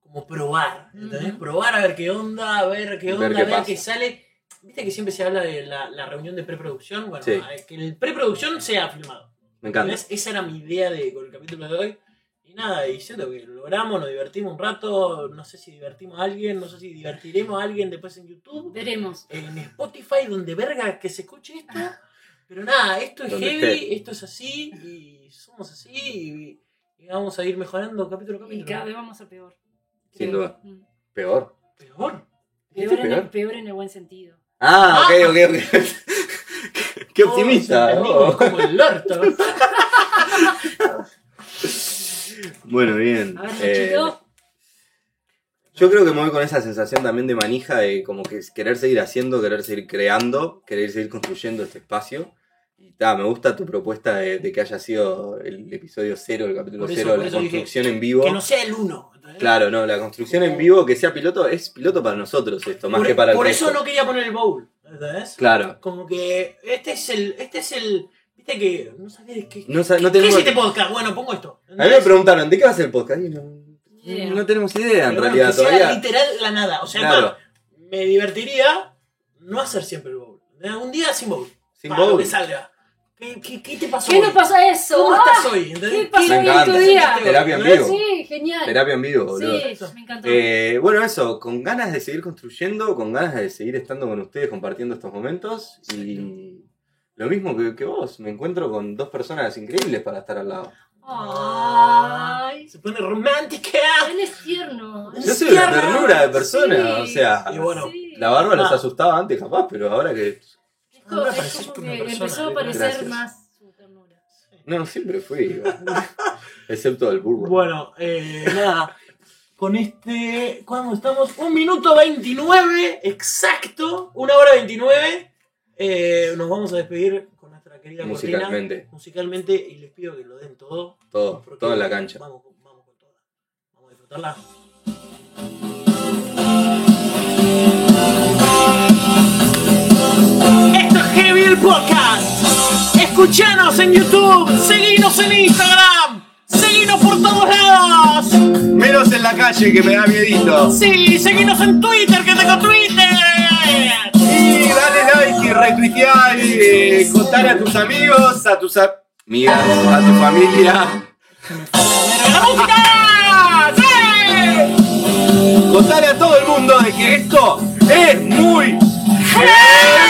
A: como probar, ¿entendés?
B: Ujú.
A: Probar a ver qué onda, a ver qué
D: Ver
A: onda,
D: qué
A: a ver
D: pasa.
A: qué sale. Viste que siempre se habla de la, la reunión de preproducción, bueno,
D: Sí.
A: a- que en el preproducción sea filmado.
D: Me encanta.
A: ¿entendés? Esa era mi idea de, con el capítulo de hoy. Y nada, y siento que lo logramos, nos divertimos un rato, no sé si divertimos a alguien, no sé si divertiremos a alguien después en YouTube
B: veremos.
A: en Spotify, donde verga que se escuche esto. Pero nada, esto es
D: Donde
A: heavy,
D: esté.
A: esto es así, y somos así, y, y vamos a ir mejorando capítulo a
B: Y
A: capítulo.
B: cada vez vamos a peor.
D: Sin
B: Creo.
D: duda.
B: Mm.
D: Peor.
A: Peor.
B: Peor,
D: ¿Dijiste
B: en el,
D: peor?
B: peor en el buen sentido.
D: Ah, ok, ok, ok. Qué-
A: Oh,
D: Qué optimista.
A: Todos entendimos
D: oh.
A: Como el orto.
D: Bueno, bien.
B: A ver,
D: Eh,
B: Nachito.
D: yo creo que me voy con esa sensación también de manija de como que querer seguir haciendo, querer seguir creando, querer seguir construyendo este espacio. Y ta, me gusta tu propuesta de, de que haya sido el episodio cero, el capítulo
A: Por eso-
D: cero,
A: por
D: la
A: eso dije
D: construcción en vivo.
A: que no sea el uno. ¿entendés?
D: Claro, no, la construcción en vivo que sea piloto es piloto para nosotros esto, más
A: por e-
D: que para el
A: por
D: resto.
A: eso no quería poner el bowl. ¿Entendés?
D: Claro.
A: Como que este es el. Este es el. Viste que. No sabía de qué.
D: No, sa- no
A: ¿Qué es
D: tenemos-
A: este podcast? Bueno, pongo esto.
D: A mí me
A: ¿entendés?
D: preguntaron, ¿de qué va a ser el podcast? Y no,
B: Yeah.
D: no tenemos idea
A: Pero
D: en
A: bueno,
D: realidad
A: que sea
D: todavía.
A: literal la nada. O sea,
D: Claro.
A: pa, me divertiría no hacer siempre el bowl. Eh, Un día sin bowl.
D: Sin
A: Pa, lo
D: bowl.
A: que salga. ¿Qué, qué, qué te pasó
B: ¿Qué
A: hoy?
B: nos pasó a eso?
A: ¿Cómo
B: Ah,
A: estás hoy? ¿Entendés?
B: ¿Qué pasó
D: Me
B: hoy en tu
D: encanta.
B: día?
D: Terapia en
A: ¿No es?
D: vivo.
B: Sí, genial.
D: Terapia en vivo, boludo.
B: sí, me encantó.
D: Eh, bueno, eso, con ganas de seguir construyendo, con ganas de seguir estando con ustedes compartiendo estos momentos. Y lo mismo que, que vos, me encuentro con dos personas increíbles para estar al lado.
B: Ay.
A: Se pone romántica.
B: Él es tierno.
D: Ah. Yo soy una ternura de persona,
B: Sí,
D: o sea.
A: Y bueno,
B: sí.
D: La barba los
A: Ah.
D: asustaba antes, capaz, pero ahora que.
B: Es co-
A: Me
B: es
A: parece
B: como
A: una
B: que
A: persona,
B: empezó a
A: ¿eh?
B: parecer
D: Gracias.
B: más su ternura.
D: No, siempre fui. igual. Excepto el burro.
A: Bueno, eh, nada. Con este. ¿Cuándo estamos? Un minuto 29, exacto. Una hora 29. Eh, nos vamos a despedir con nuestra querida cortina.
D: musicalmente.
A: Musicalmente, y les pido que lo den todo.
D: Todo,
A: porque
D: todo en la cancha.
A: Vamos, con- vamos con toda. Vamos a disfrutarla. Esto es Heavy el Podcast. Escuchanos en YouTube, seguinos en Instagram, seguinos por todos lados.
D: Menos en la calle que me da miedito.
A: Sí, seguinos en Twitter, que tengo Twitter.
D: Y dale like y retuitear y eh, contar a tus amigos, a tus a- amigas, a tu familia.
A: ¡La música! ¡Sí!
D: Contar a todo el mundo de que esto es muy heavy.